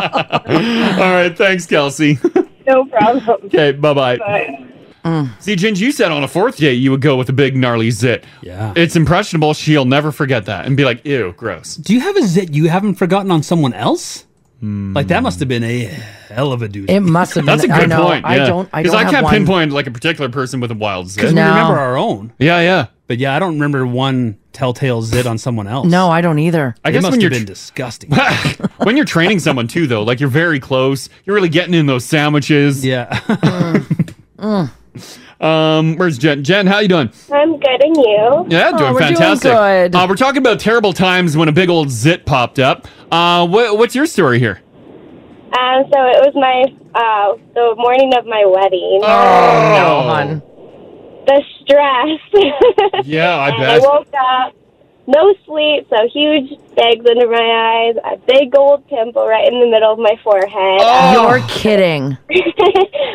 All right, thanks, Kelsey. no problem. Okay, bye bye. But Mm. See, Ginge, you said on a fourth date you would go with a big gnarly zit. Yeah, it's impressionable. She'll never forget that and be like, "Ew, gross." Do you have a zit you haven't forgotten on someone else? Like that must have been a hell of a dude. It must have That's a been- good I know, point. I yeah. don't- I 'Cause don't I have can't one. pinpoint like a particular person with a wild zit. Because we remember our own. Yeah, yeah. But yeah, I don't remember one telltale zit on someone else. No, I don't either. I It guess must when have you're been tr- disgusting. when you're training someone too, though, like you're very close. You're really getting in those sandwiches. Yeah. Mm. um, where's Jen? Jen, how you doing? I'm good, and you? Yeah, Oh, Oh, doing fantastic. Uh, we're talking about terrible times when a big old zit popped up. Uh, wha- what's your story here? Um, so it was my uh, the morning of my wedding. Oh, no, The stress. Yeah, I and I bet. woke up, no sleep, so huge bags under my eyes, a big old pimple right in the middle of my forehead. Oh, You're kidding.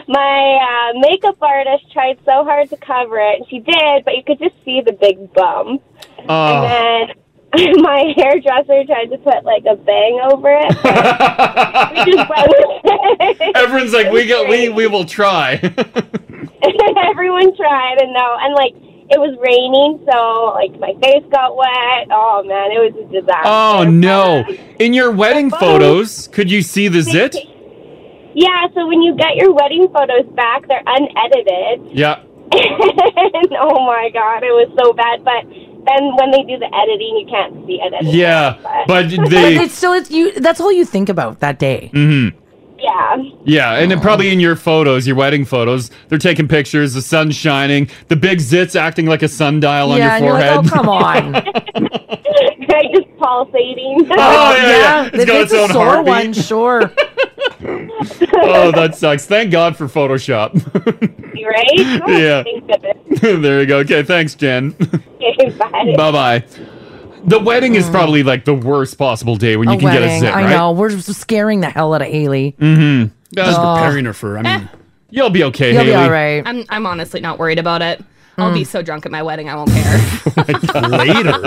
my uh, makeup artist tried so hard to cover it, and she did, but you could just see the big bump. Oh. And then my hairdresser tried to put like a bang over it. but we just went with it. Everyone's like, we got, we we will try. Everyone tried, and no, and like it was raining, so like my face got wet. Oh man, it was a disaster. oh no! In your wedding photos, could you see the zit? Yeah, so when you get your wedding photos back, they're unedited. Yeah. and oh my god, it was so bad. But then when they do the editing, you can't see it. Anymore. Yeah, but But they, it's still it's you. That's all you think about that day. hmm Yeah. yeah, and then probably in your photos, your wedding photos, they're taking pictures. The sun's shining, the big zit's acting like a sundial Yeah, on and your you're like, forehead. "Oh, come on." Right, just pulsating. Oh, yeah, yeah. It's got its own a sore heartbeat. one, sure. oh, that sucks. Thank God for Photoshop. right? Yeah. Thank goodness. there you go. Okay, thanks, Jen. Okay, bye. bye bye. The wedding is probably like the worst possible day when you Mm. A can wedding. get a zit, right? I know. We're scaring the hell out of Haley. Mm-hmm. Just Oh. preparing her for. I mean, You'll be okay, You'll Haley. be all right. I'm, I'm honestly not worried about it. I'll Mm. be so drunk at my wedding, I won't care. later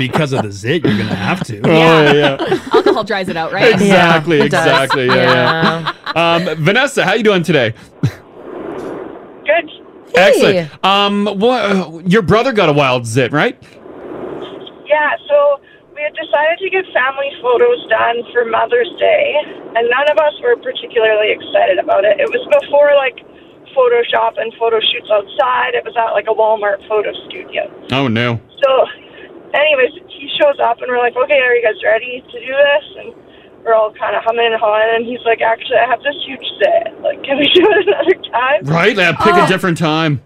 because of the zit. You're gonna have to. Yeah. Oh, yeah. Alcohol dries it out, right? Exactly, exactly. Yeah, yeah. Um, Vanessa, how you doing today? Good. Excellent. Um, wha- your brother got a wild zit, right? Yeah, so we had decided to get family photos done for Mother's Day, and none of us were particularly excited about it. It was before like Photoshop and photo shoots outside. It was at like a Walmart photo studio. Oh no. So, anyways, he shows up, and we're like, okay, are you guys ready to do this? And we're all kind of humming and hawing, and he's like, actually, I have this huge set. Like, can we do it another time? Right? Yeah, pick Oh. a different time.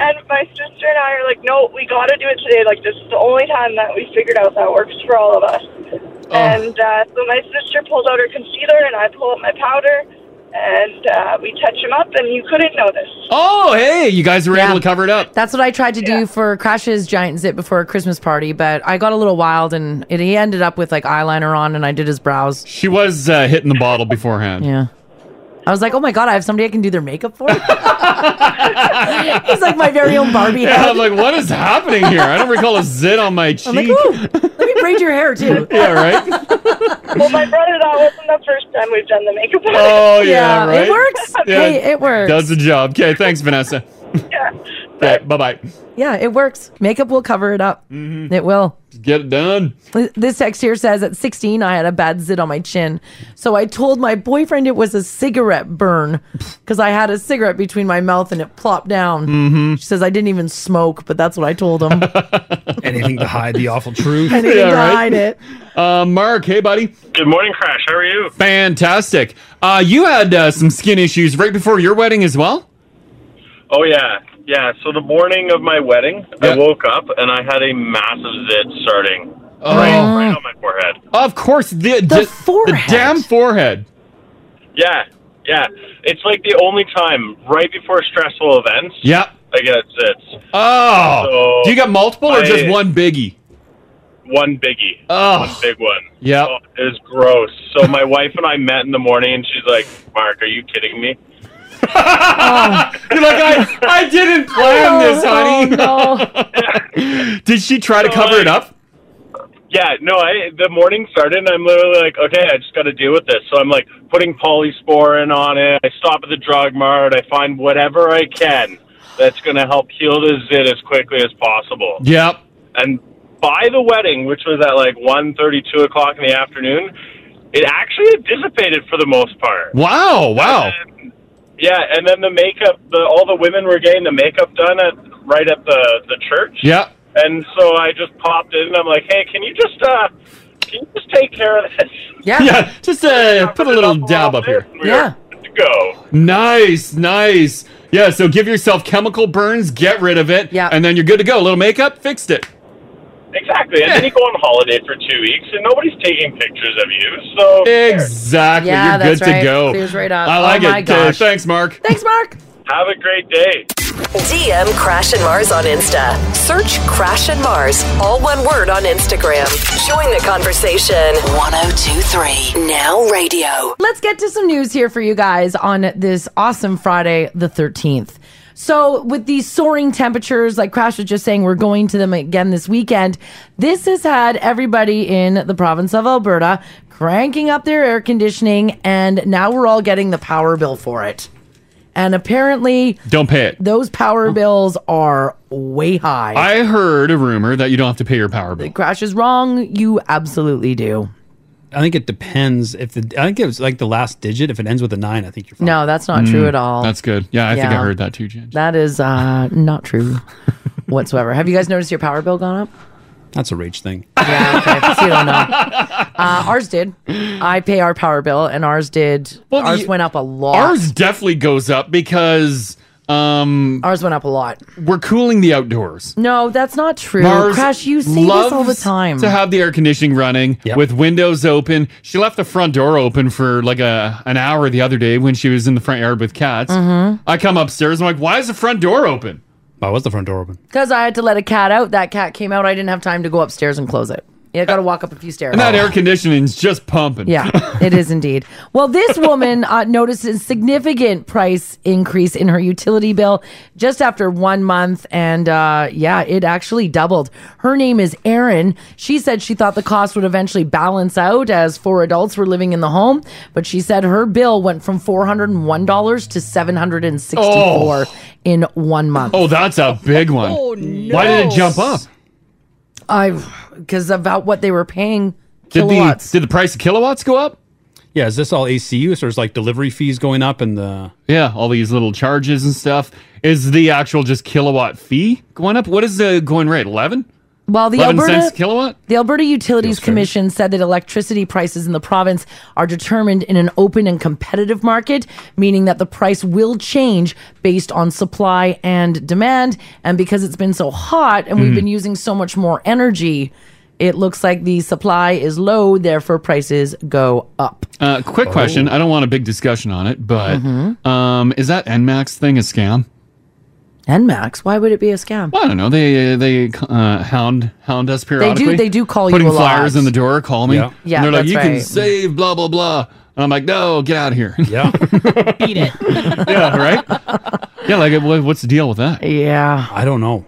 And my sister and I are like, no, we got to do it today. Like, this is the only time that we figured out that works for all of us. And uh, so my sister pulls out her concealer, and I pull out my powder, and uh, we touch him up, and you couldn't notice. Oh, hey, you guys were able to cover it up. That's what I tried to do for Crash's giant zit before a Christmas party, but I got a little wild and it, he ended up with like eyeliner on and I did his brows. She was uh, hitting the bottle beforehand. Yeah. I was like, oh my God, I have somebody I can do their makeup for. He's like my very own Barbie Yeah, head. I'm like, what is happening here? I don't recall a zit on my cheek. I'm like, ooh, let me braid your hair too. yeah, right. well, my brother, that wasn't the first time we've done the makeup. Oh yeah, right. Yeah, works. Does the job. Okay, thanks, Vanessa. yeah. Bye bye. Yeah, it works. Makeup will cover it up. Mm-hmm. It will. Get it done. This text here says at 16, I had a bad zit on my chin. So I told my boyfriend it was a cigarette burn because I had a cigarette between my mouth and it plopped down. Mm-hmm. She says, I didn't even smoke, but that's what I told him. Anything to hide the awful truth. Anything to hide it. Uh, Mark, hey buddy. Good morning, Crash. How are you? Fantastic. Uh, you had uh, some skin issues right before your wedding as well. Oh yeah, yeah. So the morning of my wedding, I woke up and I had a massive zit starting right, Oh, right on my forehead. Of course, the the, the damn forehead. Yeah, yeah. It's like the only time right before stressful events Yep. I get zits. Oh, So do you got multiple or just I- one biggie? One biggie. Oh. One big one. Yep. Oh, it was gross. So my wife and I met in the morning, and she's like, "Mark, are you kidding me?" You're like I, I didn't plan this, honey. Did she try to cover it up? Yeah, no, I the morning started and I'm literally like, okay, I just got to deal with this. So I'm like putting polysporin on it. I stop at the drug mart. I find whatever I can that's going to help heal the zit as quickly as possible. Yep. And by the wedding, which was at like one thirty, two o'clock in the afternoon, it actually had dissipated for the most part. Wow, wow. Yeah, and then the makeup, the, all the women were getting the makeup done at right at the the church. Yep. And so I just popped in and I'm like, hey, can you just uh, can you just take care of this? Yeah. Yeah. Just uh, put a little dab up here. Yeah. To go. Nice, nice. Yeah. So give yourself chemical burns, get rid of it, yeah, and then you're good to go. A little makeup, fixed it. Exactly. And then you go on holiday for two weeks and nobody's taking pictures of you. So Exactly. Yeah, You're that's good to right. go. Clears right up. I Oh like it. my 'Kay, gosh. Thanks, Mark. Thanks, Mark. have a great day. DM Crash and Mars on Insta. Search Crash and Mars, all one word on Instagram. Join the conversation. 1023 Now Radio. Let's get to some news here for you guys on this awesome Friday, the 13th. So, with these soaring temperatures, like Crash was just saying, we're going to them again this weekend. This has had everybody in the province of Alberta cranking up their air conditioning, and now we're all getting the power bill for it. And apparently, Don't pay it. those power bills are way high. I heard a rumor that you don't have to pay your power bill. Crash is wrong. You absolutely do. I think it depends if the I think it was like the last digit. If it ends with a nine, I think you're fine. No, that's not true Mm. at all. Hmm. That's good. Yeah, I think I Yeah. heard that too, Jen. That is uh, not true whatsoever. Have you guys noticed your power bill gone up? That's a rage thing. Okay, so you don't know. Uh, ours did. I pay our power bill, and ours did. ours went up a lot. Ours definitely goes up because um ours went up a lot. We're cooling the outdoors. no, that's not true. Mars Crash, you see this all the loves time. To have the air conditioning running with windows open. She left the front door open for like a an hour the other day when she was in the front yard with cats. Mhm. I come upstairs. I'm like, why is the front door open? Why was the front door open? Because I had to let a cat out. That cat came out. I didn't have time to go upstairs and close it. Yeah, got to walk up a few stairs. And that air conditioning's just pumping. Yeah, it is indeed. Well, this woman uh, notices significant price increase in her utility bill just after one month, and uh, yeah, it actually doubled. Her name is Erin. She said she thought the cost would eventually balance out as four adults were living in the home, but she said her bill went from four hundred and one dollars to seven hundred and sixty-four Oh. in one month. Oh, that's a big one. Why did it jump up? I because about what they were paying. Did kilowatt- the did the price of kilowatts go up? Yeah, is this all AC use or is like delivery fees going up and the Yeah, all these little charges and stuff. Is the actual just kilowatt fee going up? What is the going rate? Eleven? Well, the 11 Alberta cents kilowatt. The Alberta Utilities Commission said that electricity prices in the province are determined in an open and competitive market, meaning that the price will change based on supply and demand. And because it's been so hot and we've Mhm. been using so much more energy, it looks like the supply is low, therefore prices go up. Uh, quick Oh. question. I don't want a big discussion on it, but Mm-hmm. um, is that NMAX thing a scam? NMAX, why would it be a scam? I don't know. They they uh, hound hound us periodically. they do call you putting a lot. flyers in the door. Call me. Yeah. And Yeah, they're like, that's you can right. save blah blah blah. And I'm like, no, get out of here. Yeah, yeah, right. Yeah, like wha- what's the deal with that? Yeah, I don't know.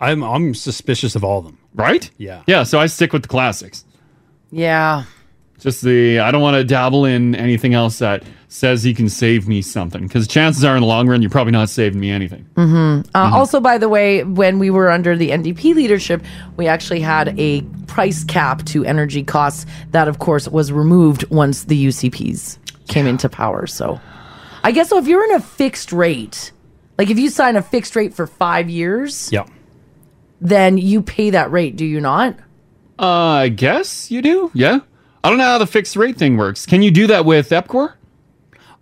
I'm I'm suspicious of all of them. Right? Yeah. Yeah. So I stick with the classics. Yeah. Just the I don't want to dabble in anything else that says you can save me something because chances are in the long run you're probably not saving me anything. Mm-hmm. Uh, Also, by the way, when we were under the NDP leadership, we actually had a price cap to energy costs. That, of course, was removed once the UCPs came into power. So, I guess so. If you're in a fixed rate, like if you sign a fixed rate for five years, Yeah. then you pay that rate, do you not? Uh, I guess you do. Yeah. I don't know how the fixed rate thing works. Can you do that with Epcor?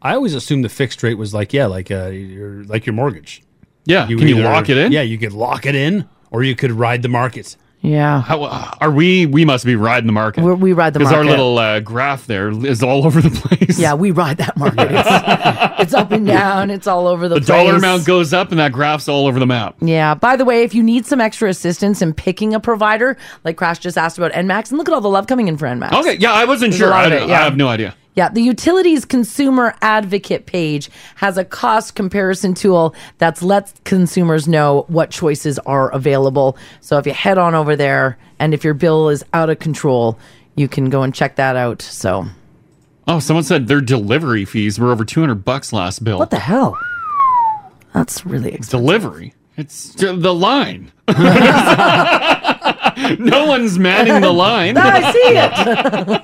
I always assumed the fixed rate was like yeah, like uh, your like your mortgage. Yeah, can you lock it in? Yeah, you could lock it in, or you could ride the markets. Yeah. How uh, are we? We must be riding the market. We're, we ride the our market. little uh, graph there is all over the place. Yeah, we ride that market. It's, it's up and down. It's all over the, The dollar place. amount goes up, and that graph's all over the map. Yeah. By the way, if you need some extra assistance in picking a provider, like Crash just asked about NMAX, and look at all the love coming in for NMAX. Okay. Yeah, I wasn't There's a sure. lot I, of don't- it, yeah. I have no idea. Yeah, the utilities consumer advocate page has a cost comparison tool that's lets consumers know what choices are available. So if you head on over there and if your bill is out of control, you can go and check that out. So Oh, someone said their delivery fees were over two hundred bucks last bill. What the hell? That's really expensive. Delivery. It's ju- the line. no one's manning the line. I see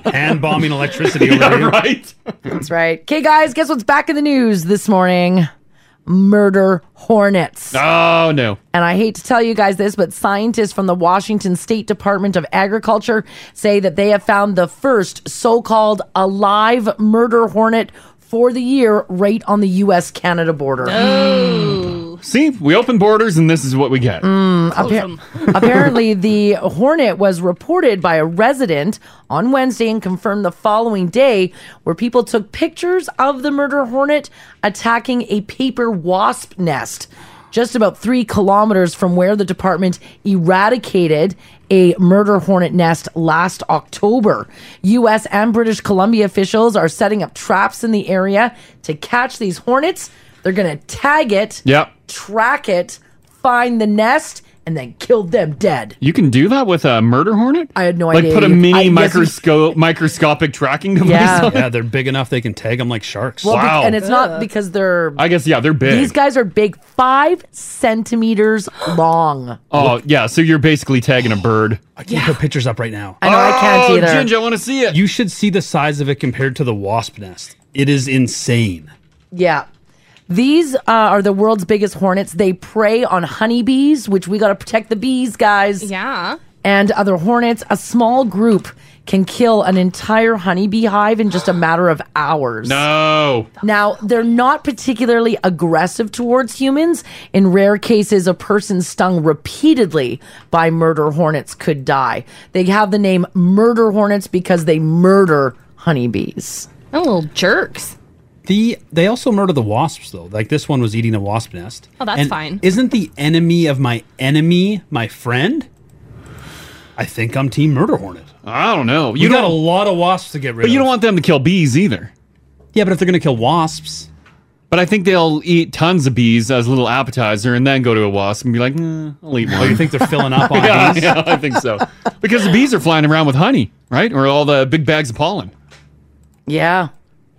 it. Hand bombing electricity over here. Right. That's right. Okay, guys, guess what's back in the news this morning? Murder hornets. Oh no. And I hate to tell you guys this, but scientists from the Washington State Department of Agriculture say that they have found the first so called alive murder hornet for the year right on the US Canada border. See, we open borders, and this is what we get. Mm, appar- apparently, the hornet was reported by a resident on Wednesday and confirmed the following day, where people took pictures of the murder hornet attacking a paper wasp nest just about three kilometers from where the department eradicated a murder hornet nest last October. U.S. and British Columbia officials are setting up traps in the area to catch these hornets. They're going to tag it Yep. track it, find the nest, and then kill them dead. You can do that with a murder hornet? I had no like idea. put a you- mini I- yes, you- microscope microscopic tracking device Yeah. on it? Yeah, they're big enough they can tag them like sharks. Well, be- and it's not because they're. I guess yeah, they're big. These guys are big, five centimeters long. oh, yeah, so you're basically tagging a bird. I can't put pictures up right now. I know, I can't Oh, either. Ginger, I want to see it. You should see the size of it compared to the wasp nest. It is insane. Yeah. These uh, are the world's biggest hornets. They prey on honeybees, which we got to protect the bees, guys. Yeah. And other hornets. A small group can kill an entire honeybee hive in just a matter of hours. No. Now, they're not particularly aggressive towards humans. In rare cases, a person stung repeatedly by murder hornets could die. They have the name murder hornets because they murder honeybees. Oh, little jerks. The they also murder the wasps though. Like this one was eating a wasp nest. Oh, that's And fine. Isn't the enemy of my enemy my friend? I think I'm Team Murder Hornet. I don't know. You got a lot of wasps to get rid But of. you don't want them to kill bees either. Yeah, but if they're going to kill wasps. But I think they'll eat tons of bees as a little appetizer and then go to a wasp and be like, "Nah, I'll eat one. Oh, you think they're filling up on yeah, bees? Yeah, I think so. Because the bees are flying around with honey, right? Or all the big bags of pollen. Yeah.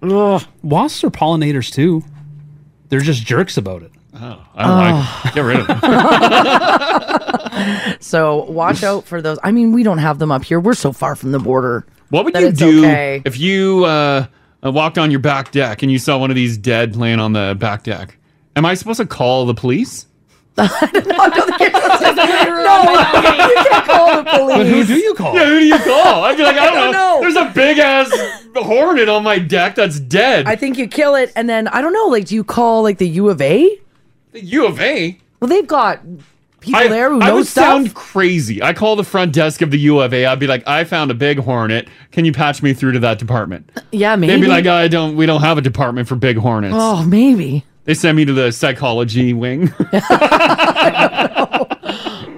Ugh. Wasps are pollinators too. They're just jerks about it. Oh, I don't like it. Get rid of them. So watch out for those. I mean, we don't have them up here. We're so far from the border. What would that you it's do okay. if you uh, uh, walked on your back deck and you saw one of these dead laying on the back deck? Am I supposed to call the police? no, you can't call the police. But who do you call? Yeah, who do you call? I'd be like, I don't, know. There's a big ass hornet on my deck that's dead. I think you kill it, and then I don't know. Like, do you call like the U of A? The U of A. Well, they've got people I, there who I know would stuff. sound crazy. I call the front desk of the U of A. I'd be like, I found a big hornet. Can you patch me through to that department? yeah, Uh, maybe. They'd be like, I don't. We don't have a department for big hornets. oh, maybe. They send me to the psychology wing.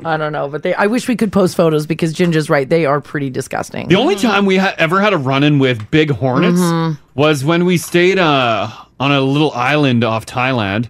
I don't know, but they. I wish we could post photos because Ginger's right. They are pretty disgusting. The only time we ha- ever had a run in with big hornets Mhm. was when we stayed uh, on a little island off Thailand,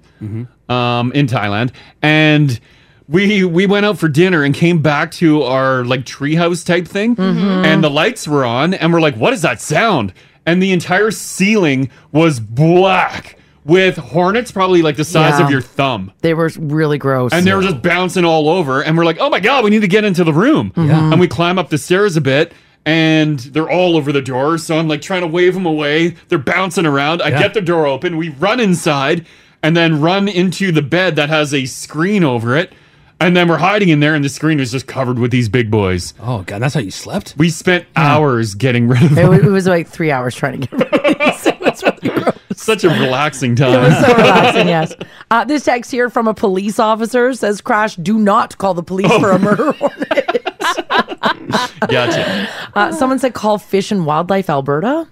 um, in Thailand, and we we went out for dinner and came back to our like treehouse type thing, Mhm. and the lights were on, and we're like, "What is that sound?" And the entire ceiling was black with hornets, probably like the size Yeah. of your thumb. They were really Oh, gross. And they were just bouncing all over. And we're like, oh my God, we need to get into the room. Yeah. And we climb up the stairs a bit and they're all over the door. So I'm like trying to wave them away. They're bouncing around. I get the door open. We run inside and then run into the bed that has a screen over it. And then we're hiding in there and the screen was just covered with these big boys. Oh God, that's how you slept? We spent hours getting rid of It, them. wa- it was like three hours trying to get rid Such a relaxing time. It was so relaxing, yes. Uh, this text here from a police officer says, Crash, do not call the Oh. police for a murder hornet. gotcha. Uh, someone said, call Fish and Wildlife Alberta.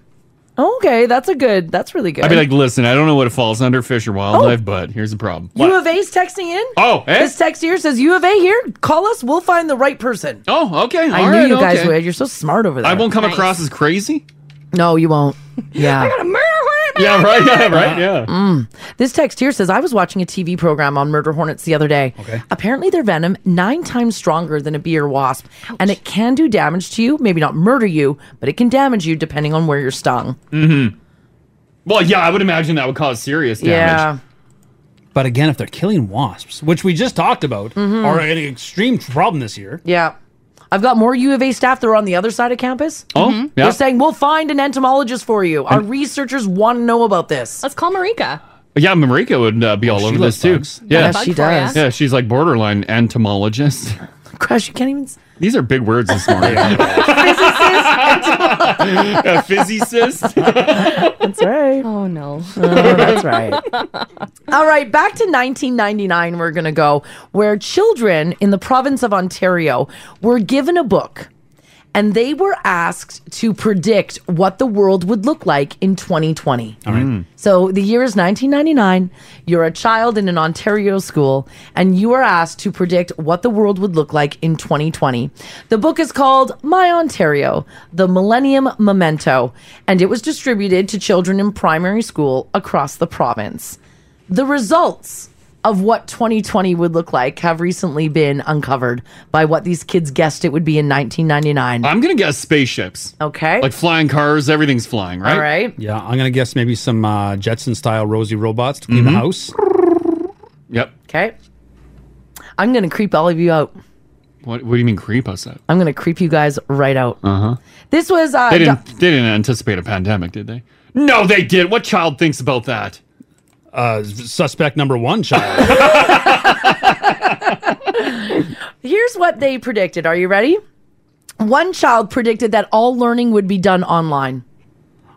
Okay, that's a good, that's really good. I'd be like, listen, I don't know what it falls under, fish or Oh. wildlife, but here's the problem. U of A's texting in. Oh, eh? This text here says, U of A here, call us, we'll find the right person. Oh, okay. I all knew right, you guys okay. would. You're so smart over there. I won't come across as crazy. No, you won't. Yeah. Yeah, right. Yeah, right. Yeah. Mm. This text here says, I was watching a TV program on murder hornets the other day. Okay. Apparently, their venom nine times stronger than a bee or wasp, and it can do damage to you. Maybe not murder you, but it can damage you depending on where you're stung. Mm-hmm. Well, yeah, I would imagine that would cause serious damage. Yeah. But again, if they're killing wasps, which we just talked about, Mhm. are an extreme problem this year. Yeah. I've got more U of A staff that are on the other side of campus. Mm-hmm. Oh, Mhm. yeah. They're saying, we'll find an entomologist for you. Our And- researchers want to know about this. Let's call Marika. Yeah, Marika would uh, be all over Oh, loves this too. bugs. Yeah, Yeah, she Bug for ya. does. Yeah, she's like borderline entomologist. Crash, you can't even. s- These are big words this morning. a physicist. That's right. Oh, no. that's right. All right, back to 1999, we're going to go, where children in the province of Ontario were given a book and they were asked to predict what the world would look like in 2020. All right. Mm. So the year is 1999. You're a child in an Ontario school, and you are asked to predict what the world would look like in 2020. The book is called My Ontario, the Millennium Memento, and it was distributed to children in primary school across the province. The results of what 2020 would look like have recently been uncovered by what these kids guessed it would be in 1999. I'm gonna guess spaceships. Okay. Like flying cars, everything's flying, right? All right. Yeah, I'm gonna guess maybe some uh, Jetson style rosy robots to clean the house. Mm-hmm. Yep. Okay. I'm going to creep all of you out. What, what do you mean creep us out? I'm going to creep you guys right out. Uh huh. This was uh, they do- didn't. They didn't anticipate a pandemic, did they? No, they did. What child thinks about that? Uh, suspect number one child. Here's what they predicted. Are you ready? One child predicted that all learning would be done online.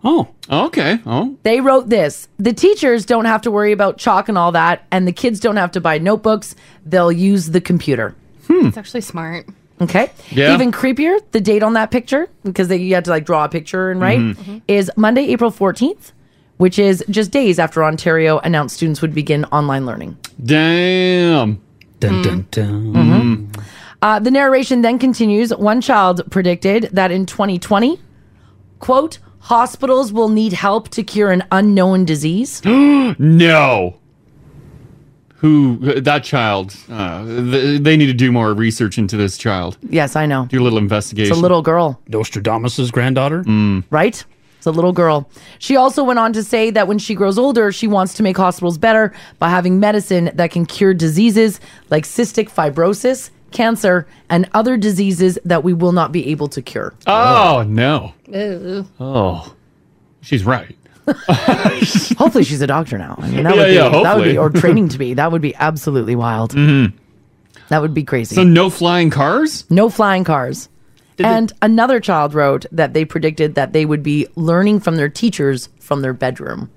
Oh. Okay. Oh. They wrote this The teachers don't have to worry about chalk and all that, and the kids don't have to buy notebooks. They'll use the computer. It's actually smart. Okay. Yeah. Even creepier, the date on that picture, because they, you had to like draw a picture and write, Mm-hmm. Mhm. Mhm. is Monday, April 14th, which is just days after Ontario announced students would begin online learning. Damn. Mm-hmm. Dun dun dun. Uh, the narration then continues. One child predicted that in 2020, quote, hospitals will need help to cure an unknown disease. no. Who that child? Uh, th- they need to do more research into this child. yes, I know. Do a little investigation. It's a little girl. Nostradamus's granddaughter. Mm. right? It's a little girl. She also went on to say that when she grows older, she wants to make hospitals better by having medicine that can cure diseases like cystic fibrosis, cancer, and other diseases that we will not be able to cure. Oh no. Ew. Oh, she's right. hopefully, she's a doctor now. I mean, that, Yeah, would be, yeah, that would hopefully. Mm-hmm. be, or training to be. That would be absolutely wild. That would be crazy. So no flying cars? No flying cars. and another child wrote that they predicted that they would be learning from their teachers from their bedroom.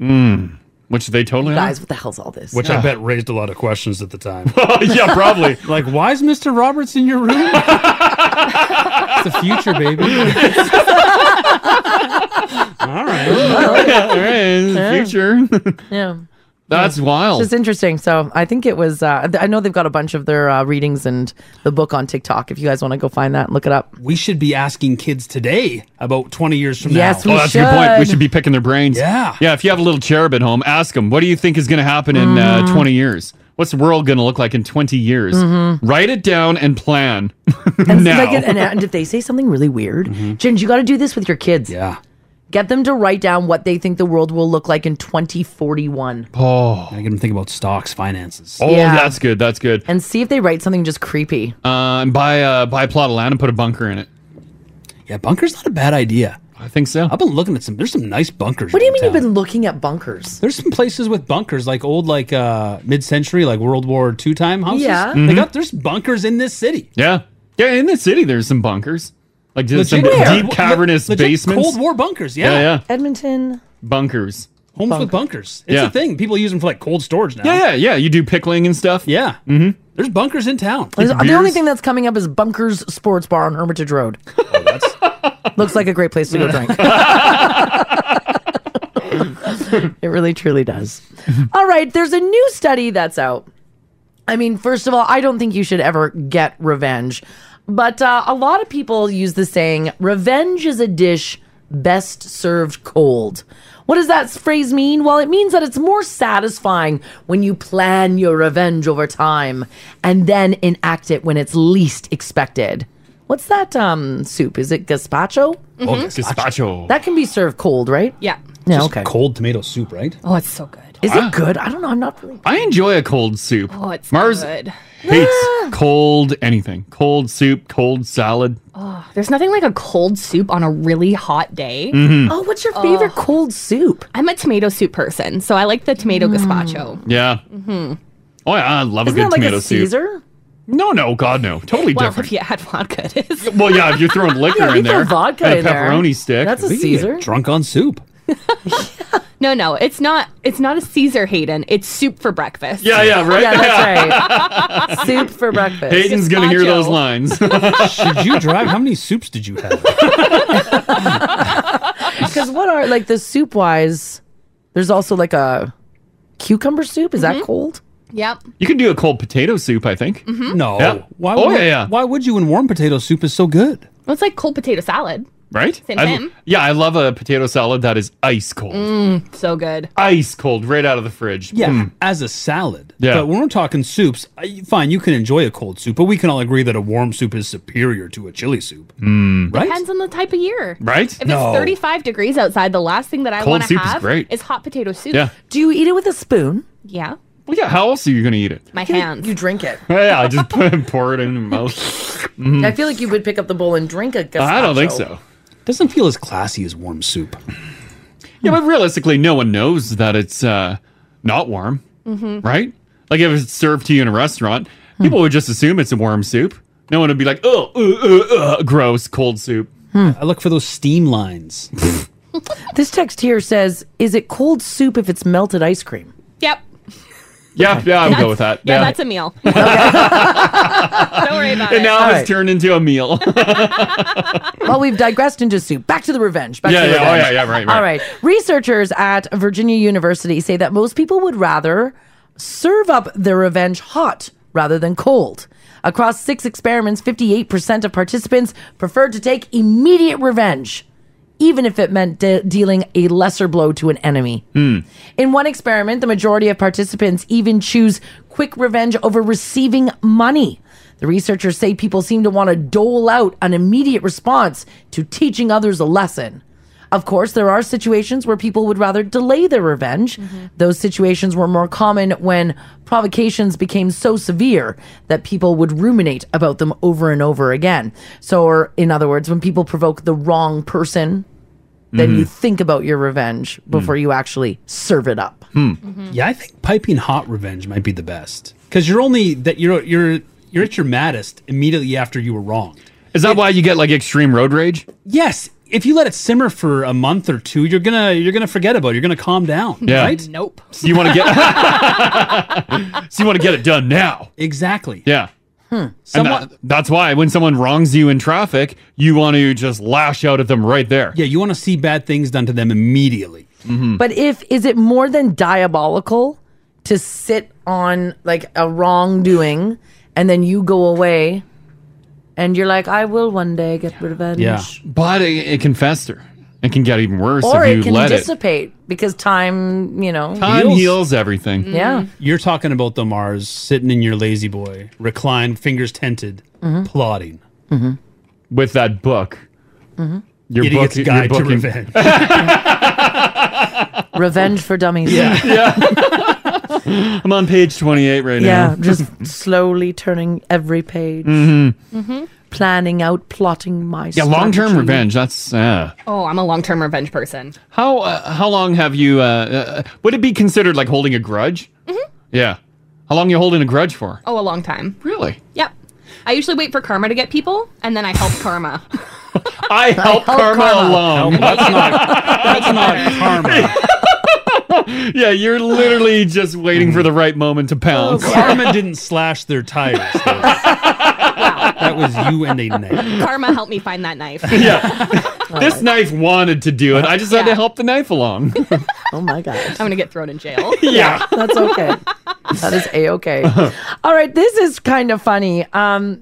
Mm. Which they totally Guys, what the hell's all this? Oh. Which I bet raised a lot of questions at the time. yeah, probably. like, why is Mr. Roberts in your room? it's the future, baby. All right. All right, in the Yeah. future. Yeah. That's It's wild. just interesting. So I think it was. Uh, th- I know they've got a bunch of their uh, readings and the book on TikTok. If you guys want to go find that, and look it up. We should be asking kids today about 20 years from Yes, now. we oh, that's a good point. We should. should be picking their brains. Yeah. Yeah. If you have a little cherub at home, ask them, what do you think is going to happen in Mm. uh, 20 years? What's the world going to look like in 20 years? Mhm. Mm-hmm. Write it down and plan. And, now. like, and, and if they say something really weird, Ginge, you got to do this with your kids. Mm-hmm. Yeah. Get them to write down what they think the world will look like in 2041, Oh. I can think about stocks, finances. oh, Yeah. that's good. That's good. and see if they write something just creepy. Uh, and buy, uh, buy a plot of land and put a bunker in it. Yeah, bunker's not a bad idea. I think so. I've been looking at some. There's some nice bunkers. What do you mean you've downtown. been looking at bunkers? There's some places with bunkers, like old, like uh mid-century, like World War II time houses. Yeah. They Mhm. got there's bunkers in this city. Yeah. Yeah. In the city, there's some bunkers. Like just some Legit- deep Where? cavernous Legit basements. Cold War bunkers. Yeah. Yeah, yeah. Edmonton. Bunkers. Homes with bunkers. It's Yeah. a thing. People use them for like cold storage now. Yeah, yeah, yeah. You do pickling and stuff. Yeah. Mm-hmm. There's bunkers in town. There's- The only thing that's coming up is Bunkers Sports Bar on Hermitage Road. Looks like a great place to go drink. it really truly does. All right, there's a new study that's out. I mean, first of all, I don't think you should ever get revenge. But uh, a lot of people use the saying, revenge is a dish best served cold. What does that phrase mean? Well, it means that it's more satisfying when you plan your revenge over time and then enact it when it's least expected. What's that um, soup? Is it gazpacho? Oh, gazpacho. That can be served cold, right? Yeah. Yeah, Just okay. Cold tomato soup, right? Oh, it's so good. Is Ah. it good? I don't know. I'm not really. I enjoy a cold soup. Oh, it's Mars good. hates Ah. Ah. cold anything. Cold soup, cold salad. Oh, there's nothing like a cold soup on a really hot day. Mhm. Oh, what's your favorite cold soup? Hmm. I'm a tomato soup person, so I like the tomato gazpacho. Yeah. Mm-hmm. Oh yeah, I love Isn't a good that like a tomato soup. Caesar? No, no, God, no. Totally well, different. if you add vodka, it is. Well, yeah, if you're throwing liquor Yeah, we in throw there, vodka and a in there. pepperoni stick. That's a We can get Caesar. drunk on soup. No, no, it's not. It's not a Caesar Hayden. It's soup for breakfast. Yeah, yeah, right? Yeah, that's right. soup for breakfast. Hayden's gonna hear those lines. Should you drive? How many soups did you have? Because what are like the soup wise? There's also like a cucumber soup. Is that cold? Yep. You can do a cold potato soup, I think. Mhm. No. Yeah. Why oh would, yeah, yeah. Why would you when warm potato soup is so good? Well, it's like cold potato salad. Right? Same I- thing. yeah, I love a potato salad that is ice cold. Mm, so good. Ice cold, right out of the fridge. Yeah, Mm. as a salad. Yeah. But when we're talking soups, I- fine, you can enjoy a cold soup, but we can all agree that a warm soup is superior to a chili soup. Hmm. Mm. Right? Depends on the type of year. Right? If No. it's 35 degrees outside, the last thing that I Cold want to soup is have great. hot potato soup. Yeah. Do you eat it with a spoon? Yeah. Well, yeah. How else are you gonna eat it? My hands. You drink it. yeah, I just put, pour it in your mouth. Mhm. I feel like you would pick up the bowl and drink a. Gazpacho. I don't think so. Doesn't feel as classy as warm soup. Yeah, but realistically, no one knows that it's uh, not warm, Mm-hmm. right? Like if it's served to you in a restaurant, Hmm. people would just assume it's a warm soup. No one would be like, oh, uh, uh, uh, gross, cold soup. Hmm. I look for those steam lines. This text here says, "Is it cold soup if it's melted ice cream?" Yep. Yeah, yeah, I would That's- go with that. Yeah, that's a meal. Don't worry about and it. now All it's right. turned into a meal. well, we've digressed into soup. Back to the revenge. Back Yeah, to the yeah, oh, revenge. yeah, yeah, right, right. All right. Researchers at Virginia University say that most people would rather serve up their revenge hot rather than cold. Across six experiments, 58% of participants preferred to take immediate revenge, even if it meant de- dealing a lesser blow to an enemy. Hmm. In one experiment, the majority of participants even choose quick revenge over receiving money. The researchers say people seem to want to dole out an immediate response to teaching others a lesson. Of course, there are situations where people would rather delay their revenge. Those situations were more common when provocations became so severe that people would ruminate about them over and over again. So, or in other words, when people provoke the wrong person, then Mhm. you think about your revenge before you actually serve it up. Hmm. Yeah, I think piping hot revenge might be the best because you're only that you're you're you're at your maddest immediately after you were wronged. Is that why you get like extreme road rage? Yes, if you let it simmer for a month or two, you're gonna you're gonna forget about. it. You're gonna calm down. Yeah. Right? Nope. So you want to get So you want to get it done now. Exactly. Yeah. Hmm. And uh, Someone, that- that's why when someone wrongs you in traffic, you want to just lash out at them right there. Yeah, you want to see bad things done to them immediately. mm-hmm. But if is it more than diabolical to sit on like a wrongdoing and then you go away and you're like, I will one day get revenge. Yeah. But it, it can fester. It can get even worse Or if you it can let it. dissipate because time, you know. Time heals everything. Yeah. You're talking about the Mars sitting in your lazy boy, reclined, fingers tented, Mhm. plotting. Mhm. With that book. Mhm. Your Idiot's book, Guide your to book in- Revenge. Revenge for dummies. I'm on page 28 right yeah, now. just slowly turning every page, Mhm. Mm-hmm. planning out, plotting my. yeah, long term strategy. revenge. That's uh, Oh, I'm a long term revenge person. how uh, how long have you? Uh, uh, would it be considered like holding a grudge? Mm-hmm. Yeah, how long you holding a grudge for? Oh, a long time. Really? Yep. I usually wait for karma to get people, and then I help karma. I help, help karma, karma. alone. that's not karma. yeah, you're literally just waiting for the right moment to pounce. Mm-hmm. Oh, Karma didn't slash their tires. though. That was you and a knife. karma helped me find that knife. this knife wanted to do it. I just had to help the knife along. oh my I'm god. gonna get thrown in jail. Yeah. That's okay. That is a okay. All right, this is kind of funny. Um,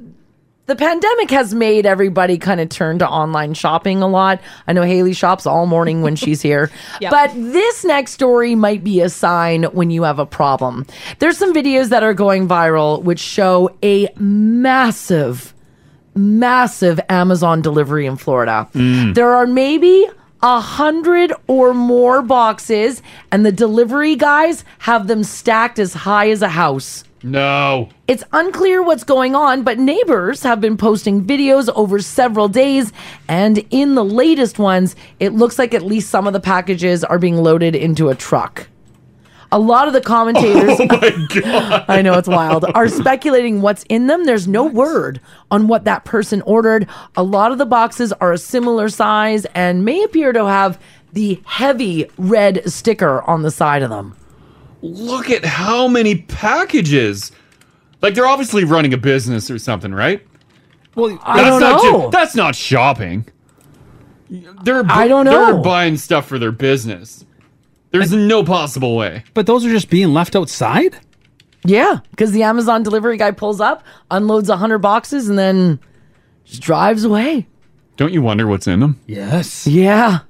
the pandemic has made everybody kind of turn to online shopping a lot. I know Haley shops all morning when she's here. Yep. But this next story might be a sign when you have a problem. There's some videos that are going viral which show a massive, massive Amazon delivery in Florida. Mm. There are maybe a hundred or more boxes, and the delivery guys have them stacked as high as a house. No. It's unclear what's going on, but neighbors have been posting videos over several days. And in the latest ones, it looks like at least some of the packages are being loaded into a truck. A lot of the commentators. I know it's wild. Are speculating what's in them. There's no word on what that person ordered. A lot of the boxes are a similar size and may appear to have the heavy red sticker on the side of them. Look at how many packages. Like they're obviously running a business or something, right? Well, I don't not ju- know. that's not shopping. They're I don't They're know. buying stuff for their business. There's no possible way. But those are just being left outside? Yeah, because the Amazon delivery guy pulls up, unloads a 100 boxes, and then just drives away. Don't you wonder what's in them? Yes. Yeah.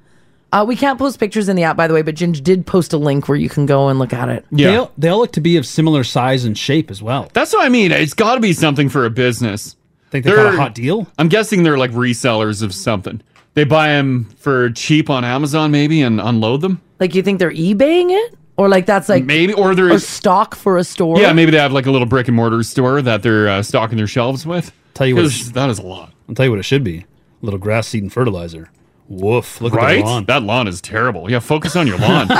Uh, we can't post pictures in the app, by the way, but Ginge did post a link where you can go and look at it. They, all, they all look to be of similar size and shape as well. That's what I mean. It's got to be something for a business. Think they got a hot deal? I'm guessing they're like resellers of something. They buy them for cheap on Amazon, maybe, and unload them. Like, you think they're eBaying it? Or like that's like maybe or there is stock for a store. yeah, maybe they have like a little brick and mortar store that they're uh, stocking their shelves with. Tell you what, 'Cause that is a lot. I'll tell you what it should be. A little grass seed and fertilizer. Woof. Look at Right? the lawn. That lawn is terrible. Yeah, focus on your lawn.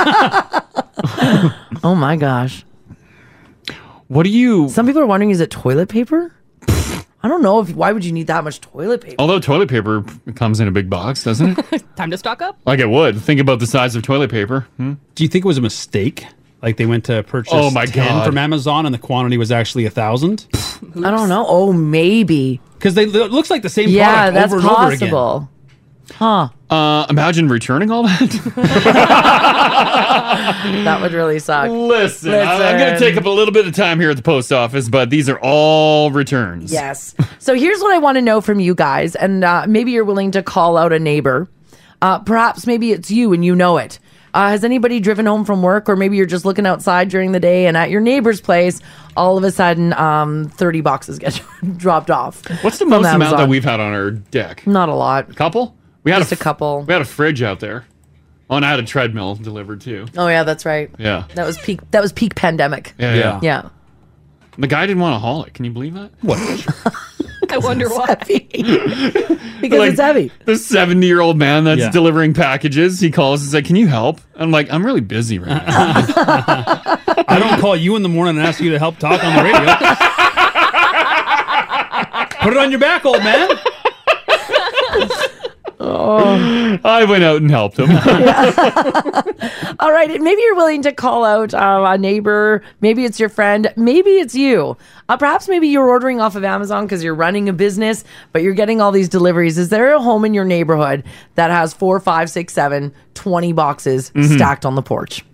Oh my gosh. What do you? Some people are wondering: is it toilet paper? I don't know. If why would you need that much toilet paper? Although toilet paper p- comes in a big box, doesn't it? Time to stock up. like it would. Think about the size of toilet paper. Hmm? Do you think it was a mistake? Like they went to purchase Oh my 10 God. from Amazon and the quantity was actually a thousand? I don't know. Oh, maybe because they it looks like the same yeah, product that's over and over again. possible. Huh? Uh, imagine returning all that. that would really suck. Listen, I- I'm going to take up a little bit of time here at the post office, but these are all returns. Yes. So here's what I want to know from you guys, and uh, maybe you're willing to call out a neighbor. Uh, perhaps maybe it's you and you know it. Uh, has anybody driven home from work, or maybe you're just looking outside during the day and at your neighbor's place, all of a sudden, um, 30 boxes get dropped off. What's the most amount that we've had on our deck? Not a lot. A couple? We had Just a, a couple. We had a fridge out there. Oh, and I had a treadmill delivered too. Oh yeah, that's right. Yeah. That was peak. That was peak pandemic. Yeah, yeah. yeah. The guy didn't want to haul it. Can you believe that? What? I wonder why. because Like, it's heavy. The 70 year old man that's Yeah. delivering packages, he calls and says, Can you help? I'm like, I'm really busy right now. I don't call you in the morning and ask you to help talk on the radio. Put it on your back, old man. oh. I went out and helped him. All right, and maybe you're willing to call out uh, a neighbor. Maybe it's your friend. Maybe it's you. Uh, perhaps maybe you're ordering off of Amazon because you're running a business, but you're getting all these deliveries. Is there a home in your neighborhood that has four, five, six, seven, 20 boxes Mm-hmm. Mhm. stacked on the porch?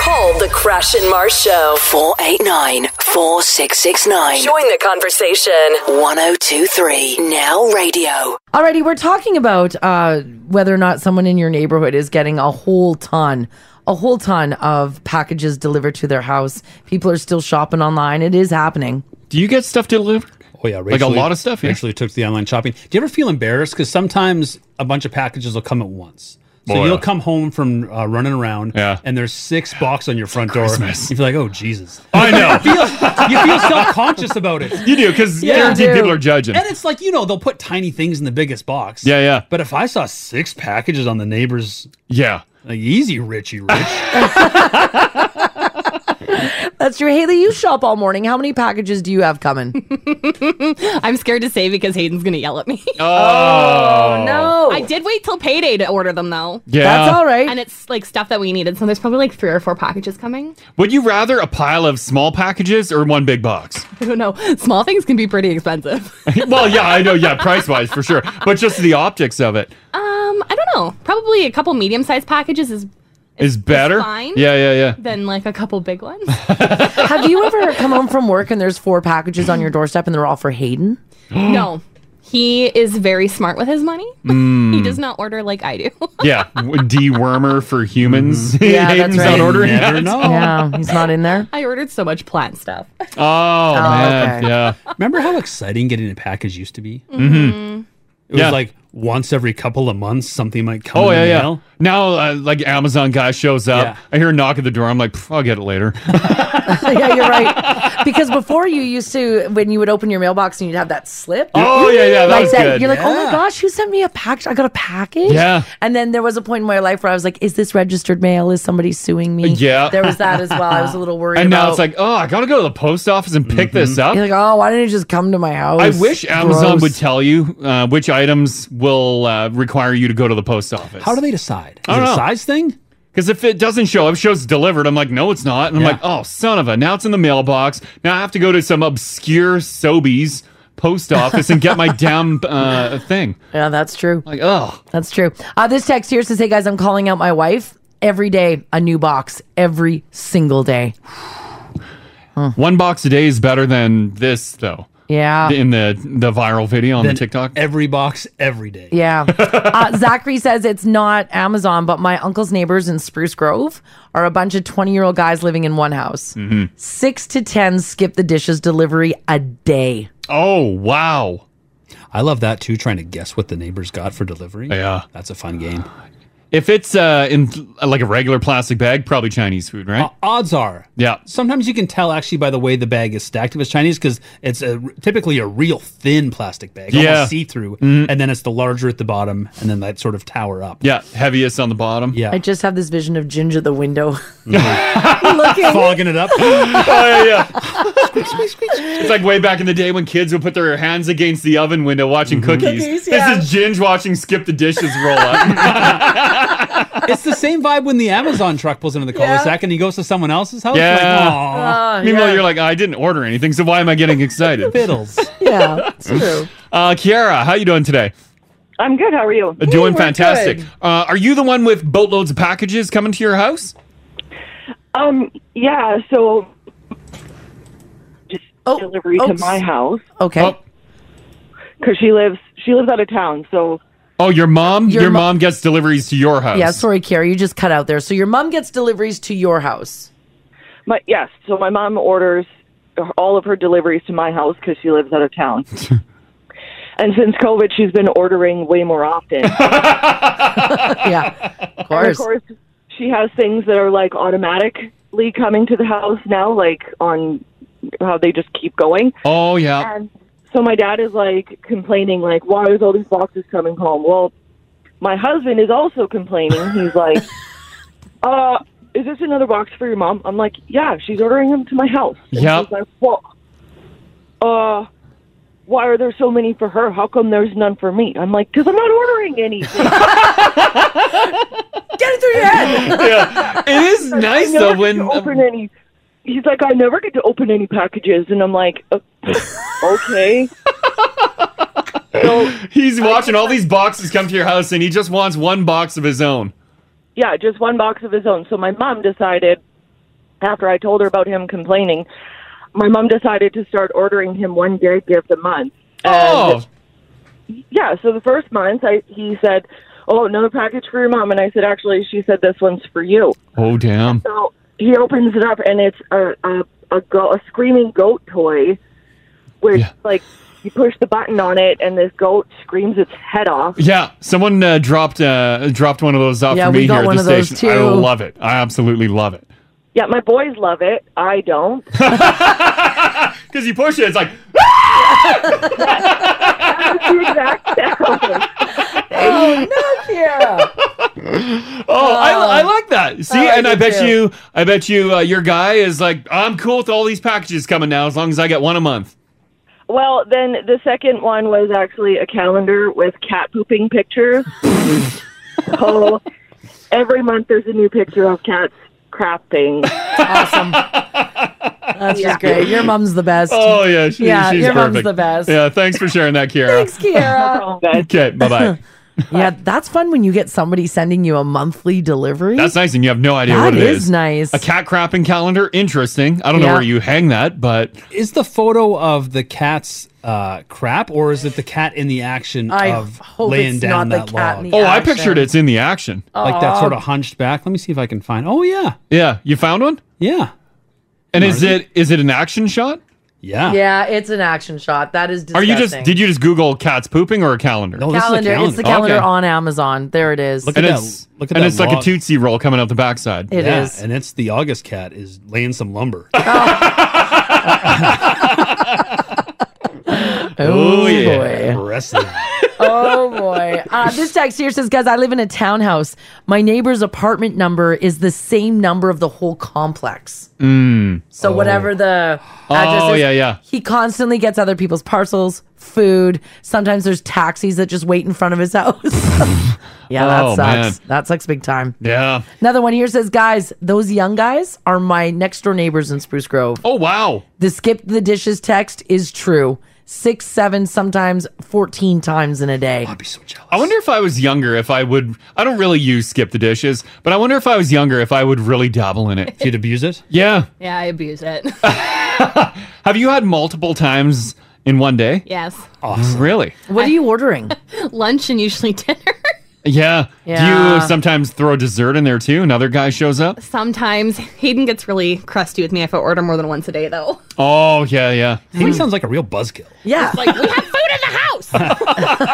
Call the Crash and Mars Show. 489 4669. Join the conversation. 1023 Now Radio. Alrighty, we're talking about uh, whether or not someone in your neighborhood is getting a whole ton, a whole ton of packages delivered to their house. People are still shopping online. It is happening. Do you get stuff delivered? Oh yeah, Like a lot of stuff, yeah. Actually, took the online shopping. Do you ever feel embarrassed because sometimes a bunch of packages will come at once? So Oh, you'll yeah. come home from uh, running around, Yeah. and there's six box on your front door. Christmas. You feel like, oh Jesus! I know. you feel self-conscious about it. You do, 'cause guaranteed you do. people are judging. And it's like you know they'll put tiny things in the biggest box. Yeah, yeah. But if I saw six packages on the neighbor's, yeah, like easy, Richie, Rich. That's true. Haley, you shop all morning. How many packages do you have coming? I'm scared to say because Hayden's gonna yell at me. Oh, no! I did wait till payday to order them though. Yeah. That's all right. And it's like stuff that we needed, so there's probably like three or four packages coming. Would you rather a pile of small packages or one big box? I don't know. Small things can be pretty expensive. well, yeah, I know. Yeah, price wise, for sure. But just the optics of it Um, I don't know. Probably a couple medium-sized packages is is better. fine. Yeah, yeah, yeah. than like a couple big ones. have you ever come home from work and there's four packages on your doorstep and they're all for Hayden? no, he is very smart with his money. Mm. He does not order like I do. Yeah, w- dewormer for Mm. humans. Yeah, Hayden's that's right. not ordering Never that. know. Yeah, he's not in there. I ordered so much plant stuff. Oh, man, okay. yeah. Remember how exciting getting a package used to be? Mhm. It was Yeah. like once every couple of months something might come. Oh in yeah, the yeah. mail. Now, uh, like Amazon guy shows up. I hear a knock at the door. I'm like, "Pff, I'll get it later. yeah, you're right. Because before you used to, when you would open your mailbox and you'd have that slip. Oh, yeah, yeah, that like was good. You're like, oh my Yeah. gosh, who sent me a package? I got a package. Yeah. And then there was a point in my life where I was like, is this registered mail? Is somebody suing me? Yeah. There was that as well. I was a little worried. and now about- it's like, oh, I gotta go to the post office and pick this Mm-hmm. up. You're like, oh, why didn't you just come to my house? I wish Amazon Gross. would tell you uh, which items will uh, require you to go to the post office. How do they decide? Is I don't it a know. size thing? Because if it doesn't show up, shows delivered, I'm like, no, it's not. And I'm like, oh, son of a. Now it's in the mailbox. Now I have to go to some obscure Sobeys post office and get my damn uh, thing. Yeah, that's true. Like, oh. That's true. Uh, this text here says, hey guys, I'm calling out my wife. Every day, a new box. Every single day. One box a day is better than this, though. Yeah. In the the viral video on the TikTok. Every box, every day. Yeah. uh, Zachary says it's not Amazon, but my uncle's neighbors in Spruce Grove are a bunch of 20 year old guys living in one house. Six to 10 skip the dishes delivery a day. Oh, wow. I love that too, trying to guess what the neighbors got for delivery. Yeah. That's a fun game. If it's uh, in uh, like a regular plastic bag, probably Chinese food, right? Odds are. yeah. Sometimes you can tell actually by the way the bag is stacked if it's Chinese because it's a, typically a real thin plastic bag, Yeah. see through, Mhm. and then it's the larger at the bottom, and then that sort of tower up. Yeah. Heaviest on the bottom. Yeah. I just have this vision of Ginger the window looking. uh, Fogging it up. oh, yeah, yeah. It's like way back in the day when kids would put their hands against the oven window watching Mm-hmm. cookies. Cookies, yeah. This is Ginge watching Skip the Dishes roll up. it's the same vibe when the Amazon truck pulls into the cul-de-sac and he goes to someone else's house. yeah. Like, "Aw." Meanwhile, you're like, I didn't order anything, so why am I getting excited? Fiddles. Yeah, it's true. Uh, Kiara, how you doing today? I'm good. How are you? Doing fantastic. Uh, are you the one with boatloads of packages coming to your house? Um, yeah. So just delivery to oops. my house. Oh, Okay. Oh. Because she lives she lives out of town, so Oh, your mom? Your, Your mo- mom gets deliveries to your house. Yeah, sorry, Kara, you just cut out there. So your mom gets deliveries to your house. my yes. So my mom orders all of her deliveries to my house because she lives out of town. and since COVID, she's been ordering way more often. yeah, of course. of course, she has things that are like automatically coming to the house now, like on how they just keep going. Oh yeah. And so my dad is like complaining, like, why is all these boxes coming home? Well, my husband is also complaining. He's like, uh, is this another box for your mom? I'm like, yeah, she's ordering them to my house. And Yep. She's like, well, uh, why are there so many for her? How come there's none for me? I'm like, because I'm not ordering anything. Get it through your head. yeah. It is nice, though, when- um, open any. He's like, I never get to open any packages, and I'm like, "Uh, okay. He's watching all these boxes come to your house and he just wants one box of his own. yeah, just one box of his own. So my mom decided, after I told her about him complaining, my mom decided to start ordering him one gig gift a month. Oh. Yeah, so the first month, I he said, "Oh, another package for your mom," and I said, "Actually, she said this one's for you." Oh, damn. So he opens it up, and it's a a a, go- a screaming goat toy, which like you push the button on it, and this goat screams its head off. Yeah, someone uh, dropped uh, dropped one of those off Yeah, for me we got here at one the of those station. I too. love it. I absolutely love it. Yeah, my boys love it. I don't. Because you push it, it's like. oh no, Kira! Oh, I, I like that. See, I and I do bet too. you, I bet you, uh, your guy is like, I'm cool with all these packages coming now, as long as I get one a month. Well, then the second one was actually a calendar with cat pooping pictures. so every month there's a new picture of cats crafting. That's just great. Your mom's the best. Oh yeah, she- yeah. she's your mom's perfect. the best. Yeah, thanks for sharing that, Kira. Thanks, Oh, Kira. okay, bye bye. yeah, that's fun when you get somebody sending you a monthly delivery. That's nice, and you have no idea That what it is is. nice. A cat crapping calendar, interesting. I don't know Yeah. where you hang that, but Is the photo of the cat's uh, crap, or is it the cat in the action I of hope laying it's down not that the cat log? in the Oh, I action. pictured it's in the action, like that Aw. sort of hunched back. Let me see if I can find. Oh yeah, yeah. You found one? Yeah. And is it is it an action shot? Yeah. Yeah, it's an action shot. That is Are disgusting. you just did you just Google cats pooping or a calendar? No, calendar? It's the calendar on Amazon. There it is. and it's, and it's like a tootsie roll coming out the backside. It It is, is. and it's the August cat is laying some lumber. Oh, yeah, wrestling. oh boy. Uh, this text here says, guys, I live in a townhouse. My neighbor's apartment number is the same number of the whole complex. Mm. So whatever the address Oh, is, yeah, yeah. he constantly gets other people's parcels, food. Sometimes there's taxis that just wait in front of his house. yeah, that Oh, sucks. man. That sucks big time. Yeah. Another one here says, guys, those young guys are my next door neighbors in Spruce Grove. Oh, wow. The skip the dishes text is true. Six, seven, sometimes 14 times in a day. I'd be so jealous. I wonder if I was younger, if I would. I don't really use skip the dishes, but I wonder if I was younger, if I would really dabble in it. If you'd abuse it? Yeah. Yeah, I abuse it. Have you had multiple times in one day? yes. Awesome. Really? What are you ordering? Lunch and usually dinner. Yeah. Do Yeah. you sometimes throw dessert in there too? Another guy shows up? Sometimes Hayden gets really crusty with me if I order more than once a day, though. Oh, yeah, yeah. He sounds like a real buzzkill. Yeah. It's like, we have food in the house.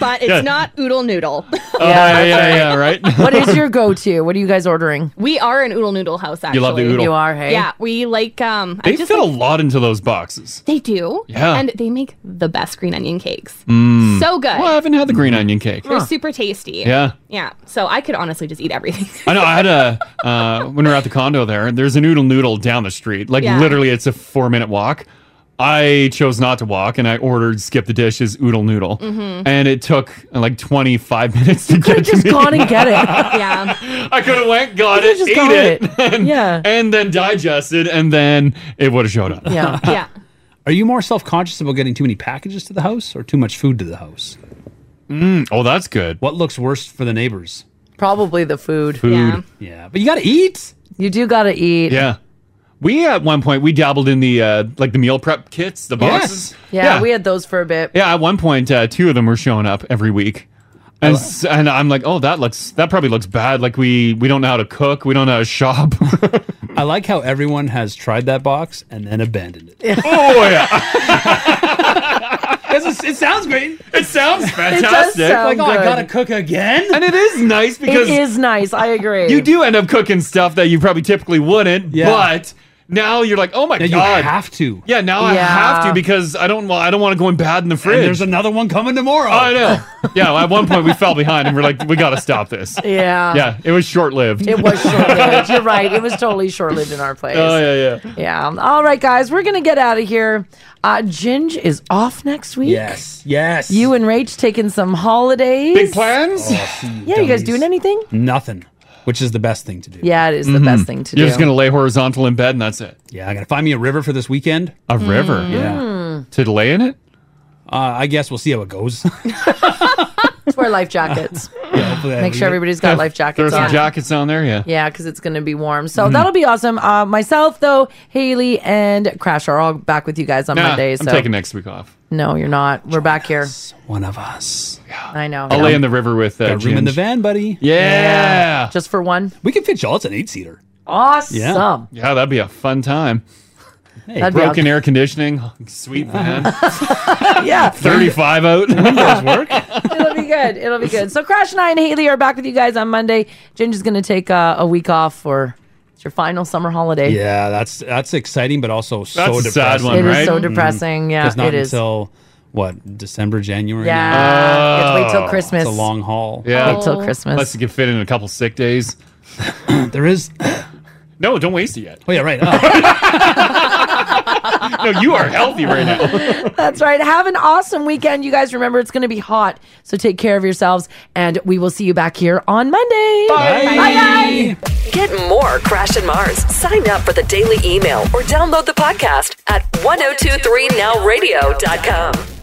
but it's Yeah. not oodle noodle. Oh, yeah, yeah, yeah, right? what is your go to? What are you guys ordering? We are an oodle noodle house, actually. You love the oodle. You are, hey? Yeah, we like, um, I They just fit like- a lot into those boxes. They do. Yeah. And they make the best green onion cakes. Mm. So good. Well, I haven't had the green onion cake. They're super tasty. Yeah. Yeah. So I could honestly just eat everything. I know. I had a uh, when we were at the condo there. There's a noodle noodle down the street. Like Yeah. literally, it's a four minute walk. I chose not to walk, and I ordered skip the dishes oodle noodle, Mhm. and it took uh, like 25 minutes to get to me. yeah. I could have went, got it, just ate got it, And, yeah, and then digested, and then it would have showed up. Yeah. yeah. Are you more self conscious about getting too many packages to the house or too much food to the house? Mm, oh, that's good. What looks worse for the neighbors? Probably the food. Food. Yeah. Yeah, but you got to eat. You do got to eat. Yeah. We at one point we dabbled in the uh like the meal prep kits, the boxes. Yeah, we had those for a bit. Yeah, at one point, uh, two of them were showing up every week, and, s- and I'm like, oh, that looks that probably looks bad. Like we we don't know how to cook, we don't know how to shop. I like how everyone has tried that box and then abandoned it. oh yeah, it sounds great. It sounds fantastic. like, oh, I got to cook again. and it is nice because it is nice. I agree. you do end up cooking stuff that you probably typically wouldn't. Yeah. But now you're like, oh my Now you god, have to. Yeah, now I Yeah. have to because I don't want I don't want to go in bad in the fridge. there's another one coming tomorrow. I know. yeah, at one point we fell behind and we're like, we got to stop this. Yeah. Yeah, it was short lived. It was short-lived. You're right. It was totally short-lived in our place. Oh yeah, yeah. Yeah. All right, guys, we're gonna get out of here. Uh, Ginge is off next week. Yes. Yes. You and Rach taking some holidays. Big plans? yeah, you guys doing anything? Nothing, which is the best thing to do. Yeah, it is Mm-hmm. the best thing to You're do. just gonna lay horizontal in bed and that's it. Yeah, I gotta find me a river for this weekend. Mm-hmm. A river? Mm. Yeah. To lay in it? Uh, I guess we'll see how it goes. Just wear life jackets. hopefully I Make sure leave it. everybody's got life Throw jackets some on. jackets on there. Yeah. Yeah, because it's going to be warm. Mm-hmm. So that'll be awesome. Uh, myself, though, Haley and Crash are all back with you guys on Nah, Monday. So I'm taking next week off. No, you're not. We're back here. One of us. I know. I'll lay in the river with uh, Got room in the Ginge. van, buddy. Yeah. Just for one. We can fit y'all. It's an eight seater. Awesome. Yeah, that'd be a fun time. Hey, That'd be broken awesome. air conditioning, sweet van. yeah, thirty-five out. Windows work. It'll be good. It'll be good. So Crash and I and Haley are back with you guys on Monday. Ginger's going to take uh, a week off for it's your final summer holiday. Yeah, that's that's exciting, but also so That's a depressing. sad one, Mm-hmm. It is right? so depressing. Yeah, 'Cause not it is. until what December, January. Yeah, now. you have to wait till Oh. Christmas. It's a long haul. Yeah. Wait till Christmas. Unless you can fit in a couple sick days. there is. no, don't waste it yet. Oh yeah, right. no, you are healthy right now. That's right. Have an awesome weekend. You guys remember it's going to be hot. So take care of yourselves and we will see you back here on Monday. Bye. Bye guys. Get more Crash and Mars. Sign up for oh the daily email or download the podcast at 1023nowradio.com.